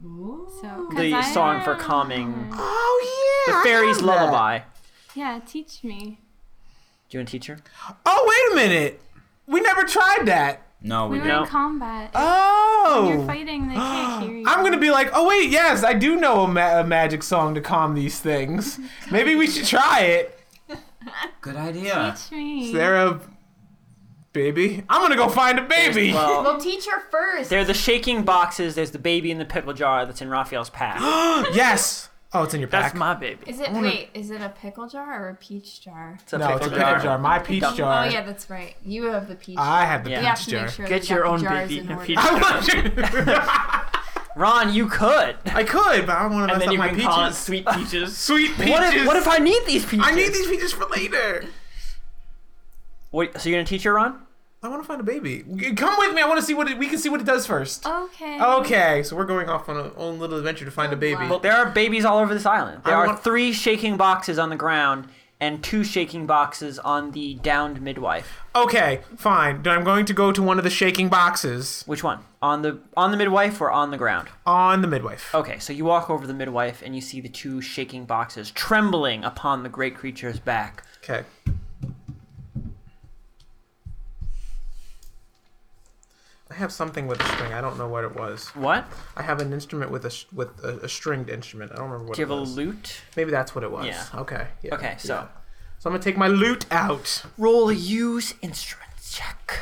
Speaker 7: So 'cause
Speaker 1: The
Speaker 7: I-
Speaker 1: song for calming.
Speaker 3: Oh
Speaker 1: The fairy's lullaby.
Speaker 7: Yeah, teach me.
Speaker 1: Do you want to teach her?
Speaker 3: Oh wait a minute. We never tried that.
Speaker 5: No, we
Speaker 7: We were
Speaker 5: don't.
Speaker 7: in combat.
Speaker 3: Oh.
Speaker 7: You're fighting.
Speaker 3: (gasps)
Speaker 7: They can't hear you.
Speaker 3: I'm gonna be like, oh wait, yes, I do know a, ma- a magic song to calm
Speaker 2: (laughs)
Speaker 3: these things. Maybe we should try it.
Speaker 5: Good idea.
Speaker 7: Teach me.
Speaker 3: Is there a baby? I'm gonna go find a baby.
Speaker 1: Well,
Speaker 2: Well, teach her first.
Speaker 1: they're the shaking boxes. There's the baby in the pickle jar that's in Raphael's (gasps) pack.
Speaker 3: (laughs) yes. Oh, it's in your
Speaker 6: That's
Speaker 3: pack.
Speaker 6: my baby.
Speaker 2: Is it wait? Is it a pickle jar or a peach jar?
Speaker 1: It's a
Speaker 3: no, it's a
Speaker 1: pickle
Speaker 3: pickle jar. My peach jar.
Speaker 2: Oh yeah, that's right. You have the peach.
Speaker 3: I have the
Speaker 1: Yeah.
Speaker 2: we
Speaker 1: You
Speaker 2: have
Speaker 3: peach
Speaker 2: to
Speaker 3: jar.
Speaker 2: make sure
Speaker 6: Get
Speaker 2: we
Speaker 6: your
Speaker 2: got
Speaker 6: own
Speaker 2: the jars
Speaker 6: baby
Speaker 2: in
Speaker 6: and a
Speaker 2: order.
Speaker 6: (laughs) peach
Speaker 3: (laughs) I want you.
Speaker 1: Ron, you could.
Speaker 3: I could, but I don't want to mess
Speaker 6: And then
Speaker 3: up
Speaker 6: you
Speaker 3: my
Speaker 6: can call it
Speaker 3: peaches.
Speaker 6: sweet (laughs) peaches.
Speaker 3: Sweet peaches.
Speaker 1: What if, what if I need these peaches?
Speaker 3: I need these peaches for later.
Speaker 1: What, so you're gonna teach her, Ron?
Speaker 3: I want to find a baby. Come with me. I want to see what it, we can see what it does first.
Speaker 7: Okay.
Speaker 3: Okay, so we're going off on our own little adventure to find a baby.
Speaker 2: wow.
Speaker 1: There are babies all over this island. There
Speaker 3: I
Speaker 1: are
Speaker 3: want-
Speaker 1: three shaking boxes on the ground and two shaking boxes on the downed midwife.
Speaker 3: Okay, fine. Then I'm going to go to one of the shaking boxes
Speaker 1: Which one? On the on the midwife or on the ground?
Speaker 3: on the midwife.
Speaker 6: Oh.
Speaker 1: Okay, so you walk over the midwife and you see the two shaking boxes trembling upon the great creature's back.
Speaker 3: Okay. I have something with a string. I don't know what it was.
Speaker 1: What?
Speaker 3: I have an instrument with a s- with a, a stringed instrument. I don't remember what
Speaker 1: Do you
Speaker 3: it
Speaker 1: have a
Speaker 3: was.
Speaker 1: lute?
Speaker 3: Maybe that's what it was.
Speaker 1: Yeah.
Speaker 3: Okay. Yeah.
Speaker 1: Okay, so
Speaker 3: Yeah. So I'm gonna take my lute out.
Speaker 1: roll a use instruments check.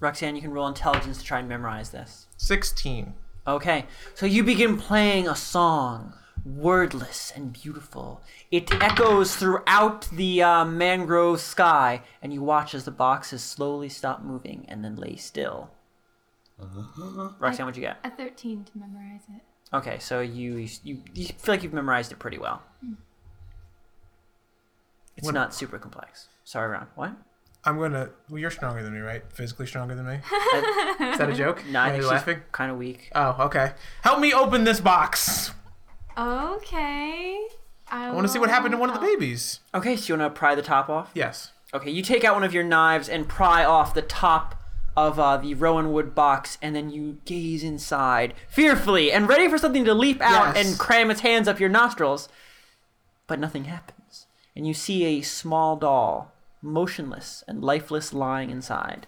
Speaker 1: Roxanne, you can roll intelligence to try and memorize this.
Speaker 3: Sixteen.
Speaker 1: Okay, so you begin playing a song, wordless and beautiful. It echoes throughout the uh, mangrove sky, and you watch as the boxes slowly stop moving and then lay still. Roxanne, what'd you get?
Speaker 7: A 13 to memorize it.
Speaker 1: Okay, so you you, you feel like you've memorized it pretty well. It's not super complex. Sorry, Ron. What?
Speaker 3: I'm gonna. Well, you're stronger than me, right? Physically stronger than me. (laughs) Is that
Speaker 1: (laughs)
Speaker 3: a joke?
Speaker 1: No, I
Speaker 3: Are
Speaker 1: think
Speaker 3: you
Speaker 1: she's
Speaker 3: laughing?
Speaker 1: kind of weak.
Speaker 3: Oh, okay. Help me open this box.
Speaker 7: Okay. I,
Speaker 3: I want to see what happened to one of the babies.
Speaker 1: Okay, so you want to pry the top off?
Speaker 3: Yes.
Speaker 1: Okay, you take out one of your knives and pry off the top of uh, the rowan wood box, and then you gaze inside fearfully and ready for something to leap out
Speaker 3: Yes.
Speaker 1: and cram its hands up your nostrils. But nothing happens, and you see a small doll, motionless and lifeless, lying inside.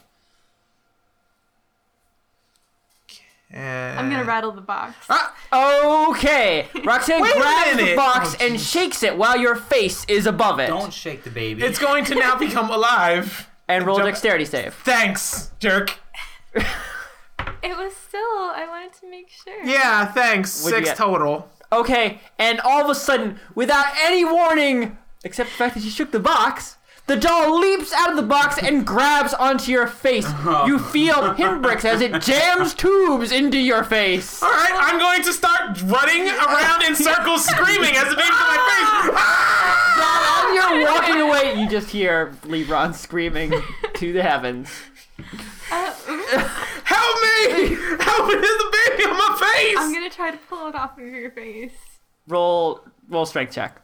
Speaker 3: And
Speaker 7: I'm gonna rattle the box.
Speaker 3: Ah. (laughs)
Speaker 1: Okay, Roxanne
Speaker 3: Wait a
Speaker 1: grabs the
Speaker 3: minute.
Speaker 1: box
Speaker 3: Oh,
Speaker 1: and shakes it while your face is above it,
Speaker 5: Don't shake the baby. (laughs)
Speaker 3: It's going to now become alive.
Speaker 1: and roll
Speaker 3: jump-
Speaker 1: dexterity save.
Speaker 3: Thanks, jerk.
Speaker 7: It was still. I wanted to make sure.
Speaker 3: Yeah, thanks.
Speaker 1: What'd you
Speaker 3: Six
Speaker 1: get?
Speaker 3: total.
Speaker 1: Okay, and all of a sudden, without any warning, except the fact that you shook the box, the doll leaps out of the box and grabs onto your face.
Speaker 3: (laughs)
Speaker 1: You feel pinpricks as it jams tubes into your
Speaker 3: (laughs)
Speaker 1: face.
Speaker 3: All right, I'm going to start running around in circles, screaming as it beams to my
Speaker 7: (laughs)
Speaker 3: face.
Speaker 1: As you're walking away, you just hear LeBron screaming to the heavens.
Speaker 7: Uh, oops.
Speaker 3: Help
Speaker 7: (laughs)
Speaker 3: me! Help me! There's a baby on my face.
Speaker 7: I'm gonna try to pull it off of your face.
Speaker 1: Roll, roll strength check.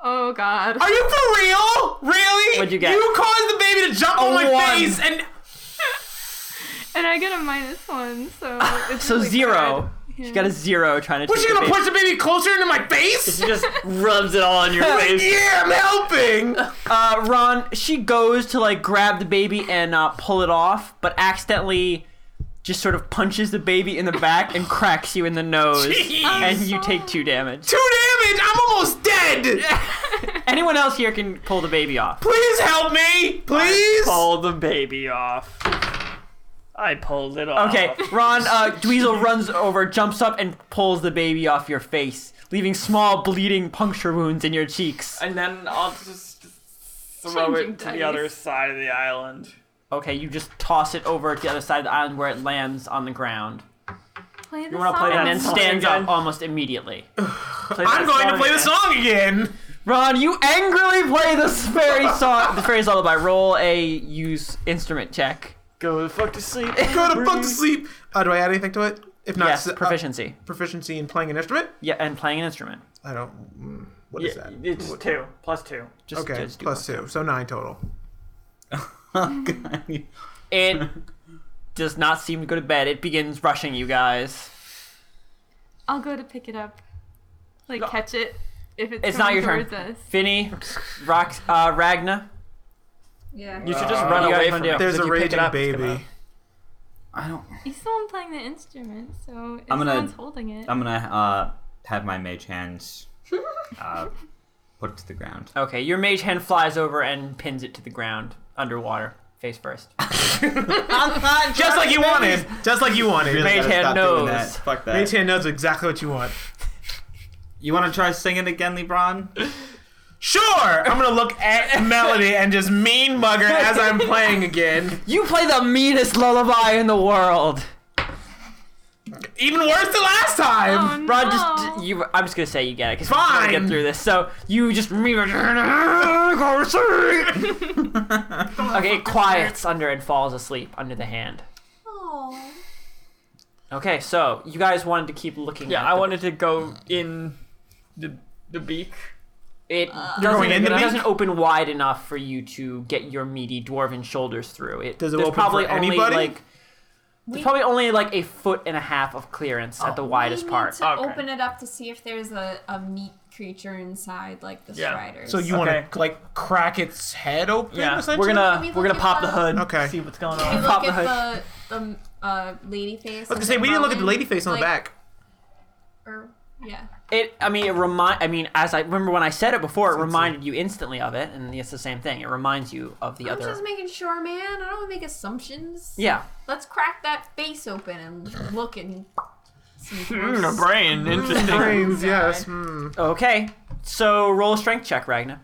Speaker 7: Oh
Speaker 1: Uh,
Speaker 7: God.
Speaker 3: Are you for real? Really?
Speaker 1: What'd you get?
Speaker 3: You caused the baby to jump on my
Speaker 1: one.
Speaker 3: face, and
Speaker 7: And I get a minus one, so it's
Speaker 1: uh, So
Speaker 7: really
Speaker 1: zero.
Speaker 7: bad.
Speaker 1: She got a zero trying to.
Speaker 3: was
Speaker 1: take
Speaker 3: she
Speaker 1: the
Speaker 3: gonna
Speaker 1: bait.
Speaker 3: push the baby closer into my face?
Speaker 6: She just
Speaker 3: (laughs)
Speaker 6: rubs it all on (laughs) your face.
Speaker 3: yeah, I'm
Speaker 1: (laughs)
Speaker 3: helping.
Speaker 1: Uh, Ron, she goes to like grab the baby and uh, pull it off, but accidentally just sort of punches the baby in the back and cracks you in the
Speaker 3: (laughs)
Speaker 1: nose,
Speaker 3: Jeez.
Speaker 1: and you take two damage.
Speaker 3: Two damage. I'm almost dead.
Speaker 1: Anyone else here can pull the baby off.
Speaker 3: Please help me. Please.
Speaker 6: Pull the baby off. I pulled it off.
Speaker 1: Okay, Ron, uh, Dweezil runs over, jumps up, and pulls the baby off your face, leaving small bleeding puncture wounds in your cheeks.
Speaker 6: And then I'll just throw
Speaker 7: Changing
Speaker 6: it to the
Speaker 7: dice.
Speaker 6: other side of the island.
Speaker 1: Okay, you just toss it over to the other side of the island where it lands on the ground.
Speaker 7: Play
Speaker 1: You want to play that
Speaker 6: song
Speaker 1: and then
Speaker 6: again.
Speaker 1: stands up almost immediately.
Speaker 6: Play
Speaker 3: I'm
Speaker 6: that
Speaker 3: going to play the
Speaker 6: again.
Speaker 3: song
Speaker 1: (laughs)
Speaker 3: again.
Speaker 1: Ron, you angrily play the fairy song, the fairy lullaby. Roll a use instrument check.
Speaker 6: Go the fuck to sleep.
Speaker 3: Go to fuck to sleep. Uh, do I add anything to it? If not,
Speaker 1: Yes,
Speaker 3: s- uh,
Speaker 1: proficiency.
Speaker 3: proficiency in playing an instrument.
Speaker 1: Yeah, and playing an instrument.
Speaker 3: I don't. mm, What
Speaker 6: Yeah,
Speaker 3: is that?
Speaker 6: it's two plus two.
Speaker 1: Just,
Speaker 3: okay,
Speaker 1: just do
Speaker 3: plus two, so nine total.
Speaker 5: Oh,
Speaker 1: It
Speaker 3: (laughs)
Speaker 1: It does not seem to go to bed. It begins rushing you guys.
Speaker 7: I'll go to pick it up, like catch it if it's,
Speaker 1: It's not
Speaker 7: coming
Speaker 1: your turn.
Speaker 7: towards us.
Speaker 1: Finny, Rox, uh, Ragna.
Speaker 2: Yeah.
Speaker 6: You should just
Speaker 5: Uh,
Speaker 6: run
Speaker 1: you guys
Speaker 6: away
Speaker 1: wanna
Speaker 6: from
Speaker 1: do?
Speaker 6: it.
Speaker 3: There's
Speaker 6: If
Speaker 3: a
Speaker 6: you pick it
Speaker 3: raging
Speaker 6: up, it's gonna-
Speaker 3: baby.
Speaker 5: I don't.
Speaker 7: He's still on playing the instrument, so if
Speaker 5: I'm gonna-
Speaker 7: someone's holding it,
Speaker 5: I'm gonna uh, have my mage hands uh, put it to the (laughs) ground.
Speaker 1: Okay, your mage hand flies over and pins it to the ground underwater, face first. (laughs)
Speaker 3: Just like you wanted. Just like you wanted.
Speaker 5: Really
Speaker 1: Mage
Speaker 5: gotta
Speaker 1: hand
Speaker 5: stop
Speaker 1: knows.
Speaker 5: doing that. Fuck that.
Speaker 3: Mage hand knows exactly what you want.
Speaker 5: You want to try singing again, LeBron?
Speaker 3: Sure, I'm gonna look
Speaker 6: (laughs)
Speaker 3: at Melody and just mean mug her as I'm playing again.
Speaker 1: You play the meanest lullaby in the world.
Speaker 3: Even worse than last time.
Speaker 7: oh,
Speaker 1: Ron,
Speaker 7: no.
Speaker 1: just you. I'm just gonna say you get it because
Speaker 3: Fine.
Speaker 1: get through this. So you just
Speaker 6: Oh,
Speaker 3: (laughs)
Speaker 1: go to sleep. okay, it quiets under and falls asleep under the hand.
Speaker 2: Aw.
Speaker 1: Okay, so you guys wanted to keep looking.
Speaker 6: Yeah,
Speaker 1: at
Speaker 6: I
Speaker 1: the-
Speaker 6: wanted to go in the the beak.
Speaker 1: It
Speaker 3: going
Speaker 1: doesn't,
Speaker 3: in
Speaker 1: it
Speaker 3: the beak?
Speaker 1: doesn't open wide enough for you to get your meaty dwarven shoulders through. It
Speaker 3: Does it
Speaker 1: there's
Speaker 3: open for
Speaker 1: probably only
Speaker 3: anybody?
Speaker 1: like there's probably only like a foot and a half of clearance
Speaker 6: Oh.
Speaker 1: at the widest
Speaker 2: we
Speaker 1: part.
Speaker 2: Need to
Speaker 6: Okay.
Speaker 2: open it up to see if there's a, a meat creature inside, like the
Speaker 6: Yeah.
Speaker 2: striders.
Speaker 3: So you
Speaker 6: Okay.
Speaker 3: want to like crack its head open?
Speaker 6: Yeah,
Speaker 3: essentially?
Speaker 6: we're
Speaker 2: Can
Speaker 6: gonna
Speaker 2: we
Speaker 6: we're gonna
Speaker 2: look
Speaker 6: pop
Speaker 2: at
Speaker 6: the
Speaker 2: the-
Speaker 6: hood.
Speaker 3: Okay.
Speaker 6: See what's going
Speaker 2: Can
Speaker 6: on.
Speaker 2: we
Speaker 1: pop
Speaker 2: look
Speaker 1: the
Speaker 2: at the, the um, uh, lady face.
Speaker 3: I was gonna say we didn't look at the lady face on the back.
Speaker 2: Or, yeah.
Speaker 1: It, I mean, it remind. I mean, as I remember when I said it before, it reminded you instantly of it, and it's the same thing. It reminds you of the
Speaker 2: I'm
Speaker 1: other.
Speaker 2: just making sure, man. I don't want to make assumptions.
Speaker 1: yeah,
Speaker 2: Let's crack that face open and look and see.
Speaker 6: Mm,
Speaker 2: what's-
Speaker 6: the brain, interesting.
Speaker 3: Brains,
Speaker 2: God.
Speaker 3: yes. hmm.
Speaker 1: Okay. So roll a strength check, Ragna.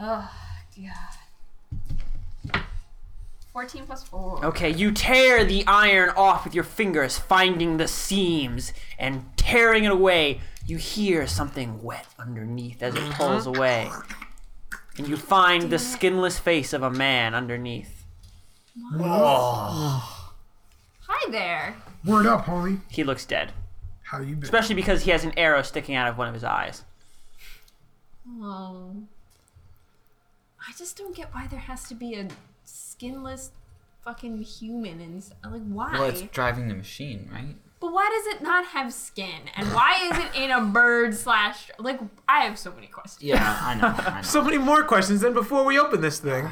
Speaker 2: Oh, God. 14 plus 4.
Speaker 1: Okay, you tear the iron off with your fingers, finding the seams and tearing it away. You hear something wet underneath as it pulls away. And you find the skinless face of a man underneath.
Speaker 2: Hi there.
Speaker 4: Word up, homie.
Speaker 1: He looks dead,
Speaker 4: How you been?
Speaker 1: especially because he has an arrow sticking out of one of his eyes.
Speaker 2: Um,
Speaker 1: Oh.
Speaker 2: I just don't get why there has to be a skinless fucking human and s- like why?
Speaker 5: Well, it's driving the machine, right?
Speaker 2: but why does it not have skin? And why is it in a bird slash? Like I have so many questions.
Speaker 5: (laughs) Yeah, I know. I know.
Speaker 3: So many more questions than before we open this thing.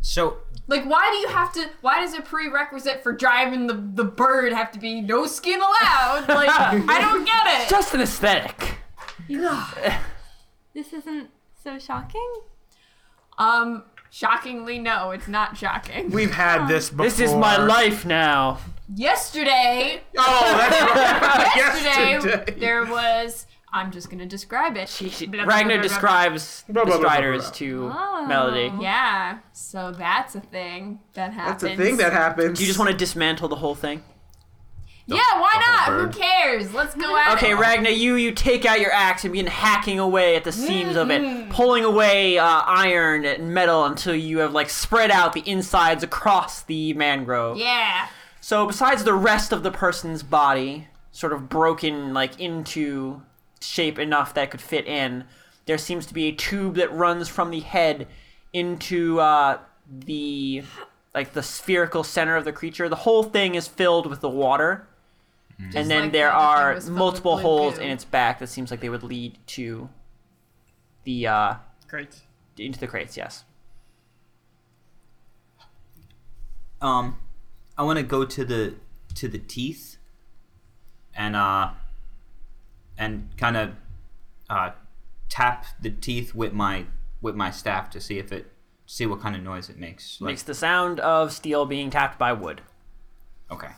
Speaker 5: So
Speaker 2: Like, why do you have to? Why does a prerequisite for driving the, the bird have to be no skin allowed? Like, I don't
Speaker 1: (laughs)
Speaker 2: get it.
Speaker 1: Just an aesthetic.
Speaker 7: This isn't so shocking.
Speaker 2: um, shockingly, no, Oh, it's not shocking.
Speaker 3: We've had this before.
Speaker 1: This is my life now.
Speaker 2: yesterday,
Speaker 3: Oh,
Speaker 2: (laughs)
Speaker 3: that's
Speaker 2: yesterday,
Speaker 3: Yesterday.
Speaker 2: there was. I'm just gonna describe it. Blah, blah, blah, blah,
Speaker 1: Ragnar
Speaker 2: blah.
Speaker 1: describes
Speaker 3: Blah, blah,
Speaker 1: the
Speaker 3: blah, blah,
Speaker 1: striders
Speaker 3: blah.
Speaker 1: to
Speaker 7: Oh.
Speaker 1: Melody.
Speaker 2: Yeah, so that's a thing that happens.
Speaker 3: That's a thing that happens.
Speaker 1: Do you just want to dismantle the whole thing?
Speaker 2: Yeah, why
Speaker 5: The
Speaker 2: not?
Speaker 5: whole
Speaker 2: Who
Speaker 5: bird.
Speaker 2: cares? Let's go at
Speaker 1: Okay,
Speaker 2: it.
Speaker 1: Ragnar, you you take out your axe and begin hacking away at the seams of it, pulling away uh, iron and metal until you have like spread out the insides across the mangrove.
Speaker 2: Yeah.
Speaker 1: So besides the rest of the person's body, sort of broken like into shape enough that it could fit in, there seems to be a tube that runs from the head into uh, the like the spherical center of the creature. The whole thing is filled with the water, and then
Speaker 2: like
Speaker 1: there
Speaker 2: the other thing
Speaker 1: are
Speaker 2: was filled with
Speaker 1: multiple
Speaker 2: blue
Speaker 1: holes
Speaker 2: goo.
Speaker 1: in its back that seems like they would lead to the uh,
Speaker 6: Great.
Speaker 1: into the crates. Yes.
Speaker 5: Um, I want to go to the to the teeth, and uh, and kind of uh, tap the teeth with my with my staff to see if it see what kind of noise it makes. Like,
Speaker 1: Makes the sound of steel being tapped by wood.
Speaker 5: okay,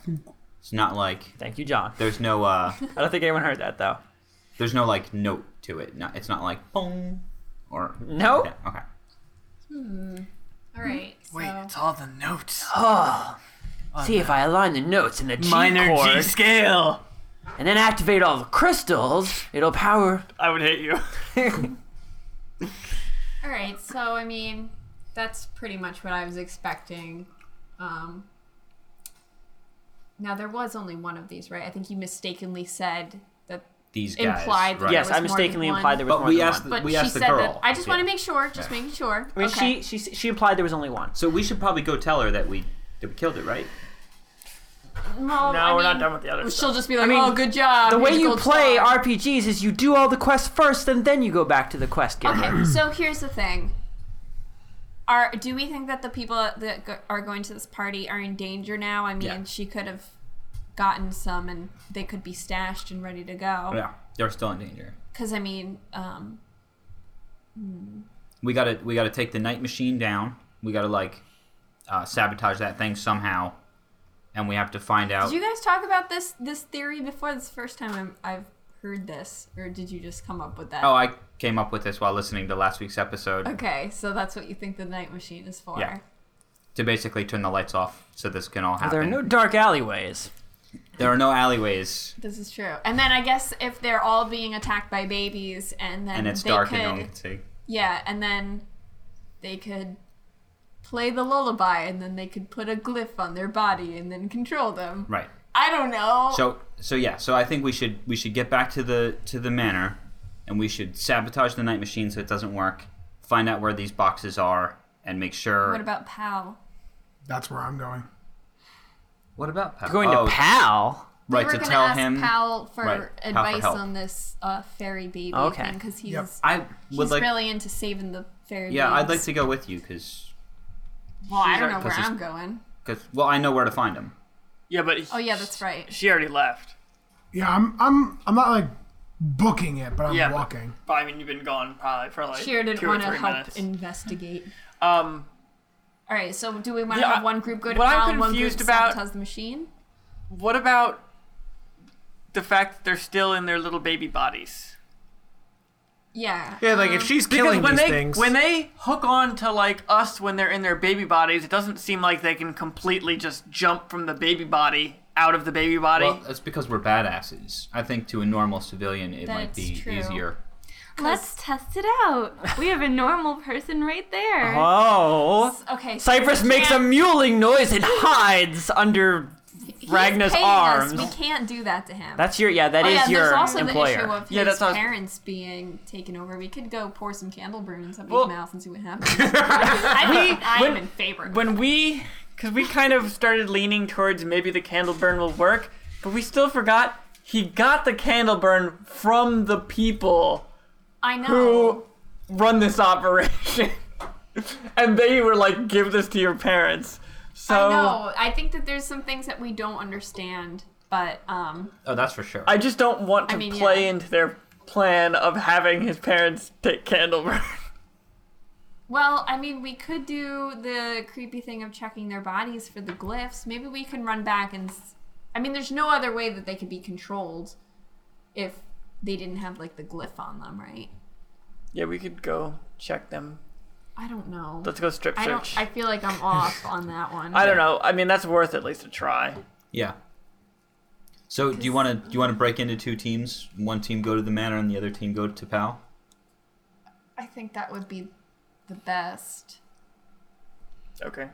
Speaker 5: it's not like
Speaker 1: Thank you, John.
Speaker 5: there's no uh,
Speaker 1: I don't think anyone heard that though.
Speaker 5: there's no like note to it. Not, it's not like boom or
Speaker 1: No.
Speaker 5: Yeah, okay.
Speaker 2: All right. So.
Speaker 6: Wait, it's all the notes.
Speaker 1: Oh. See if I align the notes in the G
Speaker 6: Minor
Speaker 1: chord
Speaker 6: G scale.
Speaker 1: and then activate all the crystals, it'll power.
Speaker 6: I would hate you.
Speaker 2: All right. So I mean, that's pretty much what I was expecting. Um, now there was only one of these, right? I think you mistakenly said that.
Speaker 5: These
Speaker 2: Implied
Speaker 5: guys.
Speaker 2: that
Speaker 5: right.
Speaker 2: there
Speaker 1: yes,
Speaker 2: was
Speaker 1: I
Speaker 2: more than
Speaker 1: mistakenly
Speaker 2: one.
Speaker 1: implied there was
Speaker 5: But
Speaker 1: more
Speaker 5: we
Speaker 1: than
Speaker 5: asked
Speaker 1: one.
Speaker 5: the-
Speaker 2: But
Speaker 5: We
Speaker 2: she
Speaker 5: asked the
Speaker 2: said that.
Speaker 5: girl.
Speaker 2: I just want
Speaker 5: Yeah.
Speaker 2: to make sure. Just making sure.
Speaker 1: I mean,
Speaker 2: okay.
Speaker 1: she, she she implied there was only one.
Speaker 5: So we should probably go tell her that we that we killed it, right?
Speaker 2: Well,
Speaker 6: No,
Speaker 2: I
Speaker 6: we're not
Speaker 2: mean,
Speaker 6: done with the other
Speaker 2: She'll
Speaker 6: stuff.
Speaker 2: just be like,
Speaker 1: mean,
Speaker 2: "Oh, good job."
Speaker 1: The way
Speaker 2: Here's a
Speaker 1: you
Speaker 2: gold
Speaker 1: play
Speaker 2: star."
Speaker 1: RPGs is you do all the quests first and then you go back to the quest giver.
Speaker 2: Okay, so here's the thing. Are do we think that the people that go, are going to this party are in danger now? I mean,
Speaker 5: Yeah.
Speaker 2: she could have gotten some, and they could be stashed and ready to go.
Speaker 5: Yeah, they're still in danger.
Speaker 2: Because I mean, um,
Speaker 5: we gotta we gotta take the night machine down. We gotta like uh, sabotage that thing somehow, and we have to find out.
Speaker 2: did you guys talk about this this theory before? This is the first time I'm, I've heard this, or did you just come up with that?
Speaker 5: oh, I came up with this while listening to last week's episode
Speaker 2: okay, so that's what you think the night machine is for.
Speaker 5: Yeah. to basically turn the lights off so this can all happen.
Speaker 1: There are no dark alleyways.
Speaker 5: There are no alleyways,
Speaker 2: This is true. And then I guess if they're all being attacked by babies, and then
Speaker 5: and it's
Speaker 2: they
Speaker 5: dark
Speaker 2: could,
Speaker 5: and no one can see.
Speaker 2: Yeah, and then they could play the lullaby, and then they could put a glyph on their body and then control them.
Speaker 5: Right.
Speaker 2: I don't know.
Speaker 5: So so yeah. So I think we should we should get back to the to the manor, and we should sabotage the night machine so it doesn't work. Find out where these boxes are, and make sure.
Speaker 2: what about Pal?
Speaker 4: That's where I'm going.
Speaker 5: what about Pal?
Speaker 1: Going
Speaker 5: oh,
Speaker 1: to Pal.
Speaker 2: We
Speaker 5: right
Speaker 2: were
Speaker 5: to
Speaker 2: gonna
Speaker 5: tell
Speaker 2: ask
Speaker 5: him.
Speaker 2: Pal for
Speaker 5: right, Pal for
Speaker 2: advice
Speaker 5: help.
Speaker 2: on this uh, fairy baby
Speaker 1: Okay.
Speaker 2: because he's
Speaker 4: Yep.
Speaker 5: I
Speaker 2: he's
Speaker 5: would like
Speaker 2: really into saving the fairy.
Speaker 5: Yeah, I'd like
Speaker 2: babes.
Speaker 5: to go with you because,
Speaker 2: Well, I don't
Speaker 6: She's
Speaker 2: know
Speaker 6: our-
Speaker 2: where
Speaker 5: this is-
Speaker 2: I'm going.
Speaker 5: well, I know where to find them.
Speaker 6: Yeah, but he-
Speaker 2: Oh yeah, that's right.
Speaker 6: she already left.
Speaker 4: Yeah, I'm I'm I'm not like booking it, but I'm
Speaker 6: Yeah, but-
Speaker 4: walking.
Speaker 6: But I mean, you've been gone probably for like
Speaker 2: Sheer didn't
Speaker 6: two or
Speaker 2: want to
Speaker 6: three
Speaker 2: help
Speaker 6: minutes.
Speaker 2: investigate.
Speaker 6: um,
Speaker 2: All right, so do we want to
Speaker 6: Yeah,
Speaker 2: have one group go to
Speaker 6: what I'm
Speaker 2: Pal and one group
Speaker 6: confused about-
Speaker 2: sabotage the machine?
Speaker 6: what about the fact that they're still in their little baby bodies?
Speaker 2: Yeah.
Speaker 3: Yeah, like if she's killing
Speaker 6: when
Speaker 3: these
Speaker 6: they
Speaker 3: things.
Speaker 6: when they hook on to like us when they're in their baby bodies, it doesn't seem like they can completely just jump from the baby body out of the baby body.
Speaker 5: Well, that's because we're badasses. I think to a normal civilian, it might
Speaker 2: That's
Speaker 5: be
Speaker 2: true.
Speaker 5: easier.
Speaker 7: Let's test it out. We have a normal person right there.
Speaker 1: Oh.
Speaker 2: Okay. so
Speaker 1: Cypress
Speaker 2: we
Speaker 1: makes a
Speaker 2: can't-
Speaker 1: mewling noise and hides under
Speaker 2: he's
Speaker 1: Ragnar's
Speaker 2: paying us,
Speaker 1: arms.
Speaker 2: We can't do that to him.
Speaker 1: That's your yeah, That
Speaker 2: oh,
Speaker 1: is
Speaker 2: yeah,
Speaker 1: your
Speaker 2: there's also
Speaker 1: employer.
Speaker 2: the issue of
Speaker 6: Yeah,
Speaker 2: his
Speaker 6: that's what I was-
Speaker 2: parents being taken over. We could go pour some candle burn in somebody's
Speaker 6: Well-
Speaker 2: mouth and
Speaker 6: (laughs)
Speaker 2: see what happens. I, I am in favor.
Speaker 6: when we because we kind of started leaning towards maybe the candle burn will work but we still forgot he got the candle burn from the people
Speaker 2: I know.
Speaker 6: who run this operation (laughs) and they were like, "Give this to your parents." So
Speaker 2: I know. I think that there's some things that we don't understand, but um,
Speaker 5: Oh, that's for sure.
Speaker 6: I just don't want to
Speaker 2: I mean,
Speaker 6: play
Speaker 2: yeah.
Speaker 6: into their plan of having his parents take Candleburn.
Speaker 2: well, I mean, we could do the creepy thing of checking their bodies for the glyphs. Maybe we can run back and. s- I mean, there's no other way that they could be controlled if they didn't have like the glyph on them, right?
Speaker 6: (laughs) yeah, we could go check them.
Speaker 2: I don't know.
Speaker 6: Let's go strip
Speaker 2: I
Speaker 6: search.
Speaker 2: don't. I feel like I'm off on that one.
Speaker 6: I don't know. I mean, that's worth at least a try.
Speaker 5: yeah. So do you want to do you want to break into two teams? One team go to the manor and the other team go to Pal.
Speaker 2: I think that would be the best.
Speaker 6: Okay.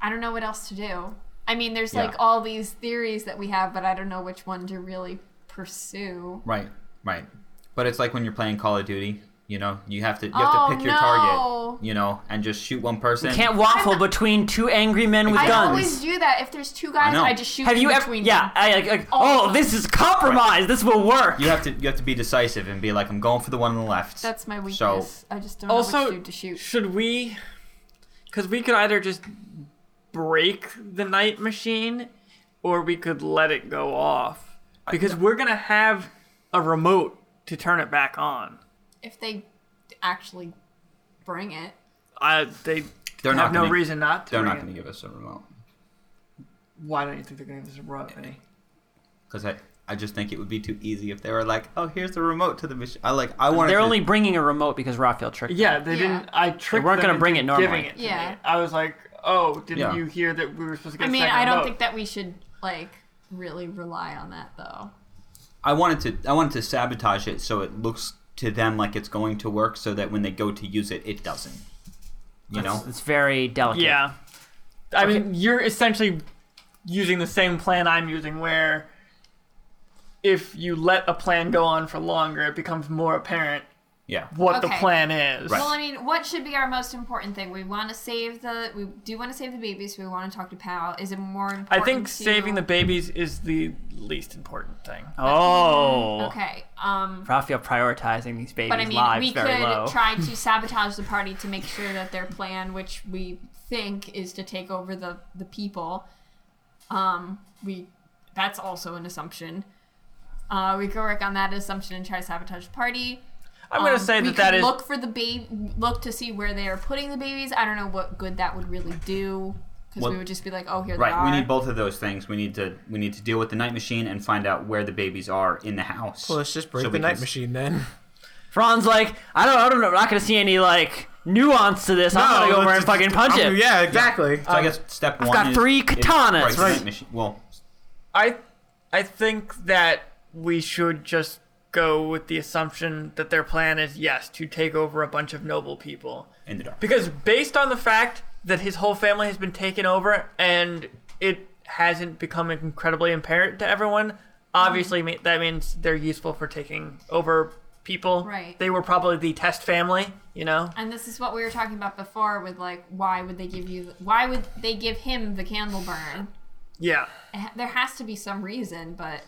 Speaker 2: I don't know what else to do. I mean, there's
Speaker 5: Yeah.
Speaker 2: like all these theories that we have, but I don't know which one to really pursue.
Speaker 5: Right, right. But it's like when you're playing Call of Duty. You know, you have to you have
Speaker 2: Oh,
Speaker 5: to pick your
Speaker 2: no.
Speaker 5: target. You know, and just shoot one person.
Speaker 1: Can't waffle between two angry men with
Speaker 2: I
Speaker 1: guns.
Speaker 2: always do that. If there's two guys,
Speaker 5: know.
Speaker 2: I, just shoot
Speaker 1: Have
Speaker 2: in
Speaker 1: you ever?
Speaker 2: between
Speaker 1: Yeah.
Speaker 2: them.
Speaker 1: I, I, I-
Speaker 2: All
Speaker 1: oh,
Speaker 2: the time.
Speaker 1: this is compromise. This will work.
Speaker 5: you have to you have to be decisive and be like, I'm going for the one on the left.
Speaker 2: That's my
Speaker 5: So
Speaker 2: weakness. I just don't know
Speaker 6: Also-
Speaker 2: which dude to shoot.
Speaker 6: Should we? Because we could either just break the night machine, or we could let it go off. Because we're gonna have a remote to turn it back on.
Speaker 2: If they actually bring it.
Speaker 6: I they
Speaker 5: they're
Speaker 6: have
Speaker 5: not
Speaker 6: no
Speaker 5: gonna,
Speaker 6: reason not to.
Speaker 5: They're
Speaker 6: bring
Speaker 5: not
Speaker 6: it.
Speaker 5: going to give us a remote
Speaker 6: Why don't you think they're gonna give us a remote? Vinny?
Speaker 5: because I I just think it would be too easy if they were like, oh, here's the remote to the machine. I like I want.
Speaker 1: They're only bringing a remote because Raphael tricked. them.
Speaker 6: Yeah, they
Speaker 2: Yeah.
Speaker 6: didn't. I tricked.
Speaker 1: weren't
Speaker 6: them
Speaker 1: gonna bring
Speaker 6: into
Speaker 1: it normally.
Speaker 6: Giving it to
Speaker 2: Yeah.
Speaker 6: me. I was like, oh, didn't
Speaker 5: Yeah.
Speaker 6: you hear that we were supposed to get?
Speaker 2: I
Speaker 6: a
Speaker 2: mean,
Speaker 6: second
Speaker 2: I don't
Speaker 6: remote?
Speaker 2: think that we should like really rely on that though.
Speaker 5: I wanted to I wanted to sabotage it so it looks to them like it's going to work so that when they go to use it, it doesn't. You know.
Speaker 1: It's, it's very delicate.
Speaker 6: Yeah. I mean, you're essentially using the same plan I'm using, where if you let a plan go on for longer, it becomes more apparent
Speaker 5: Yeah.
Speaker 6: what the
Speaker 2: Okay.
Speaker 6: plan is.
Speaker 5: Right.
Speaker 2: Well, I mean, what should be our most important thing? We want to save the. We do want to save the babies. We want to talk to Pal. Is it more important?
Speaker 6: I think
Speaker 2: to-
Speaker 6: saving the babies is the least important thing.
Speaker 1: Oh.
Speaker 2: Mm-hmm. Okay. Um.
Speaker 1: Raphael prioritizing these babies'
Speaker 2: But I mean,
Speaker 1: lives
Speaker 2: we
Speaker 1: very
Speaker 2: could
Speaker 1: low.
Speaker 2: try
Speaker 6: (laughs)
Speaker 2: to sabotage the party to make sure that their plan, which we think is to take over the the people, um, we that's also an assumption. Uh, we could work on that assumption and try to sabotage the party.
Speaker 6: I'm gonna
Speaker 2: Um,
Speaker 6: say
Speaker 2: we
Speaker 6: that that
Speaker 2: could
Speaker 6: is
Speaker 2: look for the baby, look to see where they are putting the babies. I don't know what good that would really do because
Speaker 5: Well-
Speaker 2: we would just be like, oh, here they
Speaker 5: Right.
Speaker 2: are.
Speaker 5: We need both of those things. We need to we need to deal with the night machine and find out where the babies are in the house.
Speaker 3: Well, let's just break
Speaker 5: So we
Speaker 3: the
Speaker 5: can
Speaker 3: night
Speaker 5: s-
Speaker 3: machine (laughs) then.
Speaker 1: Fran's like, I don't, I don't know. I'm not gonna see any like nuance to this. I'm gonna go
Speaker 3: let's
Speaker 1: over and
Speaker 3: just-
Speaker 1: fucking punch
Speaker 3: I'm-
Speaker 1: it. (laughs)
Speaker 3: Yeah, exactly.
Speaker 5: So I guess step one.
Speaker 1: Um, got
Speaker 5: is-
Speaker 1: three
Speaker 5: is
Speaker 1: katanas.
Speaker 5: break the
Speaker 1: Right.
Speaker 5: night machine. Well,
Speaker 6: I I think that we should just go with the assumption that their plan is yes to take over a bunch of noble people
Speaker 5: in the dark.
Speaker 6: because based on the fact that his whole family has been taken over and it hasn't become incredibly apparent to everyone obviously
Speaker 2: Mm-hmm.
Speaker 6: ma- that means they're useful for taking over people
Speaker 2: Right.
Speaker 6: they were probably the test family you know
Speaker 2: And this is what we were talking about before with like, why would they give you? Why would they give him the candle burn?
Speaker 6: yeah
Speaker 2: Ha- There has to be some reason, but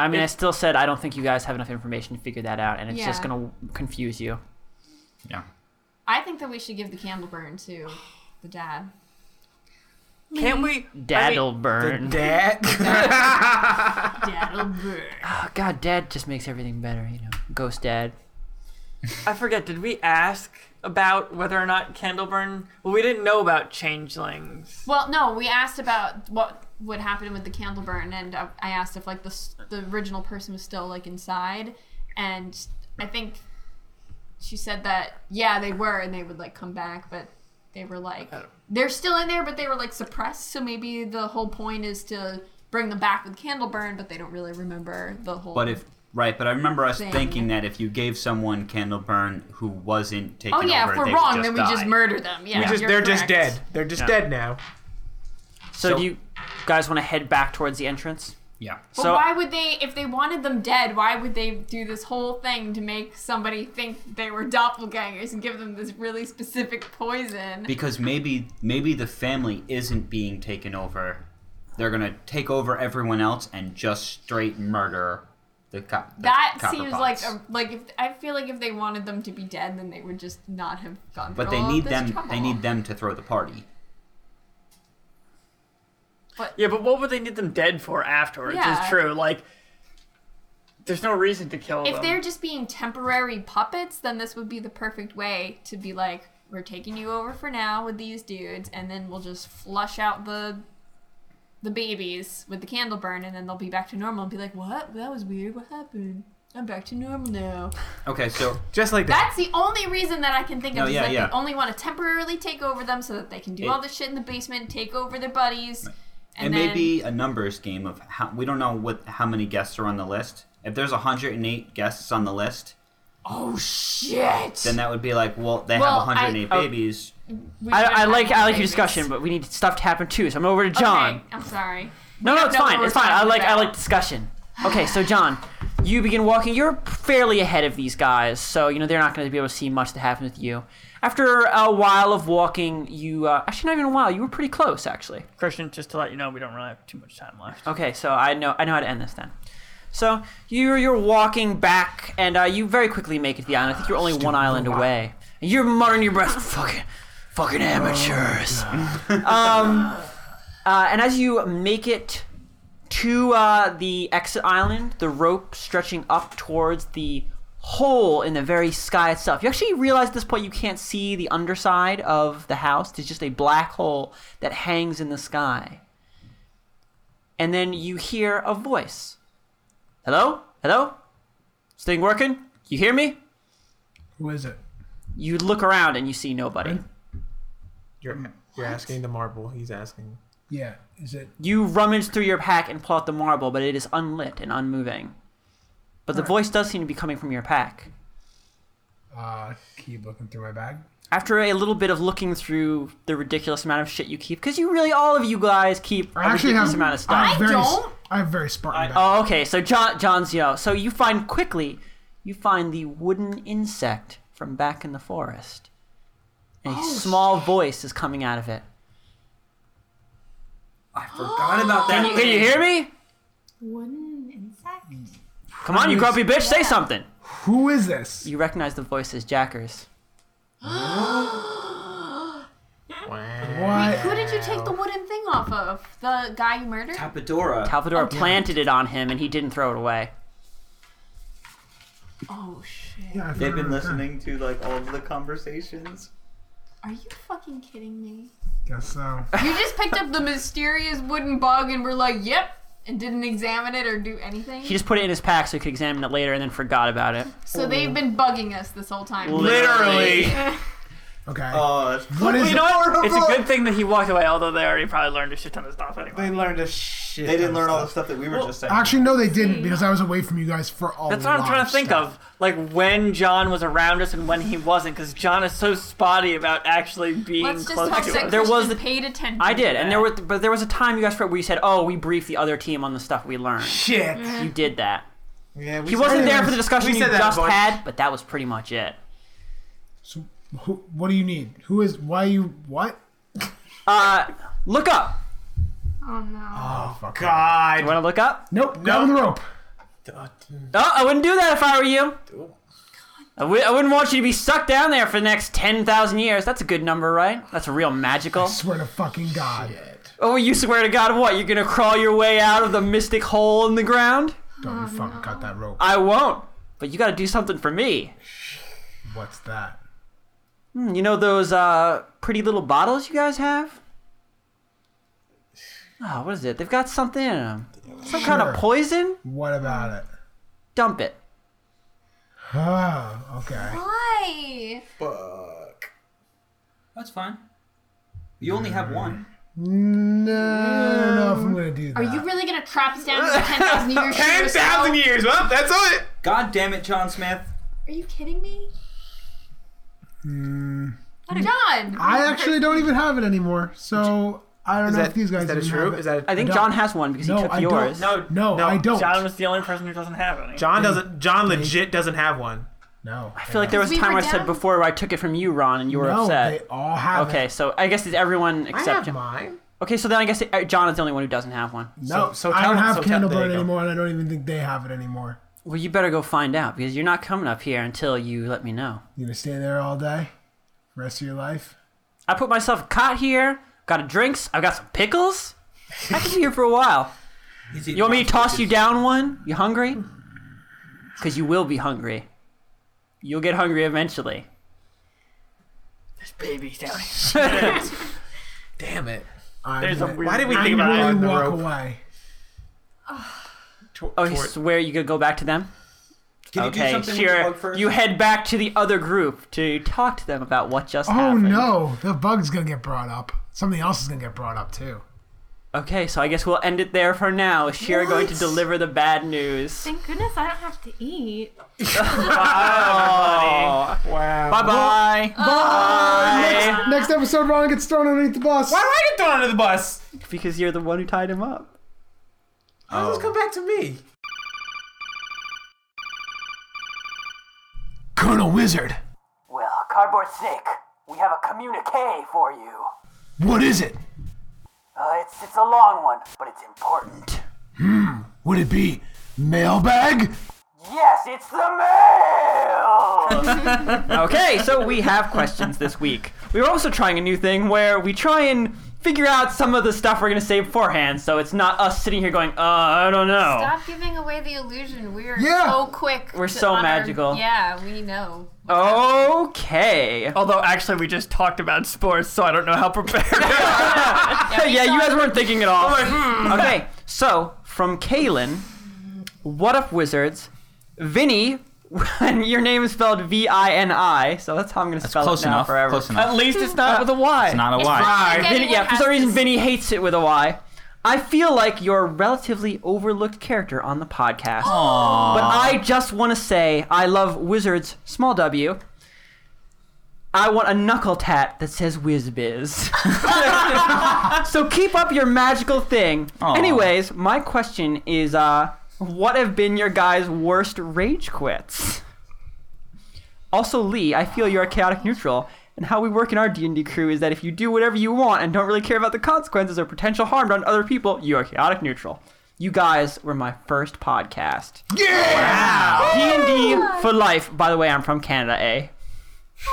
Speaker 1: I mean, I still said I don't think you guys have enough information to figure that out, and it's just
Speaker 2: Yeah.
Speaker 1: gonna confuse you.
Speaker 5: Yeah.
Speaker 2: I think that we should give the candle burn to the dad. Mm-hmm.
Speaker 6: can't we I
Speaker 1: Dad'll
Speaker 6: mean,
Speaker 1: burn.
Speaker 2: (laughs)
Speaker 3: Dad.
Speaker 2: Dad'll burn.
Speaker 1: Oh, God, Dad just makes everything better, you know. Ghost Dad.
Speaker 6: I forget did we ask about whether or not candleburn well we didn't know about changelings
Speaker 2: Well, no, we asked about what would happen with the candle burn, and uh, I I asked if like the s- the original person was still like inside, and I think she said that yeah they were, and they would like come back, but they were like they're still in there, but they were like suppressed. So maybe the whole point is to bring them back with candle burn, but they don't really remember the whole.
Speaker 5: But if right, but I remember us
Speaker 2: Thing.
Speaker 5: thinking that if you gave someone Candleburn who wasn't taking
Speaker 2: oh yeah,
Speaker 5: over,
Speaker 2: if we're
Speaker 5: they would
Speaker 2: wrong,
Speaker 5: just
Speaker 2: then we
Speaker 5: die.
Speaker 2: just murder them. Yeah,
Speaker 3: just,
Speaker 2: you're
Speaker 3: they're just
Speaker 2: correct.
Speaker 3: dead. They're just dead now.
Speaker 1: So,
Speaker 5: So-
Speaker 1: do you guys want to head back towards the entrance?
Speaker 5: Yeah.
Speaker 2: But
Speaker 1: So-
Speaker 2: why would they, if they wanted them dead, why would they do this whole thing to make somebody think they were doppelgangers and give them this really specific poison?
Speaker 5: because maybe maybe the family isn't being taken over. They're gonna take over everyone else and just straight murder The cop. the
Speaker 2: That
Speaker 5: copper
Speaker 2: seems like
Speaker 5: pots.
Speaker 2: a, like if I feel like if they wanted them to be dead, then they would just not have gone.
Speaker 5: But
Speaker 2: through
Speaker 5: they
Speaker 2: all of
Speaker 5: need
Speaker 2: this
Speaker 5: them.
Speaker 2: Trouble.
Speaker 5: They need them to throw the party.
Speaker 6: Yeah, but what would they need them dead for afterwards?
Speaker 2: Yeah.
Speaker 6: Is true. Like, there's no reason to kill
Speaker 2: If
Speaker 6: them.
Speaker 2: they're just being temporary puppets, then this would be the perfect way to be like, we're taking you over for now with these dudes, and then we'll just flush out the the babies with the candle burn, and then they'll be back to normal and be like, what? That was weird. What happened? I'm back to normal now.
Speaker 5: Okay, so
Speaker 3: Just like that.
Speaker 2: That's the only reason that I can think of
Speaker 5: No,
Speaker 2: is
Speaker 5: yeah,
Speaker 2: that
Speaker 5: yeah.
Speaker 2: they only want to temporarily take over them so that they can do
Speaker 5: It-
Speaker 2: all this shit in the basement, take over their buddies, and
Speaker 5: it may
Speaker 2: then
Speaker 5: be a numbers game of how we don't know what how many guests are on the list. If there's 108 guests on the list,
Speaker 2: oh shit.
Speaker 5: then that would be like, well, they
Speaker 2: Well,
Speaker 5: have 108
Speaker 1: I- oh.
Speaker 5: babies.
Speaker 2: We should
Speaker 1: I, I
Speaker 2: have
Speaker 1: like
Speaker 2: had
Speaker 1: I like
Speaker 2: babies.
Speaker 1: your discussion, but we need stuff to happen too. So I'm over to John.
Speaker 2: Okay, I'm sorry.
Speaker 1: No, no, it's
Speaker 2: No,
Speaker 1: fine.
Speaker 2: we're
Speaker 1: It's fine. I
Speaker 2: talking
Speaker 1: like I
Speaker 2: about-
Speaker 1: like discussion. Okay, so John, you begin walking. You're fairly ahead of these guys, so you know they're not going to be able to see much that happens with you. After a while of walking, you uh, actually not even a while. You were pretty close, actually.
Speaker 6: Christian, just to let you know, we don't really have too much time left.
Speaker 1: Okay, so I know I know how to end this then. So you're you're walking back, and uh, you very quickly make it to the island. I think you're only one island away. And you're muttering to your breath, (laughs) "Fucking, fucking amateurs." (laughs) um, uh, and as you make it to uh, the exit island, the rope stretching up towards the hole in the very sky itself. You actually realize at this point you can't see the underside of the house. There's just a black hole that hangs in the sky and then you hear a voice. Hello? Hello? This thing working? You hear me?
Speaker 4: Who is it?
Speaker 1: You look around and you see nobody.
Speaker 3: You're, you're asking the marble. He's asking.
Speaker 4: Yeah, is it?
Speaker 1: You rummage through your pack and pull out the marble, but it is unlit and unmoving. But the voice does seem to be coming from your pack.
Speaker 4: Uh, keep looking through my bag.
Speaker 1: After a little bit of looking through the ridiculous amount of shit you keep, because you really, all of you guys keep a
Speaker 4: I actually
Speaker 1: ridiculous
Speaker 4: have-
Speaker 1: amount of stuff.
Speaker 4: I'm
Speaker 2: I
Speaker 4: very, s-
Speaker 2: don't.
Speaker 4: I have very Spartan bag.
Speaker 6: uh,
Speaker 1: Oh, okay. So John, John's, you know, so you find quickly, you find the wooden insect from back in the forest. And a
Speaker 7: Oh,
Speaker 1: small voice is coming out of it.
Speaker 5: I forgot about that.
Speaker 1: Can you, can you hear me?
Speaker 7: Wooden insect?
Speaker 1: Come on, you grumpy bitch, say something.
Speaker 4: Who is this?
Speaker 1: You recognize the voice as Jackers.
Speaker 4: What?
Speaker 2: Who did you take the wooden thing off of? The guy you murdered?
Speaker 5: Capadora.
Speaker 1: Talvador planted it on him and he didn't throw it away.
Speaker 2: Oh shit.
Speaker 4: Yeah, I've
Speaker 5: They've been
Speaker 4: heard-
Speaker 5: listening to like all of the conversations.
Speaker 2: Are you fucking kidding me?
Speaker 4: Guess so.
Speaker 2: You just picked up the mysterious wooden bug and were like, yep, and didn't examine it or do anything?
Speaker 1: He just put it in his pack so he could examine it later and then forgot about it.
Speaker 2: So they've been bugging us this whole time. (laughs)
Speaker 5: Literally.
Speaker 4: Okay.
Speaker 5: Oh,
Speaker 4: what is
Speaker 6: Uh, you
Speaker 4: it?
Speaker 6: know what? It's a good thing that he walked away, although they already probably learned a shit ton of stuff anyway.
Speaker 3: They learned a shit.
Speaker 5: they didn't
Speaker 3: ton of
Speaker 5: learn all the
Speaker 3: stuff.
Speaker 5: stuff that we were just saying.
Speaker 4: Actually, no, they didn't
Speaker 2: Hmm.
Speaker 4: because I was away from you guys for all.
Speaker 6: That's what I'm trying to think of. Like when John was around us and when he wasn't, because John is so spotty about actually being
Speaker 2: Let's just
Speaker 6: close
Speaker 2: hope
Speaker 6: to
Speaker 2: that
Speaker 6: us.
Speaker 1: There
Speaker 2: there
Speaker 1: was
Speaker 2: was
Speaker 1: the-
Speaker 2: paid attention.
Speaker 1: I did, and there were, but there was a time you guys where you said, "Oh, we briefed the other team on the stuff we learned."
Speaker 3: Shit.
Speaker 1: You did that.
Speaker 3: Yeah, we
Speaker 1: He
Speaker 3: said
Speaker 1: wasn't
Speaker 3: that.
Speaker 1: there for the discussion
Speaker 3: we
Speaker 1: you
Speaker 3: said that a
Speaker 1: just
Speaker 3: bunch.
Speaker 1: had, but that was pretty much it.
Speaker 4: So, who, what do you need? Who is? Why you? What?
Speaker 1: Uh, look up.
Speaker 7: Oh no.
Speaker 4: Oh fuck.
Speaker 1: You
Speaker 3: God.
Speaker 1: want to look up?
Speaker 4: Nope. Grab on the rope.
Speaker 1: Oh, I wouldn't do that if I were you. I w- I wouldn't want you to be sucked down there for the next 10,000 years. That's a good number, right? That's a real magical.
Speaker 4: Swear to fucking God.
Speaker 1: Oh, you swear to God, what? You're gonna crawl your way out of the mystic hole in the ground?
Speaker 4: Don't you fucking cut that rope.
Speaker 1: I won't. But you gotta do something for me.
Speaker 4: What's that?
Speaker 1: Hmm, You know those uh, pretty little bottles you guys have? Oh, what is it? They've got something in them. Some kind of
Speaker 4: Sure.
Speaker 1: poison?
Speaker 4: What about it?
Speaker 1: Dump it.
Speaker 4: Oh, okay.
Speaker 2: Why?
Speaker 3: Fuck.
Speaker 5: That's fine. You only have one.
Speaker 4: No, I don't know if I'm gonna do that.
Speaker 2: Are you really gonna trap us down to 10,000 years? shoot us out?
Speaker 3: 10,000 years. Well, that's it.
Speaker 5: God damn it, John Smith.
Speaker 2: Are you kidding me? John!
Speaker 4: I actually don't even have it anymore, so I don't
Speaker 3: Is
Speaker 4: know
Speaker 3: that,
Speaker 4: if these guys
Speaker 3: is that a
Speaker 4: even
Speaker 3: true?
Speaker 4: have it.
Speaker 3: Is that a,
Speaker 1: I think
Speaker 4: don't-
Speaker 1: John has one because
Speaker 4: No,
Speaker 1: he took
Speaker 4: I don't.
Speaker 1: yours.
Speaker 6: no,
Speaker 4: no, I don't.
Speaker 6: John was the only person who doesn't have any.
Speaker 3: John doesn't. John legit doesn't have one.
Speaker 4: no,
Speaker 1: I feel like there was a
Speaker 2: We
Speaker 1: time
Speaker 2: were
Speaker 1: where I said
Speaker 2: down-
Speaker 1: before where I took it from you, Ron, and you were
Speaker 4: no,
Speaker 1: upset.
Speaker 4: they all have
Speaker 1: Okay,
Speaker 4: it.
Speaker 1: so I guess it's everyone except John.
Speaker 3: mine.
Speaker 1: Okay, so then I guess uh, John is the only one who doesn't have one.
Speaker 4: No,
Speaker 3: So- so
Speaker 4: I
Speaker 3: tell-
Speaker 4: don't have
Speaker 3: so tell-
Speaker 4: candle
Speaker 3: there you
Speaker 4: burn
Speaker 3: go.
Speaker 4: anymore, and I don't even think they have it anymore.
Speaker 1: Well, you better go find out because you're not coming up here until you let me know.
Speaker 4: You gonna stay there all day, rest of your life?
Speaker 1: I put myself a cot here. Got a drinks. I've got some pickles. I can be here for a while. You want me to toss you down one? You hungry? Because you will be hungry. You'll get hungry eventually.
Speaker 6: There's babies down here.
Speaker 3: Damn it.
Speaker 4: I'm
Speaker 6: There's a
Speaker 4: gonna-
Speaker 6: weird-
Speaker 3: Why did we
Speaker 4: I'm
Speaker 3: think about
Speaker 4: gonna
Speaker 3: adding the
Speaker 4: walk
Speaker 3: rope?
Speaker 4: away.
Speaker 3: Tor-
Speaker 1: Oh, you
Speaker 3: tor-
Speaker 1: swear you could go back to them?
Speaker 5: Can
Speaker 1: okay, sure. You head back to the other group to talk to them about what just
Speaker 4: Oh
Speaker 1: happened.
Speaker 4: no, the bug's gonna get brought up. Something else is gonna get brought up too.
Speaker 1: Okay, so I guess we'll end it there for now. Is Shira going to deliver the bad news?
Speaker 7: Thank goodness I don't have to eat.
Speaker 1: Oh.
Speaker 3: wow.
Speaker 1: Bye bye. Bye.
Speaker 4: Next episode, Ron gets thrown underneath the bus.
Speaker 3: Why do I get thrown under the bus?
Speaker 1: (laughs) Because you're the one who tied him up.
Speaker 3: How does this come back to me?
Speaker 4: Colonel Wizard,
Speaker 8: Well, Cardboard Snake, we have a communique for you.
Speaker 4: what is it?
Speaker 8: Uh, it's, it's a long one, but it's important.
Speaker 4: Hmm, Would it be mailbag?
Speaker 8: Yes, it's the mail!
Speaker 1: Okay, so we have questions this week. We were also trying a new thing where we try and figure out some of the stuff we're going to say beforehand, so it's not us sitting here going, uh, I don't know.
Speaker 2: Stop giving away the illusion. We're
Speaker 4: Yeah.
Speaker 2: so quick.
Speaker 1: We're
Speaker 2: to-
Speaker 1: so
Speaker 2: on our-
Speaker 1: magical.
Speaker 2: yeah, we
Speaker 1: (laughs)
Speaker 2: know.
Speaker 1: Okay.
Speaker 6: Although, actually, we just talked about sports, so I don't know how prepared.
Speaker 1: yeah, you guys weren't thinking at all. okay, so from Kalen, what up, wizards? Vinny, (laughs) your name is spelled V I N I, so that's how I'm going to spell
Speaker 5: close
Speaker 1: it now
Speaker 5: enough.
Speaker 1: forever.
Speaker 5: Close enough.
Speaker 1: At least it's not with a Y.
Speaker 5: It's not a lie.
Speaker 2: Fine.
Speaker 1: Vinny, yeah, for some reason, Vinny hates it with a Y. I feel like you're a relatively overlooked character on the podcast. But I just want to say I love wizards, small w. I want a knuckle tat that says WizBiz. (laughs) so keep up your magical thing.
Speaker 5: Aw.
Speaker 1: Anyways, my question is uh, what have been your guys' worst rage quits? Also, Lee, I feel you're a chaotic neutral, and how we work in our D&D crew is that if you do whatever you want and don't really care about the consequences or potential harm done to other people, you are chaotic neutral. You guys were my first podcast. Yeah!
Speaker 3: Oh
Speaker 1: D&D for life. By the way, I'm from Canada, eh?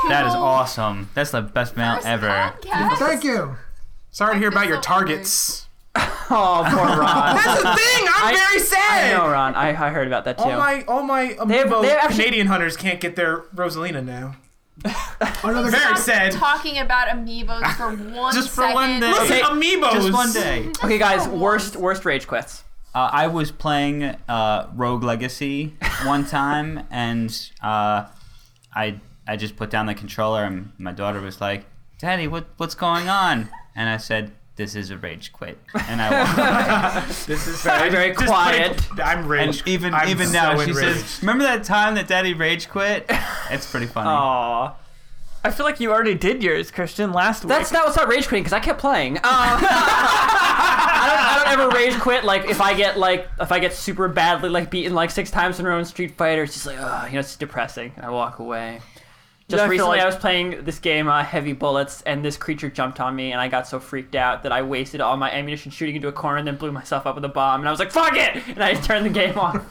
Speaker 5: That is awesome. That's the best mail ever.
Speaker 2: Podcast.
Speaker 4: Thank you.
Speaker 3: Sorry to hear about
Speaker 2: feel
Speaker 3: your
Speaker 2: so hungry.
Speaker 3: targets.
Speaker 1: Oh, poor (laughs) Ron.
Speaker 3: That's (laughs) the thing. I'm very
Speaker 1: I
Speaker 3: sad.
Speaker 1: know, Ron. I, I heard about that too.
Speaker 3: All my all my um,
Speaker 1: They have-
Speaker 3: well,
Speaker 1: they actually-
Speaker 3: Canadian hunters can't get their Rosalina now.
Speaker 4: Another
Speaker 3: Very sad.
Speaker 2: Talking about amiibos
Speaker 5: (laughs)
Speaker 2: for one
Speaker 5: Just for
Speaker 2: second.
Speaker 5: one day.
Speaker 3: Listen,
Speaker 5: Okay,
Speaker 3: amiibos.
Speaker 5: Just one day.
Speaker 1: okay, guys, worst worst rage quits.
Speaker 5: Uh, I was playing uh, Rogue Legacy
Speaker 3: (laughs)
Speaker 5: one time, and uh, I I just put down the controller, and my daughter was like, "Daddy, what what's going on?" And I said, "This is a rage quit." And I
Speaker 3: (laughs)
Speaker 5: walked away.
Speaker 3: This is very,
Speaker 1: very
Speaker 3: just
Speaker 1: quiet.
Speaker 3: putting- I'm
Speaker 5: and
Speaker 3: rage.
Speaker 5: even
Speaker 3: I'm
Speaker 5: even
Speaker 3: so
Speaker 5: now she
Speaker 3: enraged.
Speaker 5: says, "Remember that time that Daddy rage
Speaker 3: (laughs)
Speaker 5: quit?" It's pretty funny.
Speaker 3: Oh.
Speaker 1: Aw.
Speaker 6: I feel like you already did yours, Christian, last week.
Speaker 1: That's not what's not rage quitting because I kept playing. Uh, (laughs) I, don't, I don't ever rage quit. Like if I get like if I get super badly like beaten like six times in a row in Street Fighter, it's just like ugh, you know it's depressing, and I walk away. Just
Speaker 6: I feel
Speaker 1: recently,
Speaker 6: like-
Speaker 1: I was playing this game, uh, Heavy Bullets, and this creature jumped on me, and I got so freaked out that I wasted all my ammunition shooting into a corner, and then blew myself up with a bomb, and I was like, "Fuck it!" and I just turned the game
Speaker 3: (laughs)
Speaker 1: off.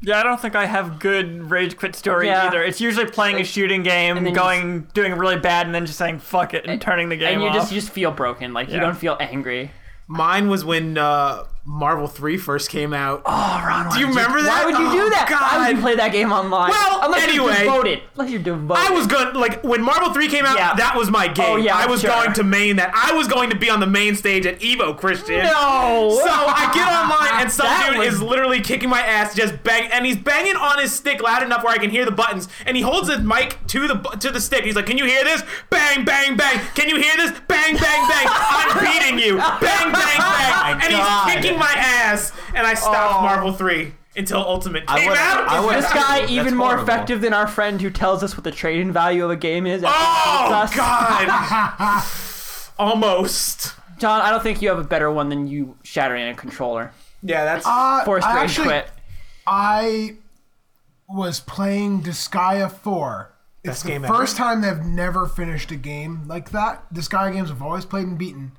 Speaker 6: Yeah, I don't think I have good rage quit stories
Speaker 1: Yeah.
Speaker 6: either. It's usually playing a shooting game,
Speaker 1: then you
Speaker 6: going doing really bad, and then just saying fuck it and turning the game
Speaker 1: and you
Speaker 6: off.
Speaker 1: just you just feel broken, like you
Speaker 6: Yeah.
Speaker 1: don't feel angry.
Speaker 3: Mine was when uh, Marvel 3 first came out.
Speaker 1: Oh, Ron,
Speaker 3: Do you remember that?
Speaker 1: Why would you do
Speaker 3: Oh,
Speaker 1: that? Why would you
Speaker 3: God.
Speaker 1: play that game online?
Speaker 3: Well,
Speaker 1: unless
Speaker 3: anyway.
Speaker 1: you're devoted. Unless you're devoted.
Speaker 3: I was going to like when Marvel 3 came out,
Speaker 1: Yeah.
Speaker 3: that was my game.
Speaker 1: Oh, yeah,
Speaker 3: I was
Speaker 1: sure.
Speaker 3: going to main that. I was going to be on the main stage at Evo Christian.
Speaker 4: (laughs)
Speaker 1: No.
Speaker 3: So I get online and some
Speaker 1: That
Speaker 3: dude
Speaker 1: was-
Speaker 3: is literally kicking my ass, just bang, and he's banging on his stick loud enough where I can hear the buttons. And he holds his mic to the bu- to the stick. He's like, "Can you hear this? Bang, bang, bang. Can you hear this? Bang, bang, bang. (laughs) I'm beating you. (laughs) Bang, bang, bang." and
Speaker 5: God.
Speaker 3: he's kicking my Oh. ass. And I stopped Marvel Three until Ultimate came
Speaker 5: would-
Speaker 3: out.
Speaker 5: I would-
Speaker 1: this guy
Speaker 5: That's
Speaker 1: even more
Speaker 5: horrible.
Speaker 1: effective than our friend who tells us what the trade-in value of a game is. after he
Speaker 3: (laughs) oh
Speaker 1: tells us.
Speaker 3: God. (laughs) Almost.
Speaker 1: John, I don't think you have a better one than you shattering a controller.
Speaker 3: Yeah, that's.
Speaker 4: Uh,
Speaker 1: Forced
Speaker 4: I
Speaker 1: rage
Speaker 4: actually-
Speaker 1: quit.
Speaker 4: I was playing Disgaea 4. It's
Speaker 3: Best
Speaker 4: the
Speaker 3: game ever.
Speaker 4: first time they've never finished a game like that. Disgaea games I've always played and beaten.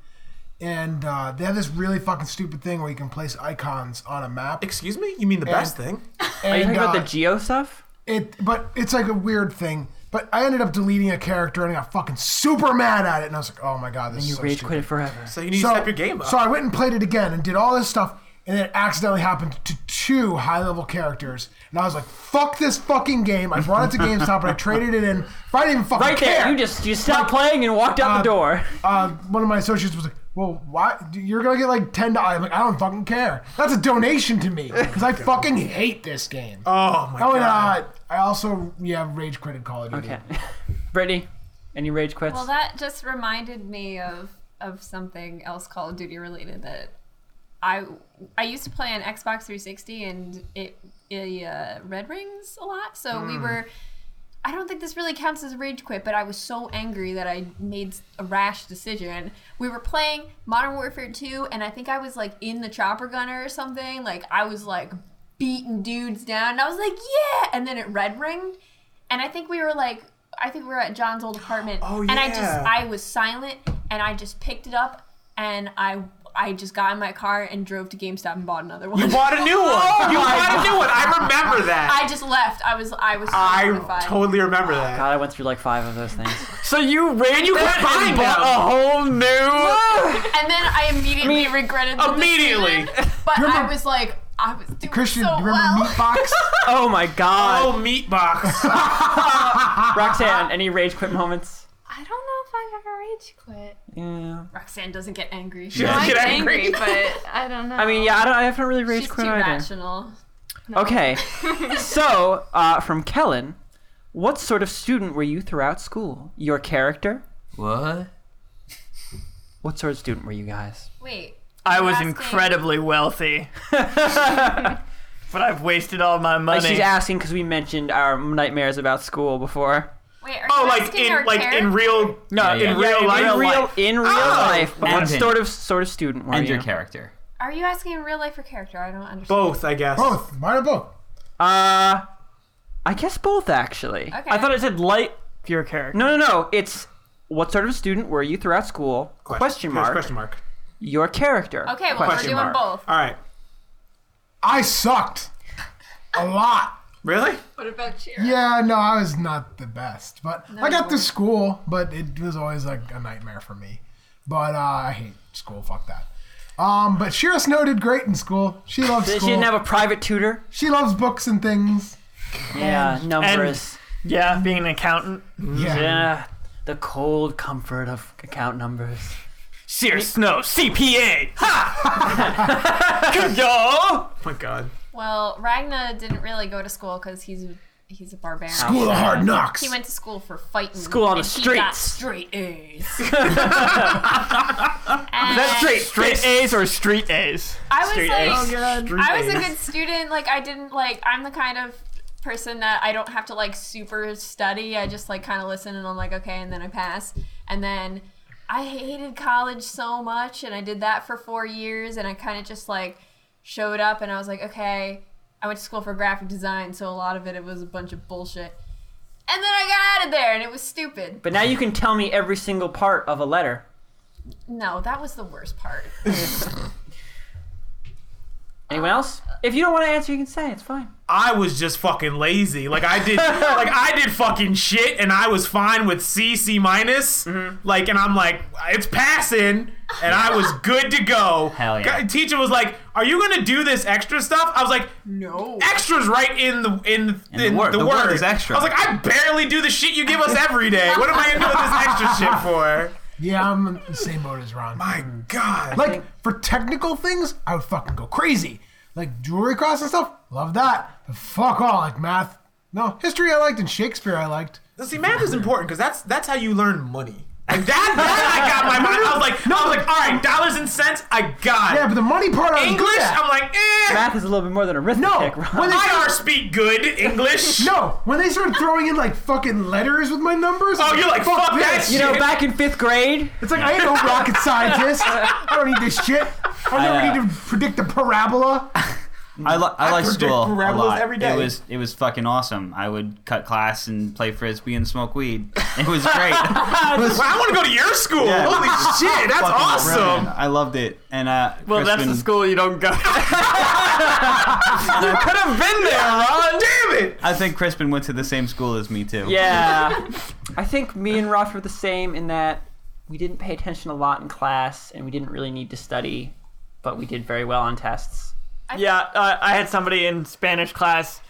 Speaker 4: and uh, they have this really fucking stupid thing where you can place icons on a map.
Speaker 3: Excuse me? You mean the best thing?
Speaker 1: Are you
Speaker 4: And,
Speaker 1: talking about
Speaker 4: uh,
Speaker 1: the geo stuff?
Speaker 4: It, but it's like a weird thing. But I ended up deleting a character and I got fucking super mad at it, and I was like, "Oh my god, this is
Speaker 1: You
Speaker 4: so
Speaker 1: rage
Speaker 4: stupid.
Speaker 1: quit it forever.
Speaker 3: So you need to step your game up.
Speaker 4: So I went and played it again and did all this stuff, and it accidentally happened to two high level characters. And I was like, fuck this fucking game. I brought it to GameStop and I traded it in. If I didn't even fucking
Speaker 1: Right there,
Speaker 4: care.
Speaker 1: you just you stopped playing and walked out
Speaker 4: uh,
Speaker 1: the
Speaker 4: (laughs)
Speaker 1: door.
Speaker 4: uh, one of my associates was like, well, why? You're going to get like $10. I'm like, I don't fucking care. That's a donation to me
Speaker 3: (laughs)
Speaker 4: because I fucking hate this game.
Speaker 3: oh my
Speaker 4: oh, and
Speaker 3: god.
Speaker 4: uh, I also, yeah, rage quitted Call of Duty.
Speaker 1: Okay. (laughs) Brittany, any rage quits?
Speaker 2: Well, that just reminded me of of something else Call of Duty related that I I used to play on Xbox 360 and it, it uh, red rings a lot, so we were. I don't think this really counts as a rage quit, but I was so angry that I made a rash decision. We were playing Modern Warfare 2, and I think I was like in the chopper gunner or something. Like I was like beating dudes down, and I was like, yeah! And then it red ringed, and I think we were like, I think we were at John's old apartment.
Speaker 3: (gasps) Oh,
Speaker 2: And I just,
Speaker 3: yeah.
Speaker 2: I was silent, and I just picked it up, and I, I just got in my car and drove to GameStop and bought another one. (laughs)
Speaker 3: You bought a new one. you bought a new one. I remember that.
Speaker 2: I just left. I was, I was so
Speaker 3: I
Speaker 2: mortified.
Speaker 3: totally remember that.
Speaker 1: God, I went through like five of those things.
Speaker 6: So you
Speaker 1: (laughs)
Speaker 6: ran you
Speaker 3: can't buy
Speaker 6: and bought
Speaker 3: them.
Speaker 6: a whole new.
Speaker 2: And then I immediately regretted the
Speaker 3: immediately.
Speaker 2: decision, but I
Speaker 4: Remember-
Speaker 2: was like, I was doing
Speaker 4: Christian,
Speaker 2: so
Speaker 4: do you remember
Speaker 2: well. (laughs)
Speaker 4: Meatbox?
Speaker 1: oh my god.
Speaker 3: Oh, meat (laughs) box.
Speaker 1: Roxanne,
Speaker 4: (laughs)
Speaker 1: any rage quit moments?
Speaker 7: I don't know if I've ever rage quit.
Speaker 1: Yeah.
Speaker 2: Roxanne doesn't get
Speaker 1: (laughs)
Speaker 2: angry.
Speaker 3: doesn't
Speaker 7: I'm
Speaker 3: get
Speaker 7: angry,
Speaker 3: angry.
Speaker 7: but I don't know.
Speaker 1: I mean, yeah, I, don't, I haven't really rage
Speaker 2: She's too
Speaker 1: quit either.
Speaker 2: rational. (laughs)
Speaker 1: Okay. so, uh, from Kellen, what sort of student were you throughout school? Your character?
Speaker 5: What?
Speaker 1: What sort of student were you guys?
Speaker 2: Wait.
Speaker 6: I was
Speaker 2: asking-
Speaker 6: incredibly wealthy, but I've wasted all my money.
Speaker 1: She's asking because we mentioned our nightmares about school before.
Speaker 2: Wait, are
Speaker 3: Oh,
Speaker 2: you
Speaker 3: like
Speaker 2: asking
Speaker 3: in
Speaker 2: our
Speaker 3: like in
Speaker 2: character?
Speaker 3: real
Speaker 1: No,
Speaker 5: yeah.
Speaker 3: in real life.
Speaker 1: In real, in real life. But what
Speaker 5: Mountain.
Speaker 1: sort of sort of student were
Speaker 5: And
Speaker 1: you?
Speaker 5: your character.
Speaker 2: Are you asking in real life or character? I don't understand.
Speaker 3: Both, I guess.
Speaker 4: Both. Mine are both.
Speaker 1: Uh, I guess both actually.
Speaker 2: Okay.
Speaker 1: I thought it said light.
Speaker 6: your character.
Speaker 1: No, no, no. It's what sort of student were you throughout school? Question, mark.
Speaker 3: Question mark.
Speaker 1: Your character.
Speaker 2: Okay, well
Speaker 3: Question
Speaker 2: we're doing
Speaker 3: mark.
Speaker 2: both.
Speaker 3: All right.
Speaker 4: I sucked a lot.
Speaker 3: Really? Oh
Speaker 2: What about cheer?
Speaker 4: Yeah, no, I was not the best, but I
Speaker 2: you
Speaker 4: got to
Speaker 2: weren't.
Speaker 4: school, but it was always like a nightmare for me. But uh, I hate school. Fuck that. Um, but Shira Snow did great in school. She loves
Speaker 1: She
Speaker 4: school.
Speaker 1: didn't have a private tutor.
Speaker 4: she loves books and things.
Speaker 1: Yeah, numbers.
Speaker 6: Yeah, being an accountant.
Speaker 4: Yeah.
Speaker 1: yeah, the cold comfort of account numbers.
Speaker 6: Sears Snow, CPA.
Speaker 1: (laughs)
Speaker 6: Ha!
Speaker 3: Oh my god.
Speaker 2: Well, Ragna didn't really go to school because he's a, he's a barbarian.
Speaker 4: School of hard knocks.
Speaker 2: He went to school for fighting.
Speaker 1: School on
Speaker 2: and
Speaker 1: the
Speaker 2: He got
Speaker 1: streets.
Speaker 2: straight A's.
Speaker 6: That's
Speaker 2: And
Speaker 6: straight straight A's or street A's.
Speaker 2: I was like,
Speaker 3: god.
Speaker 2: I was a good student. Like I didn't like. I'm the kind of person that I don't have to like super study. I just like kind of listen and I'm like okay, and then I pass. And then I hated college so much, and I did that for four years, and I kind of just like showed up, and I was like okay. I went to school for graphic design, so a lot of it, it was a bunch of bullshit. And then I got out of there, and it was stupid.
Speaker 1: But now you can tell me every single part of a letter.
Speaker 2: No, that was the worst part.
Speaker 1: Anyone else? If you don't want to answer, you can say it's fine.
Speaker 3: I was just fucking lazy. Like I did, like I did fucking shit, and I was fine with C, C minus. Like, and I'm like, it's passing, and I was good to go.
Speaker 5: Hell yeah.
Speaker 3: God, Teacher was like, "Are you gonna do this extra stuff?" I was like,
Speaker 2: No.
Speaker 3: "Extras right in the in the,
Speaker 5: In the word. The word is extra.
Speaker 3: I was like, "I barely do the shit you give us every day. What am I gonna do with this extra shit for?"
Speaker 4: yeah, I'm in the same boat as Ron.
Speaker 3: My God.
Speaker 4: Like for technical things, I would fucking go crazy. Like jewelry cross and stuff, love that. But fuck all like math. No, history I liked and Shakespeare I liked.
Speaker 3: See, math is important because that's that's how you learn money. Like that, that I got my mind. I was like, no, I was like, all right, dollars and cents, I got. it.
Speaker 4: Yeah, but the money part I was good
Speaker 3: English,
Speaker 4: at.
Speaker 3: I'm like, eh.
Speaker 1: Math is a little bit more than arithmetic. Ron.
Speaker 4: when
Speaker 3: I are speak good (laughs) English.
Speaker 4: No, when they started throwing in like fucking letters with my numbers.
Speaker 3: Oh,
Speaker 4: I'm
Speaker 3: you're like, fuck that
Speaker 4: this."
Speaker 1: (laughs) you know,
Speaker 3: shit.
Speaker 1: back in fifth grade,
Speaker 4: It's like I ain't no rocket scientist. I don't need this shit. I never need to predict a parabola.
Speaker 5: I, li- I, like
Speaker 3: Mm. predict
Speaker 5: school a
Speaker 3: parabolas
Speaker 5: lot.
Speaker 3: every day.
Speaker 5: It was it was fucking awesome. I would cut class and play frisbee and smoke weed. It was
Speaker 3: (laughs)
Speaker 5: great. It was
Speaker 3: Wow, I want to go to your school.
Speaker 5: Yeah. (laughs)
Speaker 3: Holy shit, that's
Speaker 5: fucking
Speaker 3: awesome.
Speaker 5: brilliant. I loved it. And uh,
Speaker 6: Well,
Speaker 5: Crispin,
Speaker 6: that's the school
Speaker 1: (laughs)
Speaker 6: you don't go. to. you could have been there, Ron.
Speaker 3: Damn it.
Speaker 5: I think Crispin went to the same school as me too.
Speaker 1: Yeah. I think me and Ross were the same in that we didn't pay attention a lot in class and we didn't really need to study, but we did very well on tests.
Speaker 6: Yeah, uh, I had somebody in Spanish class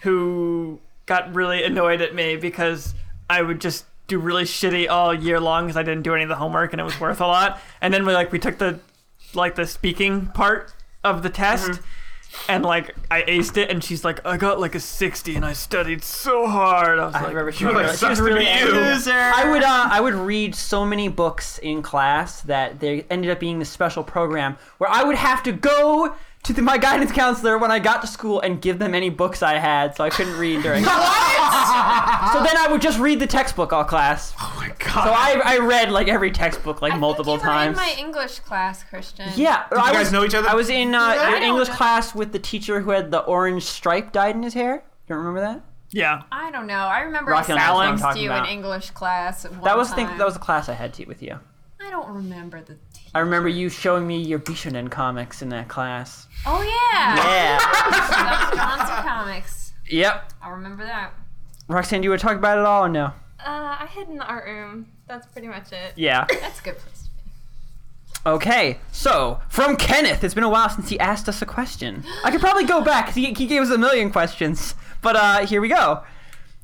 Speaker 6: who got really annoyed at me because I would just do really shitty all year long because I didn't do any of the homework and it was worth a lot. And then we like we took the like the speaking part of the test.
Speaker 1: Mm-hmm.
Speaker 6: And like I aced it, and she's like, I got like a sixty, and I studied so hard. I was
Speaker 1: I
Speaker 6: like,
Speaker 1: remember she
Speaker 3: You're
Speaker 1: was
Speaker 3: like,
Speaker 1: really- she
Speaker 3: sucks
Speaker 1: was
Speaker 3: to
Speaker 1: really
Speaker 3: be
Speaker 1: angry.
Speaker 3: you.
Speaker 1: I would uh, I would read so many books in class that they ended up being the special program where I would have to go to the, my guidance counselor when I got to school and give them any books I had, so I couldn't read
Speaker 3: (laughs)
Speaker 1: during. so then I would just read the textbook all class. So
Speaker 3: Oh my god.
Speaker 1: I, I read like every textbook like
Speaker 2: I think
Speaker 1: multiple
Speaker 2: you were
Speaker 1: times.
Speaker 2: in my English class, Christian.
Speaker 1: yeah, I
Speaker 3: you guys
Speaker 1: was,
Speaker 3: know each other?
Speaker 1: I was in uh,
Speaker 2: I
Speaker 1: your
Speaker 2: know
Speaker 1: English
Speaker 2: that.
Speaker 1: class with the teacher who had the orange stripe dyed in his hair. You don't remember that?
Speaker 6: yeah,
Speaker 2: I don't know. I remember
Speaker 1: Rocky
Speaker 2: I
Speaker 1: and I know what I'm
Speaker 2: silenced
Speaker 1: talking
Speaker 2: you
Speaker 1: about.
Speaker 2: in English class. At one
Speaker 1: That was the
Speaker 2: time.
Speaker 1: thing, that was the class I had to with you.
Speaker 2: I don't remember the. T-
Speaker 1: I remember you showing me your Bishonen comics in that class.
Speaker 2: oh yeah. (laughs)
Speaker 1: Yeah.
Speaker 2: that was Monster Comics.
Speaker 1: yep.
Speaker 2: I remember that.
Speaker 1: Roxanne, do you want to talk about it all or no?
Speaker 7: Uh, I hid in the art room. That's pretty much it.
Speaker 1: Yeah.
Speaker 2: (laughs) That's a good place. to be.
Speaker 1: Okay. So, from Kenneth, it's been a while since he asked us a question. I could probably go back 'cause he, he gave us a million questions. But uh, here we go.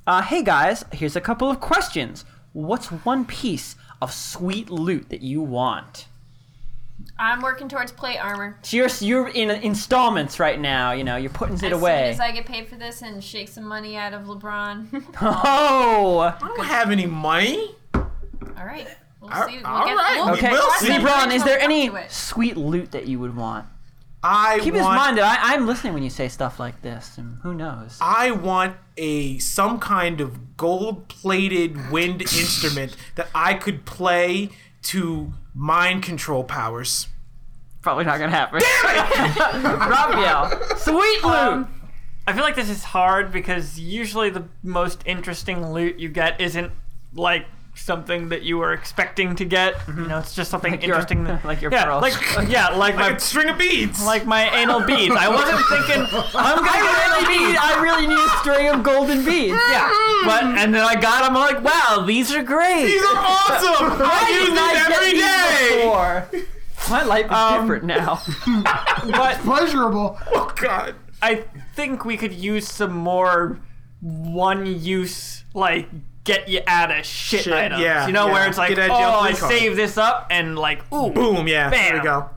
Speaker 1: Uh, hey guys, here's a couple of questions. What's one piece of sweet loot that you want?
Speaker 2: I'm working towards plate armor.
Speaker 1: So you're, you're in installments right now, you know, you're putting it
Speaker 2: as
Speaker 1: away.
Speaker 2: soon as I get paid for this and shake some money out of LeBron.
Speaker 1: (laughs) oh!
Speaker 3: I don't have any money.
Speaker 2: All right. We'll
Speaker 3: All-
Speaker 2: see. We'll
Speaker 3: all
Speaker 2: get,
Speaker 3: right.
Speaker 2: We'll,
Speaker 1: Okay,
Speaker 3: We'll see.
Speaker 1: LeBron, is there any
Speaker 2: Up to it.
Speaker 1: sweet loot that you would want?
Speaker 3: I
Speaker 1: Keep in
Speaker 3: want,
Speaker 1: mind that I, I'm listening when you say stuff like this, and who knows?
Speaker 3: I want a some kind of gold-plated wind instrument that I could play to mind control powers.
Speaker 1: Probably not gonna happen. Raphael, sweet loot.
Speaker 6: Um, I feel like this is hard because usually the most interesting loot you get isn't like something that you were expecting to get.
Speaker 3: Mm-hmm.
Speaker 6: You know, it's just something
Speaker 1: your-
Speaker 3: (laughs)
Speaker 6: interesting, that,
Speaker 1: like your
Speaker 6: yeah,
Speaker 1: pearls.
Speaker 6: like yeah, like my
Speaker 3: A string of beads.
Speaker 6: like my anal beads. I wasn't thinking
Speaker 3: (laughs)
Speaker 6: I'm gonna get
Speaker 1: I
Speaker 6: anal
Speaker 1: really need,
Speaker 6: beads.
Speaker 1: I really need a string of golden beads.
Speaker 6: Yeah, but and then I got them. I'm like, wow, these are great.
Speaker 3: These are awesome. I use
Speaker 1: Did I get these
Speaker 3: these every day.
Speaker 1: before? My life is different now.
Speaker 6: But
Speaker 4: Pleasurable.
Speaker 3: Oh god.
Speaker 6: I think we could use some more one use like get you out of shit,
Speaker 3: Shit,
Speaker 6: items.
Speaker 3: yeah,
Speaker 6: you know where
Speaker 3: yeah.
Speaker 6: it's like,
Speaker 3: Get out
Speaker 6: oh,
Speaker 3: of jail
Speaker 6: I
Speaker 3: free card."
Speaker 6: save this up and like, ooh,
Speaker 3: Boom. Yeah. There we
Speaker 6: Bam.
Speaker 3: go.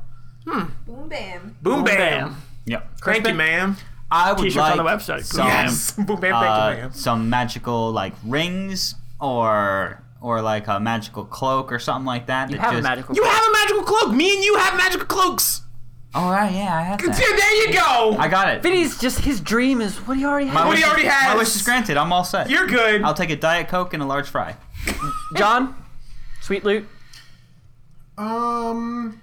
Speaker 2: Boom bam.
Speaker 3: Boom. bam.
Speaker 5: Yep.
Speaker 3: Thank you, ma'am.
Speaker 5: I would
Speaker 6: T-shirts
Speaker 5: like
Speaker 6: on the website.
Speaker 5: Some,
Speaker 3: Yes. (laughs) Boom. Bam.
Speaker 5: uh,
Speaker 3: thank you, ma'am.
Speaker 5: some magical like rings or or like a magical cloak or something like that. that
Speaker 1: Have a
Speaker 5: just-
Speaker 1: magical.
Speaker 3: You have a magical cloak. Me and you have magical cloaks.
Speaker 5: Oh right, yeah, I have
Speaker 3: Yeah,
Speaker 5: that.
Speaker 3: there you go.
Speaker 5: I got it.
Speaker 1: Vinny's just his dream is what he already has.
Speaker 5: My
Speaker 3: What
Speaker 5: wish
Speaker 3: he
Speaker 5: is-
Speaker 3: already has.
Speaker 5: My wish is granted. I'm all set.
Speaker 3: You're good.
Speaker 5: I'll take a diet coke and a large fry.
Speaker 1: John, sweet loot.
Speaker 4: Um,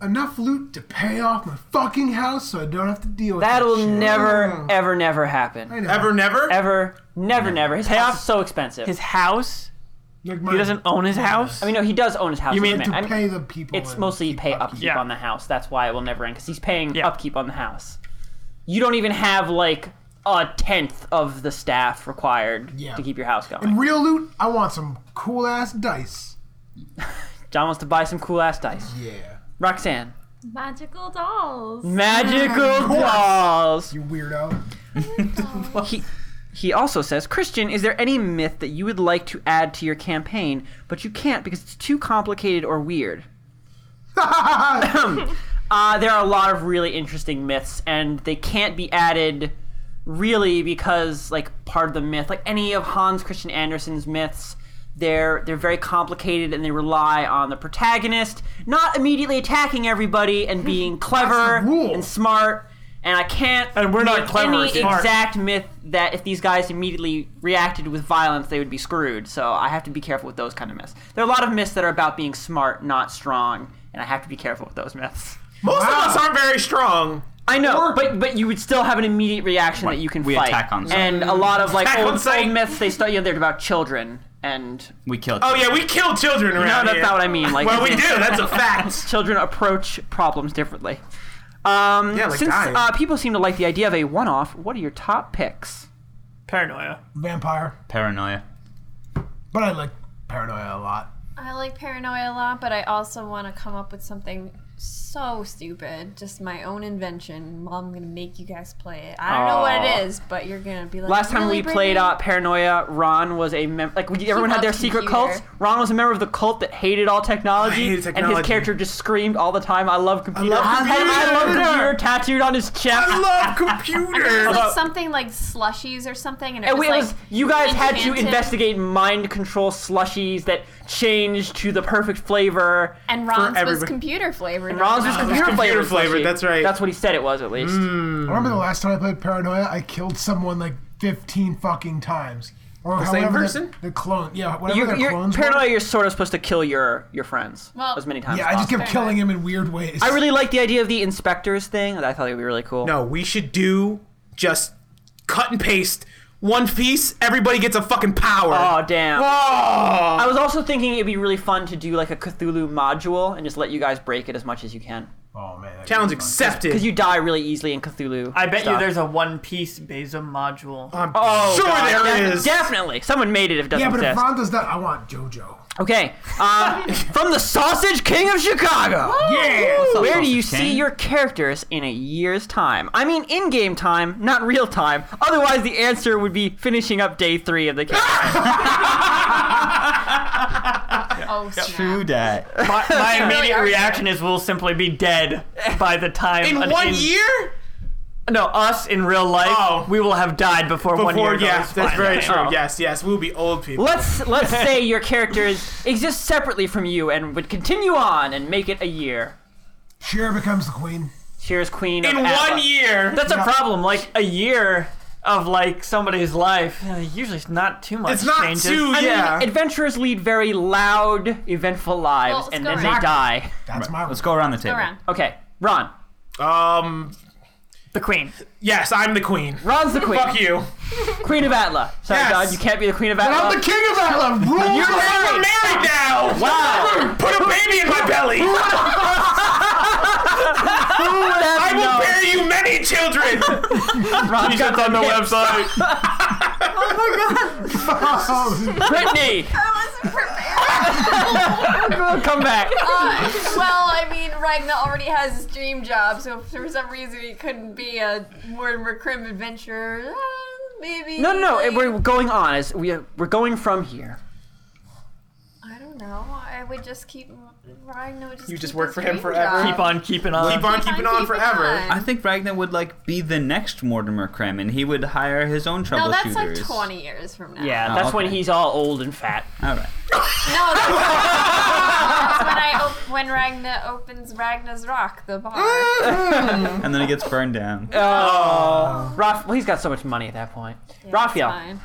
Speaker 4: enough loot to pay off my fucking house, so I don't have to deal with
Speaker 1: That'll
Speaker 4: that shit. Oh.
Speaker 1: never, ever, never happen.
Speaker 4: I know.
Speaker 3: Ever, never.
Speaker 1: ever, never, never. His house is so expensive.
Speaker 6: his house.
Speaker 4: Like my,
Speaker 6: He doesn't own his house.
Speaker 1: I mean, no, he does own his house.
Speaker 6: You mean
Speaker 1: doesn't
Speaker 4: to
Speaker 1: he? I mean,
Speaker 4: pay the people.
Speaker 1: it's
Speaker 4: and
Speaker 1: mostly
Speaker 4: keep
Speaker 1: pay
Speaker 4: up.
Speaker 1: upkeep
Speaker 6: Yeah.
Speaker 1: on the house. That's why it will never end because he's paying
Speaker 6: Yeah.
Speaker 1: upkeep on the house. You don't even have like a tenth of the staff required
Speaker 4: Yeah.
Speaker 1: to keep your house going.
Speaker 4: And real loot, I want some cool ass dice.
Speaker 1: John wants to buy some cool ass dice.
Speaker 4: Yeah.
Speaker 1: Roxanne,
Speaker 4: (laughs)
Speaker 7: Magical dolls.
Speaker 1: magical balls.
Speaker 4: You
Speaker 3: (laughs)
Speaker 4: weirdo.
Speaker 1: He, he also says, Christian, is there any myth that you would like to add to your campaign, but you can't because it's too complicated or weird? Uh, there are a lot of really interesting myths, and they can't be added really because, like, part of the myth, like any of Hans Christian Andersen's myths, they're they're very complicated and they rely on the protagonist not immediately attacking everybody
Speaker 6: Hmm.
Speaker 1: and being clever
Speaker 4: rule.
Speaker 1: and smart. And I can't.
Speaker 6: And we're not
Speaker 1: make
Speaker 6: clever or
Speaker 1: Any
Speaker 6: smart.
Speaker 1: exact myth that if these guys immediately reacted with violence, they would be screwed. So I have to be careful with those kind of myths. There are a lot of myths that are about being smart, not strong, and I have to be careful with those myths.
Speaker 3: Most
Speaker 4: Wow.
Speaker 3: of us aren't very strong.
Speaker 1: I know,
Speaker 4: Or-
Speaker 1: but but you would still have an immediate reaction
Speaker 5: Right,
Speaker 1: that you can
Speaker 5: we
Speaker 1: fight.
Speaker 5: attack on sight.
Speaker 1: And a lot of like
Speaker 3: Attack on
Speaker 1: old,
Speaker 3: sight.
Speaker 1: old myths, they start you know, they're about children, and
Speaker 5: We killed.
Speaker 3: Oh yeah, we kill children
Speaker 1: no,
Speaker 3: around
Speaker 1: that's
Speaker 3: here.
Speaker 1: not what I mean. Like,
Speaker 3: Well, we do. That's a fact. (laughs)
Speaker 1: children approach problems differently. Um,
Speaker 3: Yeah, like
Speaker 1: since
Speaker 3: dying.
Speaker 1: uh, people seem to like the idea of a one-off, what are your top picks?
Speaker 6: Paranoia.
Speaker 4: Vampire.
Speaker 5: Paranoia.
Speaker 4: But I like Paranoia a lot.
Speaker 2: I like paranoia a lot, but I also want to come up with something so stupid, just my own invention. Well, I'm gonna make you guys play it. I don't know what
Speaker 1: Aw.
Speaker 2: it is, but you're gonna be like.
Speaker 1: Last time
Speaker 2: "Really,
Speaker 1: we played
Speaker 2: Brittany?"
Speaker 1: uh, Paranoia, Ron was a member. Like we, everyone had their
Speaker 2: loved
Speaker 1: secret
Speaker 2: computer.
Speaker 1: cults. Ron was a member of the cult that hated all technology,
Speaker 3: I hated
Speaker 1: and
Speaker 3: technology.
Speaker 1: his character just screamed all the time, "I love computer."
Speaker 3: love
Speaker 1: Had I love
Speaker 3: computer!"
Speaker 1: (laughs) computer tattooed on his chest.
Speaker 3: I love
Speaker 2: It was
Speaker 3: computers.
Speaker 2: like something like slushies or something, and it
Speaker 1: And
Speaker 2: was
Speaker 1: we- it
Speaker 2: like
Speaker 1: was- you guys had to
Speaker 2: enchanted,
Speaker 1: investigate mind control slushies that changed to the perfect flavor.
Speaker 2: And Ron's was
Speaker 3: everybody.
Speaker 2: computer flavored.
Speaker 1: And Ron's
Speaker 2: (laughs)
Speaker 1: was computer,
Speaker 3: computer
Speaker 1: flavored.
Speaker 3: flavored,
Speaker 1: slushie.
Speaker 3: that's right.
Speaker 1: That's what he said it was,
Speaker 3: Mm,
Speaker 1: at least.
Speaker 4: I remember the last time I played Paranoia, I killed someone like 15 fucking times. Or the
Speaker 3: same
Speaker 4: however the-
Speaker 3: person?
Speaker 4: The, clone. Yeah, whatever
Speaker 1: You,
Speaker 4: their
Speaker 1: you're,
Speaker 4: clones were.
Speaker 1: paranoia, you're sort of supposed to kill your your friends
Speaker 2: Well-
Speaker 1: as many times. as
Speaker 4: Yeah, I just
Speaker 1: possible.
Speaker 4: kept killing him in weird ways.
Speaker 1: I really like the idea of the inspectors thing. I thought it would be really cool.
Speaker 3: No, we should do just cut and paste one piece. Everybody gets a fucking power.
Speaker 1: Oh damn.
Speaker 3: Oh.
Speaker 1: I was also thinking it'd be really fun to do like a Cthulhu module and just let you guys break it as much as you can.
Speaker 4: Oh, man. that'd be
Speaker 3: Challenge
Speaker 4: fun.
Speaker 3: accepted.
Speaker 1: Because you die really easily in Cthulhu.
Speaker 6: I bet you
Speaker 1: stuff.
Speaker 6: there's a One Piece Basem module.
Speaker 3: I'm
Speaker 1: Oh,
Speaker 3: sure
Speaker 1: God,
Speaker 3: there is.
Speaker 1: def- Definitely. Someone made it if it doesn't
Speaker 4: Yeah, but if
Speaker 1: exist.
Speaker 4: Ron does that, I want JoJo.
Speaker 1: Okay. Um,
Speaker 4: (laughs)
Speaker 1: from the Sausage King of Chicago.
Speaker 4: Yeah!
Speaker 1: Oh, Where do you
Speaker 5: Sausage
Speaker 1: see
Speaker 5: King?
Speaker 1: your characters in a year's time? I mean, in game time, not real time. Otherwise, the answer would be finishing up day three of the game.
Speaker 2: Oh, snap.
Speaker 5: that.
Speaker 6: My, (laughs)
Speaker 1: (laughs)
Speaker 6: my immediate
Speaker 2: are
Speaker 6: reaction is we'll simply be dead by the time
Speaker 3: In
Speaker 6: an
Speaker 3: one
Speaker 6: in-
Speaker 3: year?
Speaker 6: No, us in real life,
Speaker 3: Oh.
Speaker 6: we will have died before, one year.
Speaker 3: Before,
Speaker 6: goes
Speaker 3: yes, that's
Speaker 6: by.
Speaker 3: very true.
Speaker 1: Oh.
Speaker 3: Yes, yes, we'll be old people.
Speaker 1: let's let's say your characters exist separately from you and would continue on and make it a year.
Speaker 4: Shira becomes the queen.
Speaker 1: Cheers, Queen. of
Speaker 3: In one
Speaker 1: Atla.
Speaker 3: year,
Speaker 6: That's a problem. Like a year of like somebody's life, uh, usually it's not too much.
Speaker 3: it's not
Speaker 6: changes.
Speaker 3: too.
Speaker 1: I mean,
Speaker 3: yeah.
Speaker 1: adventurers lead very loud, eventful lives,
Speaker 2: Well,
Speaker 1: and then
Speaker 2: let's
Speaker 1: they
Speaker 2: go around.
Speaker 1: die.
Speaker 4: That's my
Speaker 5: Let's go around the table.
Speaker 2: Go around.
Speaker 1: Okay, Ron.
Speaker 3: um.
Speaker 6: The queen.
Speaker 3: Yes, I'm the queen.
Speaker 1: Ron's the queen.
Speaker 3: Fuck you.
Speaker 1: Queen of Atla. Sorry,
Speaker 3: Yes.
Speaker 1: Don, you can't be the queen of Atla.
Speaker 4: I'm the king of Atlan! Rule
Speaker 1: You're
Speaker 4: the
Speaker 1: married.
Speaker 3: I'm married now.
Speaker 1: Wow.
Speaker 3: Put a baby in my (laughs) belly.
Speaker 1: Who (laughs) would have
Speaker 3: I will
Speaker 1: known?
Speaker 3: bear you many children.
Speaker 1: Ron's got the hips. (laughs)
Speaker 3: website.
Speaker 4: house.
Speaker 1: (laughs)
Speaker 6: (laughs)
Speaker 1: Brittany,
Speaker 2: I wasn't prepared. (laughs)
Speaker 1: come back.
Speaker 2: Uh, well, I mean, Ragnar already has his dream job, so if for some reason he couldn't be a Mortimer Crim adventurer, uh, maybe.
Speaker 1: No, no, no.
Speaker 2: like-
Speaker 1: it- We're going on. As we we're going from here.
Speaker 2: I don't know. I would just keep. Ragnar would just.
Speaker 3: You just
Speaker 2: keep
Speaker 3: work
Speaker 2: his
Speaker 3: for him
Speaker 2: dream
Speaker 3: forever?
Speaker 2: job.
Speaker 6: Keep on keeping on.
Speaker 3: Keep on keeping on forever.
Speaker 5: I think Ragnar would like be the next Mortimer Krem, and he would hire his own troubleshooters.
Speaker 2: No, that's like 20 years from now.
Speaker 1: Yeah,
Speaker 5: Oh,
Speaker 1: that's when
Speaker 5: okay.
Speaker 1: he's all old and fat.
Speaker 5: All right.
Speaker 2: No,
Speaker 3: (laughs)
Speaker 2: that's, that's when I op- when Ragnar opens Ragnar's Rock, the bar.
Speaker 3: (laughs)
Speaker 5: And then it gets
Speaker 1: (laughs)
Speaker 5: burned down.
Speaker 1: Oh, Raph. Well, he's got so much money at that point. Raphael.
Speaker 2: It's fine.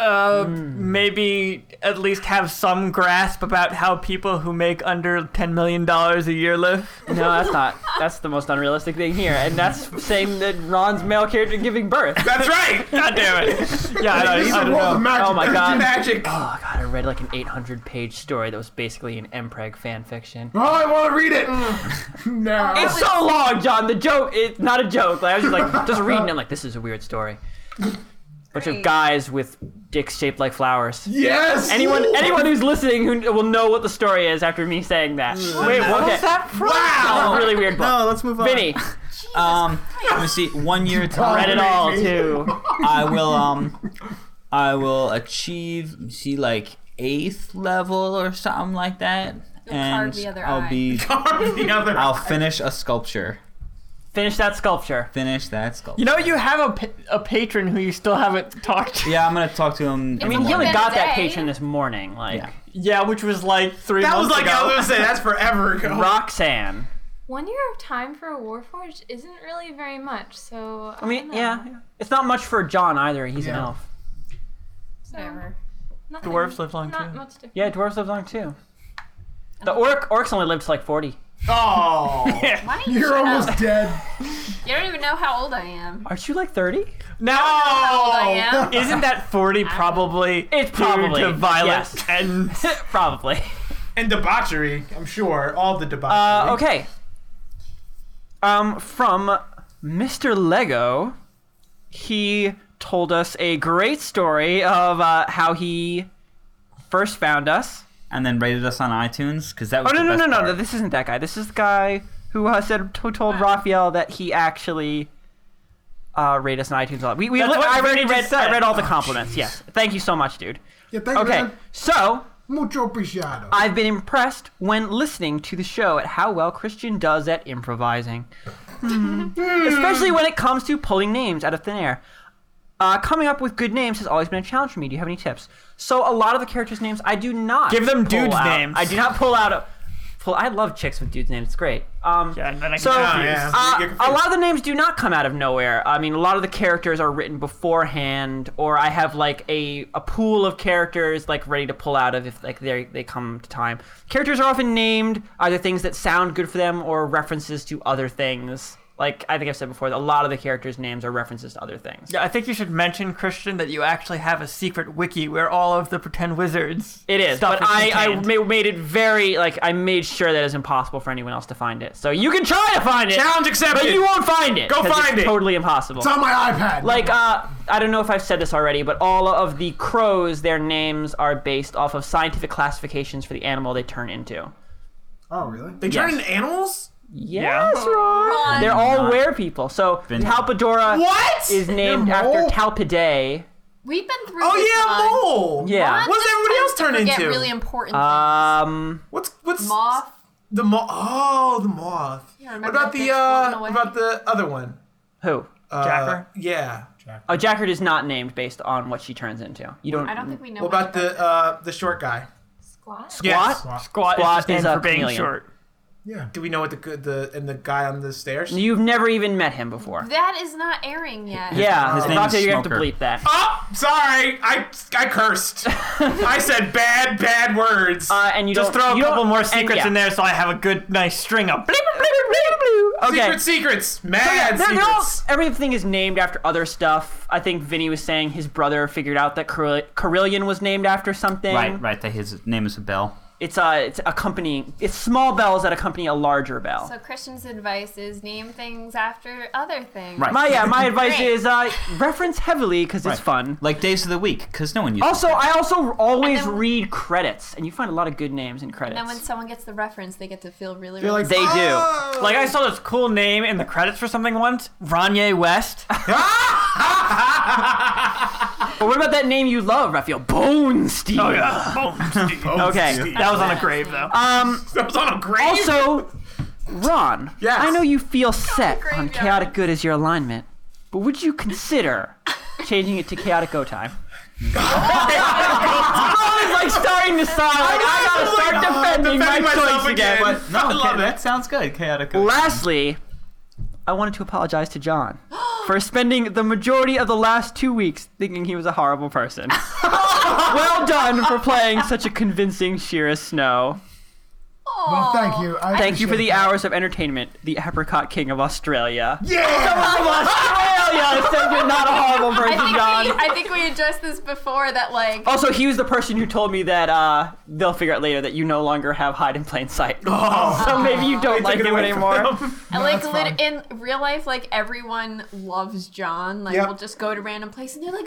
Speaker 6: Uh, maybe at least have some grasp about how people who make under ten million dollars a year live.
Speaker 1: No, (laughs) that's not. That's the most unrealistic thing here, and that's saying that Ron's male character giving birth.
Speaker 3: That's
Speaker 1: (laughs)
Speaker 3: right.
Speaker 6: God damn it.
Speaker 7: (laughs)
Speaker 6: Yeah, I,
Speaker 4: He's
Speaker 6: I
Speaker 4: a
Speaker 6: don't
Speaker 4: world of
Speaker 6: know.
Speaker 4: magic.
Speaker 1: Oh my god.
Speaker 3: Magic.
Speaker 1: Oh god, I read like an 800 page story that was basically an Mpreg fan fiction.
Speaker 4: Oh, I want to read it. (laughs) no.
Speaker 1: Mm. It's so long, John. The joke, it's not a joke. Like, I was just like,
Speaker 2: (laughs)
Speaker 1: just reading it, like, this is a weird story. Bunch of
Speaker 2: Great.
Speaker 1: guys with dicks shaped like flowers.
Speaker 4: yes.
Speaker 1: Anyone, anyone who's listening who will know what the story is after me saying that. Wait, what was that?
Speaker 3: Wow.
Speaker 1: Really weird book.
Speaker 5: No, let's move on.
Speaker 1: Vinny,
Speaker 5: Um, let me see. One year
Speaker 4: Oh,
Speaker 5: time.
Speaker 1: read it all too.
Speaker 5: I will um I will achieve let me see like eighth level or something like that. and
Speaker 2: carve the other
Speaker 5: I'll
Speaker 2: eye.
Speaker 5: be
Speaker 3: the other.
Speaker 5: I'll finish a sculpture.
Speaker 1: Finish that sculpture.
Speaker 5: Finish that sculpture.
Speaker 6: You know, you have a, pa- a patron who you still haven't talked to.
Speaker 5: yeah, I'm gonna talk to him.
Speaker 1: I mean, he only
Speaker 2: Been a
Speaker 1: got that
Speaker 2: day.
Speaker 1: patron this morning. Like,
Speaker 5: Yeah.
Speaker 6: Yeah, which was like three
Speaker 3: that was
Speaker 6: months
Speaker 3: like
Speaker 6: ago.
Speaker 3: I was gonna say that's forever ago.
Speaker 1: Roxanne.
Speaker 7: One year of time for a Warforged isn't really very much, so
Speaker 1: I mean,
Speaker 7: don't know.
Speaker 1: yeah. It's not much for John either. He's an
Speaker 4: Yeah.
Speaker 1: elf.
Speaker 7: So,
Speaker 2: Whatever.
Speaker 7: nothing-
Speaker 6: Dwarves live long
Speaker 7: Not
Speaker 6: too.
Speaker 7: much different.
Speaker 1: Yeah, dwarves live long too. The orc orcs only lived to like forty.
Speaker 3: (laughs) Oh.
Speaker 2: Why don't you
Speaker 4: You're
Speaker 2: shut
Speaker 4: almost
Speaker 2: up?
Speaker 4: dead.
Speaker 2: You don't even know how old I am.
Speaker 1: Aren't you like 30?
Speaker 2: How old I
Speaker 3: No.
Speaker 2: am.
Speaker 6: Isn't that 40 probably
Speaker 1: It's probably,
Speaker 6: due to violence
Speaker 1: yes.
Speaker 6: and
Speaker 1: (laughs) Probably.
Speaker 3: And debauchery, I'm sure. All the debauchery.
Speaker 1: Uh, okay. Um, from Mr. Lego, he told us a great story of uh, how he first found us.
Speaker 5: and then rated us on iTunes because that
Speaker 1: Oh
Speaker 5: was
Speaker 1: no
Speaker 5: the
Speaker 1: no
Speaker 5: best
Speaker 1: no no!
Speaker 5: part.
Speaker 1: no This isn't that guy. This is the guy who uh, said who told Raphael that he actually uh, rated us on iTunes a lot. We, we
Speaker 6: That's what
Speaker 1: I already
Speaker 6: Vinny
Speaker 1: read
Speaker 6: just
Speaker 1: I
Speaker 6: said.
Speaker 1: read all the compliments. yes, thank you so much, (laughs) dude.
Speaker 4: Yeah, thank you,
Speaker 1: Okay,
Speaker 4: man.
Speaker 1: so
Speaker 4: Mucho apreciado.
Speaker 1: I've been impressed when listening to the show at how well Christian does at improvising, Hmm. especially when it comes to pulling names out of thin air. Uh, coming up with good names has always been a challenge for me. Do you have any tips? So a lot of the characters' names I do not
Speaker 6: Give them
Speaker 1: pull
Speaker 6: dudes'
Speaker 1: out.
Speaker 6: names.
Speaker 1: I do not pull out a. Pull, I love chicks with dudes' names. It's great. Um,
Speaker 6: Yeah, and then I
Speaker 1: so
Speaker 6: can
Speaker 3: confused. Yeah,
Speaker 1: uh,
Speaker 3: you get confused.
Speaker 1: a lot of the names do not come out of nowhere. I mean, a lot of the characters are written beforehand, or I have like a, a pool of characters like ready to pull out of if like they they come to time. Characters are often named either things that sound good for them or references to other things. Like I think I've said before, a lot of the characters' names are references to other things.
Speaker 6: Yeah, I think you should mention Christian that you actually have a secret wiki where all of the pretend wizards.
Speaker 1: It is,
Speaker 6: stuff
Speaker 1: but I, I
Speaker 6: contained.
Speaker 1: ma- made it very like I made sure that it's impossible for anyone else to find it. So you can try to find it.
Speaker 3: Challenge accepted.
Speaker 1: But you won't find it.
Speaker 3: Go
Speaker 1: 'cause it's
Speaker 3: find it.
Speaker 1: Totally impossible.
Speaker 4: It's on my iPad.
Speaker 1: like uh, I don't know if I've said this already, but all of the crows, their names are based off of scientific classifications for the animal they turn into.
Speaker 4: oh, really?
Speaker 3: They turn into animals?
Speaker 1: Yes, Ron.
Speaker 2: Ron.
Speaker 1: They're all were people. So Talpadora
Speaker 3: What?
Speaker 1: is named
Speaker 4: They're
Speaker 1: after
Speaker 4: mole?
Speaker 1: Talpidae.
Speaker 2: We've been through.
Speaker 3: Oh
Speaker 2: this
Speaker 3: yeah,
Speaker 2: Ron.
Speaker 3: mole.
Speaker 1: Yeah.
Speaker 2: Ron
Speaker 3: What does
Speaker 2: just
Speaker 3: everybody
Speaker 2: tends
Speaker 3: else
Speaker 2: to
Speaker 3: turn
Speaker 2: forget
Speaker 3: into?
Speaker 2: Really important.
Speaker 1: Um,
Speaker 3: What's what's
Speaker 2: things. Moth.
Speaker 3: The moth. Oh, the moth.
Speaker 2: Yeah,
Speaker 3: what
Speaker 2: remember
Speaker 3: about
Speaker 2: that
Speaker 3: the
Speaker 2: bitch
Speaker 3: uh?
Speaker 2: floating
Speaker 3: What
Speaker 2: away?
Speaker 3: about the other one?
Speaker 1: who?
Speaker 3: Uh,
Speaker 6: Jacker?
Speaker 3: Yeah.
Speaker 1: Oh, Jackard is not named based on what she turns into. You don't.
Speaker 2: I don't think we know.
Speaker 3: What about the uh the short guy?
Speaker 7: Squat.
Speaker 1: squat.
Speaker 3: Yes.
Speaker 6: Squat,
Speaker 1: Squat
Speaker 6: is, just
Speaker 1: is
Speaker 6: named
Speaker 1: a
Speaker 6: for being
Speaker 1: chameleon.
Speaker 6: short.
Speaker 4: Yeah.
Speaker 3: Do we know what the good the and the guy on the stairs?
Speaker 1: You've never even met him before.
Speaker 2: That is not airing yet.
Speaker 1: yeah,
Speaker 5: his name
Speaker 1: Raphael,
Speaker 5: is
Speaker 1: you're gonna have to
Speaker 5: Smoker.
Speaker 1: bleep that.
Speaker 3: Oh, sorry. I I cursed. I said bad bad words.
Speaker 1: Uh, and you
Speaker 6: Just
Speaker 1: don't,
Speaker 6: throw a
Speaker 1: you
Speaker 6: couple
Speaker 1: don't-
Speaker 6: more
Speaker 1: and
Speaker 6: secrets
Speaker 1: yeah.
Speaker 6: in there so I have a good, nice string of.
Speaker 1: Okay.
Speaker 3: Secret secrets.
Speaker 1: So, yeah,
Speaker 3: Mad
Speaker 1: they're- they're all-
Speaker 3: secrets.
Speaker 1: everything is named after other stuff. I think Vinny was saying his brother figured out that Caril- Carillion was named after something.
Speaker 5: Right, right. That his name is a bell.
Speaker 1: It's uh, it's accompanying. It's small bells that accompany a larger bell.
Speaker 2: So Christian's advice is name things after other things.
Speaker 5: Right.
Speaker 1: my yeah,
Speaker 2: (laughs)
Speaker 1: my advice
Speaker 2: Great.
Speaker 1: is uh, reference heavily because
Speaker 5: Right.
Speaker 1: it's fun.
Speaker 5: Like days of the week because no one uses.
Speaker 1: Also, I also always
Speaker 2: And then-
Speaker 1: read credits, and you find a lot of good names in credits.
Speaker 2: And then when someone gets the reference, they get to feel really.
Speaker 3: They're
Speaker 2: really
Speaker 3: like
Speaker 1: they do.
Speaker 3: "Oh."
Speaker 6: Like, I saw this cool name in the credits for something once Ranye West.
Speaker 1: But what about that name you love, Raphael? Bone Steel.
Speaker 6: (laughs) Oh, yeah. Boom.
Speaker 1: Okay.
Speaker 6: That was on a grave, though.
Speaker 1: Um.
Speaker 3: That was on a grave.
Speaker 1: Also, Ron,
Speaker 3: Yes.
Speaker 1: I know you feel set on
Speaker 2: graveyard.
Speaker 1: chaotic good as your alignment, but would you consider changing it to chaotic go time? (laughs) I'm always like starting to sound like I gotta start defending my
Speaker 3: defending myself
Speaker 1: choice again.
Speaker 3: again.
Speaker 1: but-
Speaker 3: (laughs)
Speaker 5: no,
Speaker 3: I love
Speaker 5: okay,
Speaker 3: it.
Speaker 5: that sounds good. Chaotic.
Speaker 1: Lastly, I wanted to apologize to John for spending the majority of the last two weeks thinking he was a horrible person. well done for playing such a convincing Shira Snow.
Speaker 4: Well, thank you. I
Speaker 1: Thank you for the
Speaker 4: appreciate that.
Speaker 1: hours of entertainment, the apricot king of Australia.
Speaker 4: Yeah.
Speaker 1: From Australia said you're not a horrible
Speaker 2: (laughs) I
Speaker 1: person,
Speaker 2: think,
Speaker 1: John.
Speaker 2: we, I think we addressed this before that like
Speaker 1: Also, he was the person who told me that uh, they'll figure out later that you no longer have hide in plain sight.
Speaker 3: Oh.
Speaker 1: So maybe you don't like
Speaker 3: Take it
Speaker 1: him
Speaker 3: away from
Speaker 1: anymore.
Speaker 3: (laughs) them.
Speaker 2: And like
Speaker 4: that's
Speaker 2: lit- in real life, like everyone loves John. Like
Speaker 3: Yep.
Speaker 2: we'll just go to random places and they're like,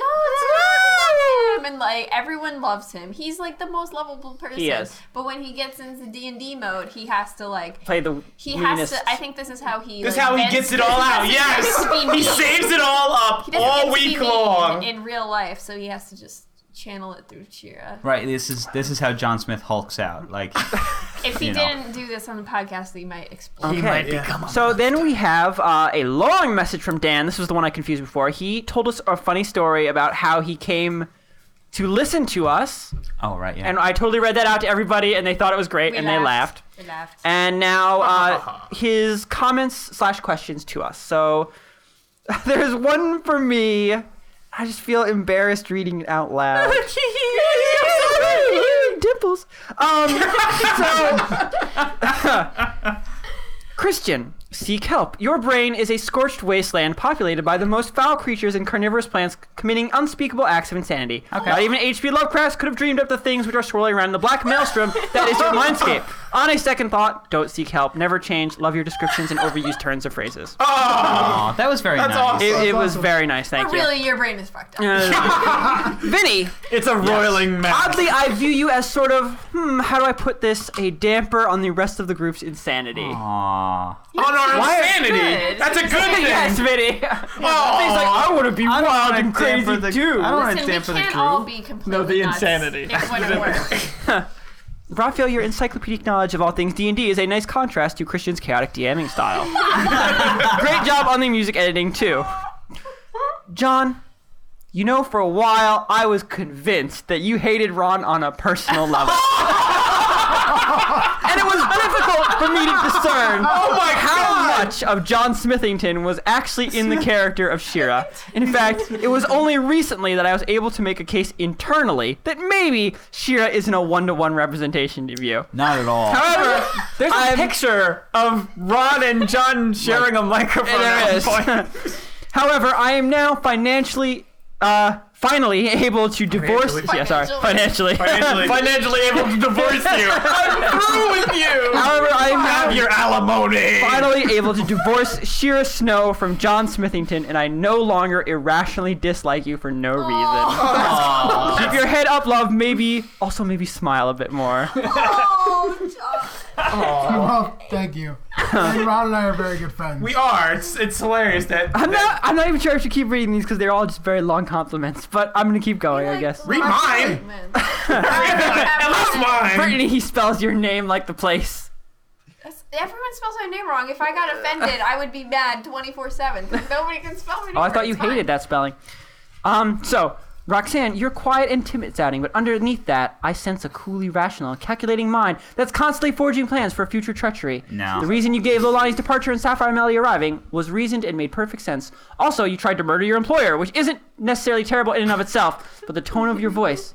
Speaker 2: "Oh, it's John, we love him!" And like everyone loves him. He's like the most lovable person.
Speaker 1: He is.
Speaker 2: But when he gets into D and D mode, he has to like
Speaker 1: Play the
Speaker 2: he has
Speaker 1: meanest.
Speaker 2: to. I think this is how (laughs) he.
Speaker 3: This is
Speaker 2: like,
Speaker 3: how he
Speaker 2: vents-
Speaker 3: gets it all out.
Speaker 2: doesn't get
Speaker 3: Yes.
Speaker 2: to be
Speaker 3: He
Speaker 2: mean.
Speaker 3: saves it all up
Speaker 2: He doesn't get
Speaker 3: all
Speaker 2: to be
Speaker 3: week
Speaker 2: mean
Speaker 3: long.
Speaker 2: in, in real life, so he has to just channel it through Chira.
Speaker 5: Right. This is this is how John Smith hulks out. Like
Speaker 2: If he
Speaker 5: You know.
Speaker 2: didn't do this on the podcast, he might
Speaker 3: Um,
Speaker 2: explode.
Speaker 1: Okay. So then we have uh, a long message from Dan. This was the one I confused before. He told us a funny story about how he came to listen to us,
Speaker 5: oh right yeah.
Speaker 1: and I totally read that out to everybody, and they thought it was great,
Speaker 2: We
Speaker 1: and they laughed.
Speaker 2: We laughed.
Speaker 1: And now uh, his comments slash questions to us. So (laughs) there's one for me. I just feel embarrassed reading it out loud. (laughs) (laughs) Dimples. Um, so Christian, seek help. Your brain is a scorched wasteland populated by the most foul creatures and carnivorous plants committing unspeakable acts of insanity. Not even H.P. Lovecraft could have dreamed up the things which are swirling around the black maelstrom that is your mindscape. On a second thought, don't seek help. Never change. Love your descriptions and overused turns of phrases.
Speaker 3: Oh.
Speaker 5: (laughs) Aw, that was very
Speaker 3: That's
Speaker 5: nice.
Speaker 3: awesome.
Speaker 1: it, it was very nice. Thank
Speaker 2: But
Speaker 1: you.
Speaker 2: really, your brain is fucked up.
Speaker 1: Uh, (laughs) Vinny,
Speaker 6: It's a roiling mess.
Speaker 1: oddly, I view you as sort of, hmm, how do I put this? A damper on the rest of the group's insanity.
Speaker 5: Aw.
Speaker 3: On our
Speaker 2: Why-
Speaker 3: insanity.
Speaker 2: Good.
Speaker 3: (laughs) That's a good
Speaker 1: (laughs)
Speaker 3: thing.
Speaker 1: Yes, Vinny.
Speaker 3: Aw.
Speaker 1: want to be
Speaker 6: I don't wanna damper the- I don't want to
Speaker 2: Listen, we
Speaker 6: dampen the
Speaker 2: can't
Speaker 6: group.
Speaker 2: all be completely
Speaker 6: No, the
Speaker 2: nuts.
Speaker 6: insanity.
Speaker 2: It wouldn't work.
Speaker 1: Raphael, your encyclopedic knowledge of all things D&D is a nice contrast to Christian's chaotic DMing (laughs) style. Great job on the music editing too. John, you know for a while I was convinced that you hated Ron on a personal (laughs) level. and
Speaker 6: (laughs)
Speaker 1: it was difficult for me to discern
Speaker 3: Oh my
Speaker 1: how
Speaker 3: god.
Speaker 1: much of John Smithington was actually in the character of Shira. In fact, it was only recently that I was able to make a case internally that maybe Shira isn't a one-to-one representation of you.
Speaker 5: Not
Speaker 1: (laughs)
Speaker 5: at all.
Speaker 1: However,
Speaker 6: (laughs) There's a
Speaker 1: I'm-
Speaker 6: picture of Ron and John sharing a microphone.
Speaker 1: there
Speaker 6: at
Speaker 1: is.
Speaker 6: one point. (laughs)
Speaker 1: However, I am now financially, uh, finally able to divorce.
Speaker 6: Financially.
Speaker 1: Yeah, sorry, financially.
Speaker 3: Financially.
Speaker 6: Financially able to divorce you. I'm through with you.
Speaker 1: However, I am
Speaker 6: Have
Speaker 1: now
Speaker 6: your alimony.
Speaker 1: finally able to divorce Shira Snow from John Smithington, and I no longer irrationally dislike you for no reason. (laughs) Keep your head up, love. Maybe also maybe smile a bit more.
Speaker 2: Oh,
Speaker 4: Well,
Speaker 1: (laughs)
Speaker 4: thank you. And Ron and I are very good friends.
Speaker 3: We are. It's, it's hilarious that.
Speaker 1: I'm
Speaker 3: that-
Speaker 1: not. I'm not even sure I should keep reading these because they're all just very long compliments. But I'm gonna keep going, Oh, I guess.
Speaker 3: Read mine. (laughs) At least mine.
Speaker 1: Brittany, he spells your name like the place.
Speaker 2: Everyone spells my name wrong. If I got offended, I would be mad 24 7. Nobody can spell my name
Speaker 1: Oh, I thought
Speaker 2: wrong.
Speaker 1: you
Speaker 2: It's fine.
Speaker 1: hated that spelling. Um, so, Roxanne, you're quiet and timid sounding, but underneath that, I sense a coolly rational and calculating mind that's constantly forging plans for future treachery.
Speaker 5: No.
Speaker 1: The reason you gave Lolani's departure and Sapphire Melly arriving was reasoned and made perfect sense. Also, you tried to murder your employer, which isn't necessarily terrible in and of itself, but the tone of your voice.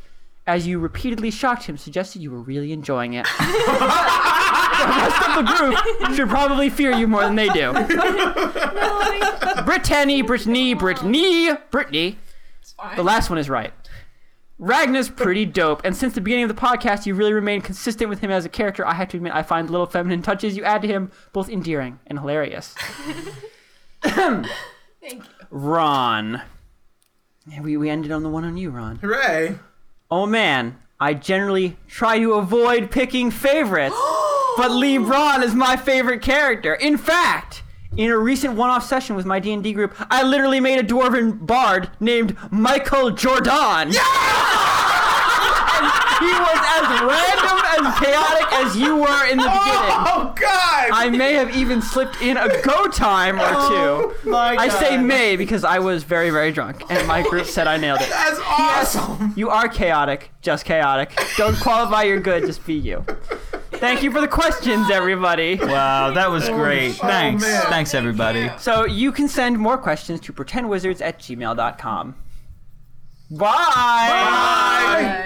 Speaker 1: As you repeatedly shocked him, suggested you were really enjoying it. (laughs) the rest of the group should probably fear you more than they do. Brittany, Brittany, Brittany, Brittany. The last one is right. Ragnar's pretty dope, and since the beginning of the podcast, you really remain consistent with him as a character. I have to admit, I find the little feminine touches you add to him both endearing and
Speaker 2: (laughs)
Speaker 1: hilarious.
Speaker 2: Thank you.
Speaker 1: Ron. Yeah, We, we ended on the one on you, Ron.
Speaker 3: Hooray.
Speaker 1: Oh man, I generally try to avoid picking favorites, but LeBron is my favorite character. In fact, in a recent one-off session with my D&D group, I literally made a dwarven bard named Michael Jordan. And he was as random and chaotic as you were in the beginning.
Speaker 3: Oh god.
Speaker 1: I may have even slipped in a go time
Speaker 3: (laughs) Oh,
Speaker 1: or two. I say may because I was very, very drunk, and my group said I nailed it.
Speaker 3: (laughs) That's awesome.
Speaker 1: You are chaotic, just chaotic. Don't qualify your good, just be you. Thank you for the questions, everybody.
Speaker 5: Wow, that was great. Thanks.
Speaker 3: Oh, man.
Speaker 5: Thanks, everybody.
Speaker 1: So you can send more questions to pretendwizards at gmail.com. Bye!
Speaker 3: Bye.
Speaker 2: Bye.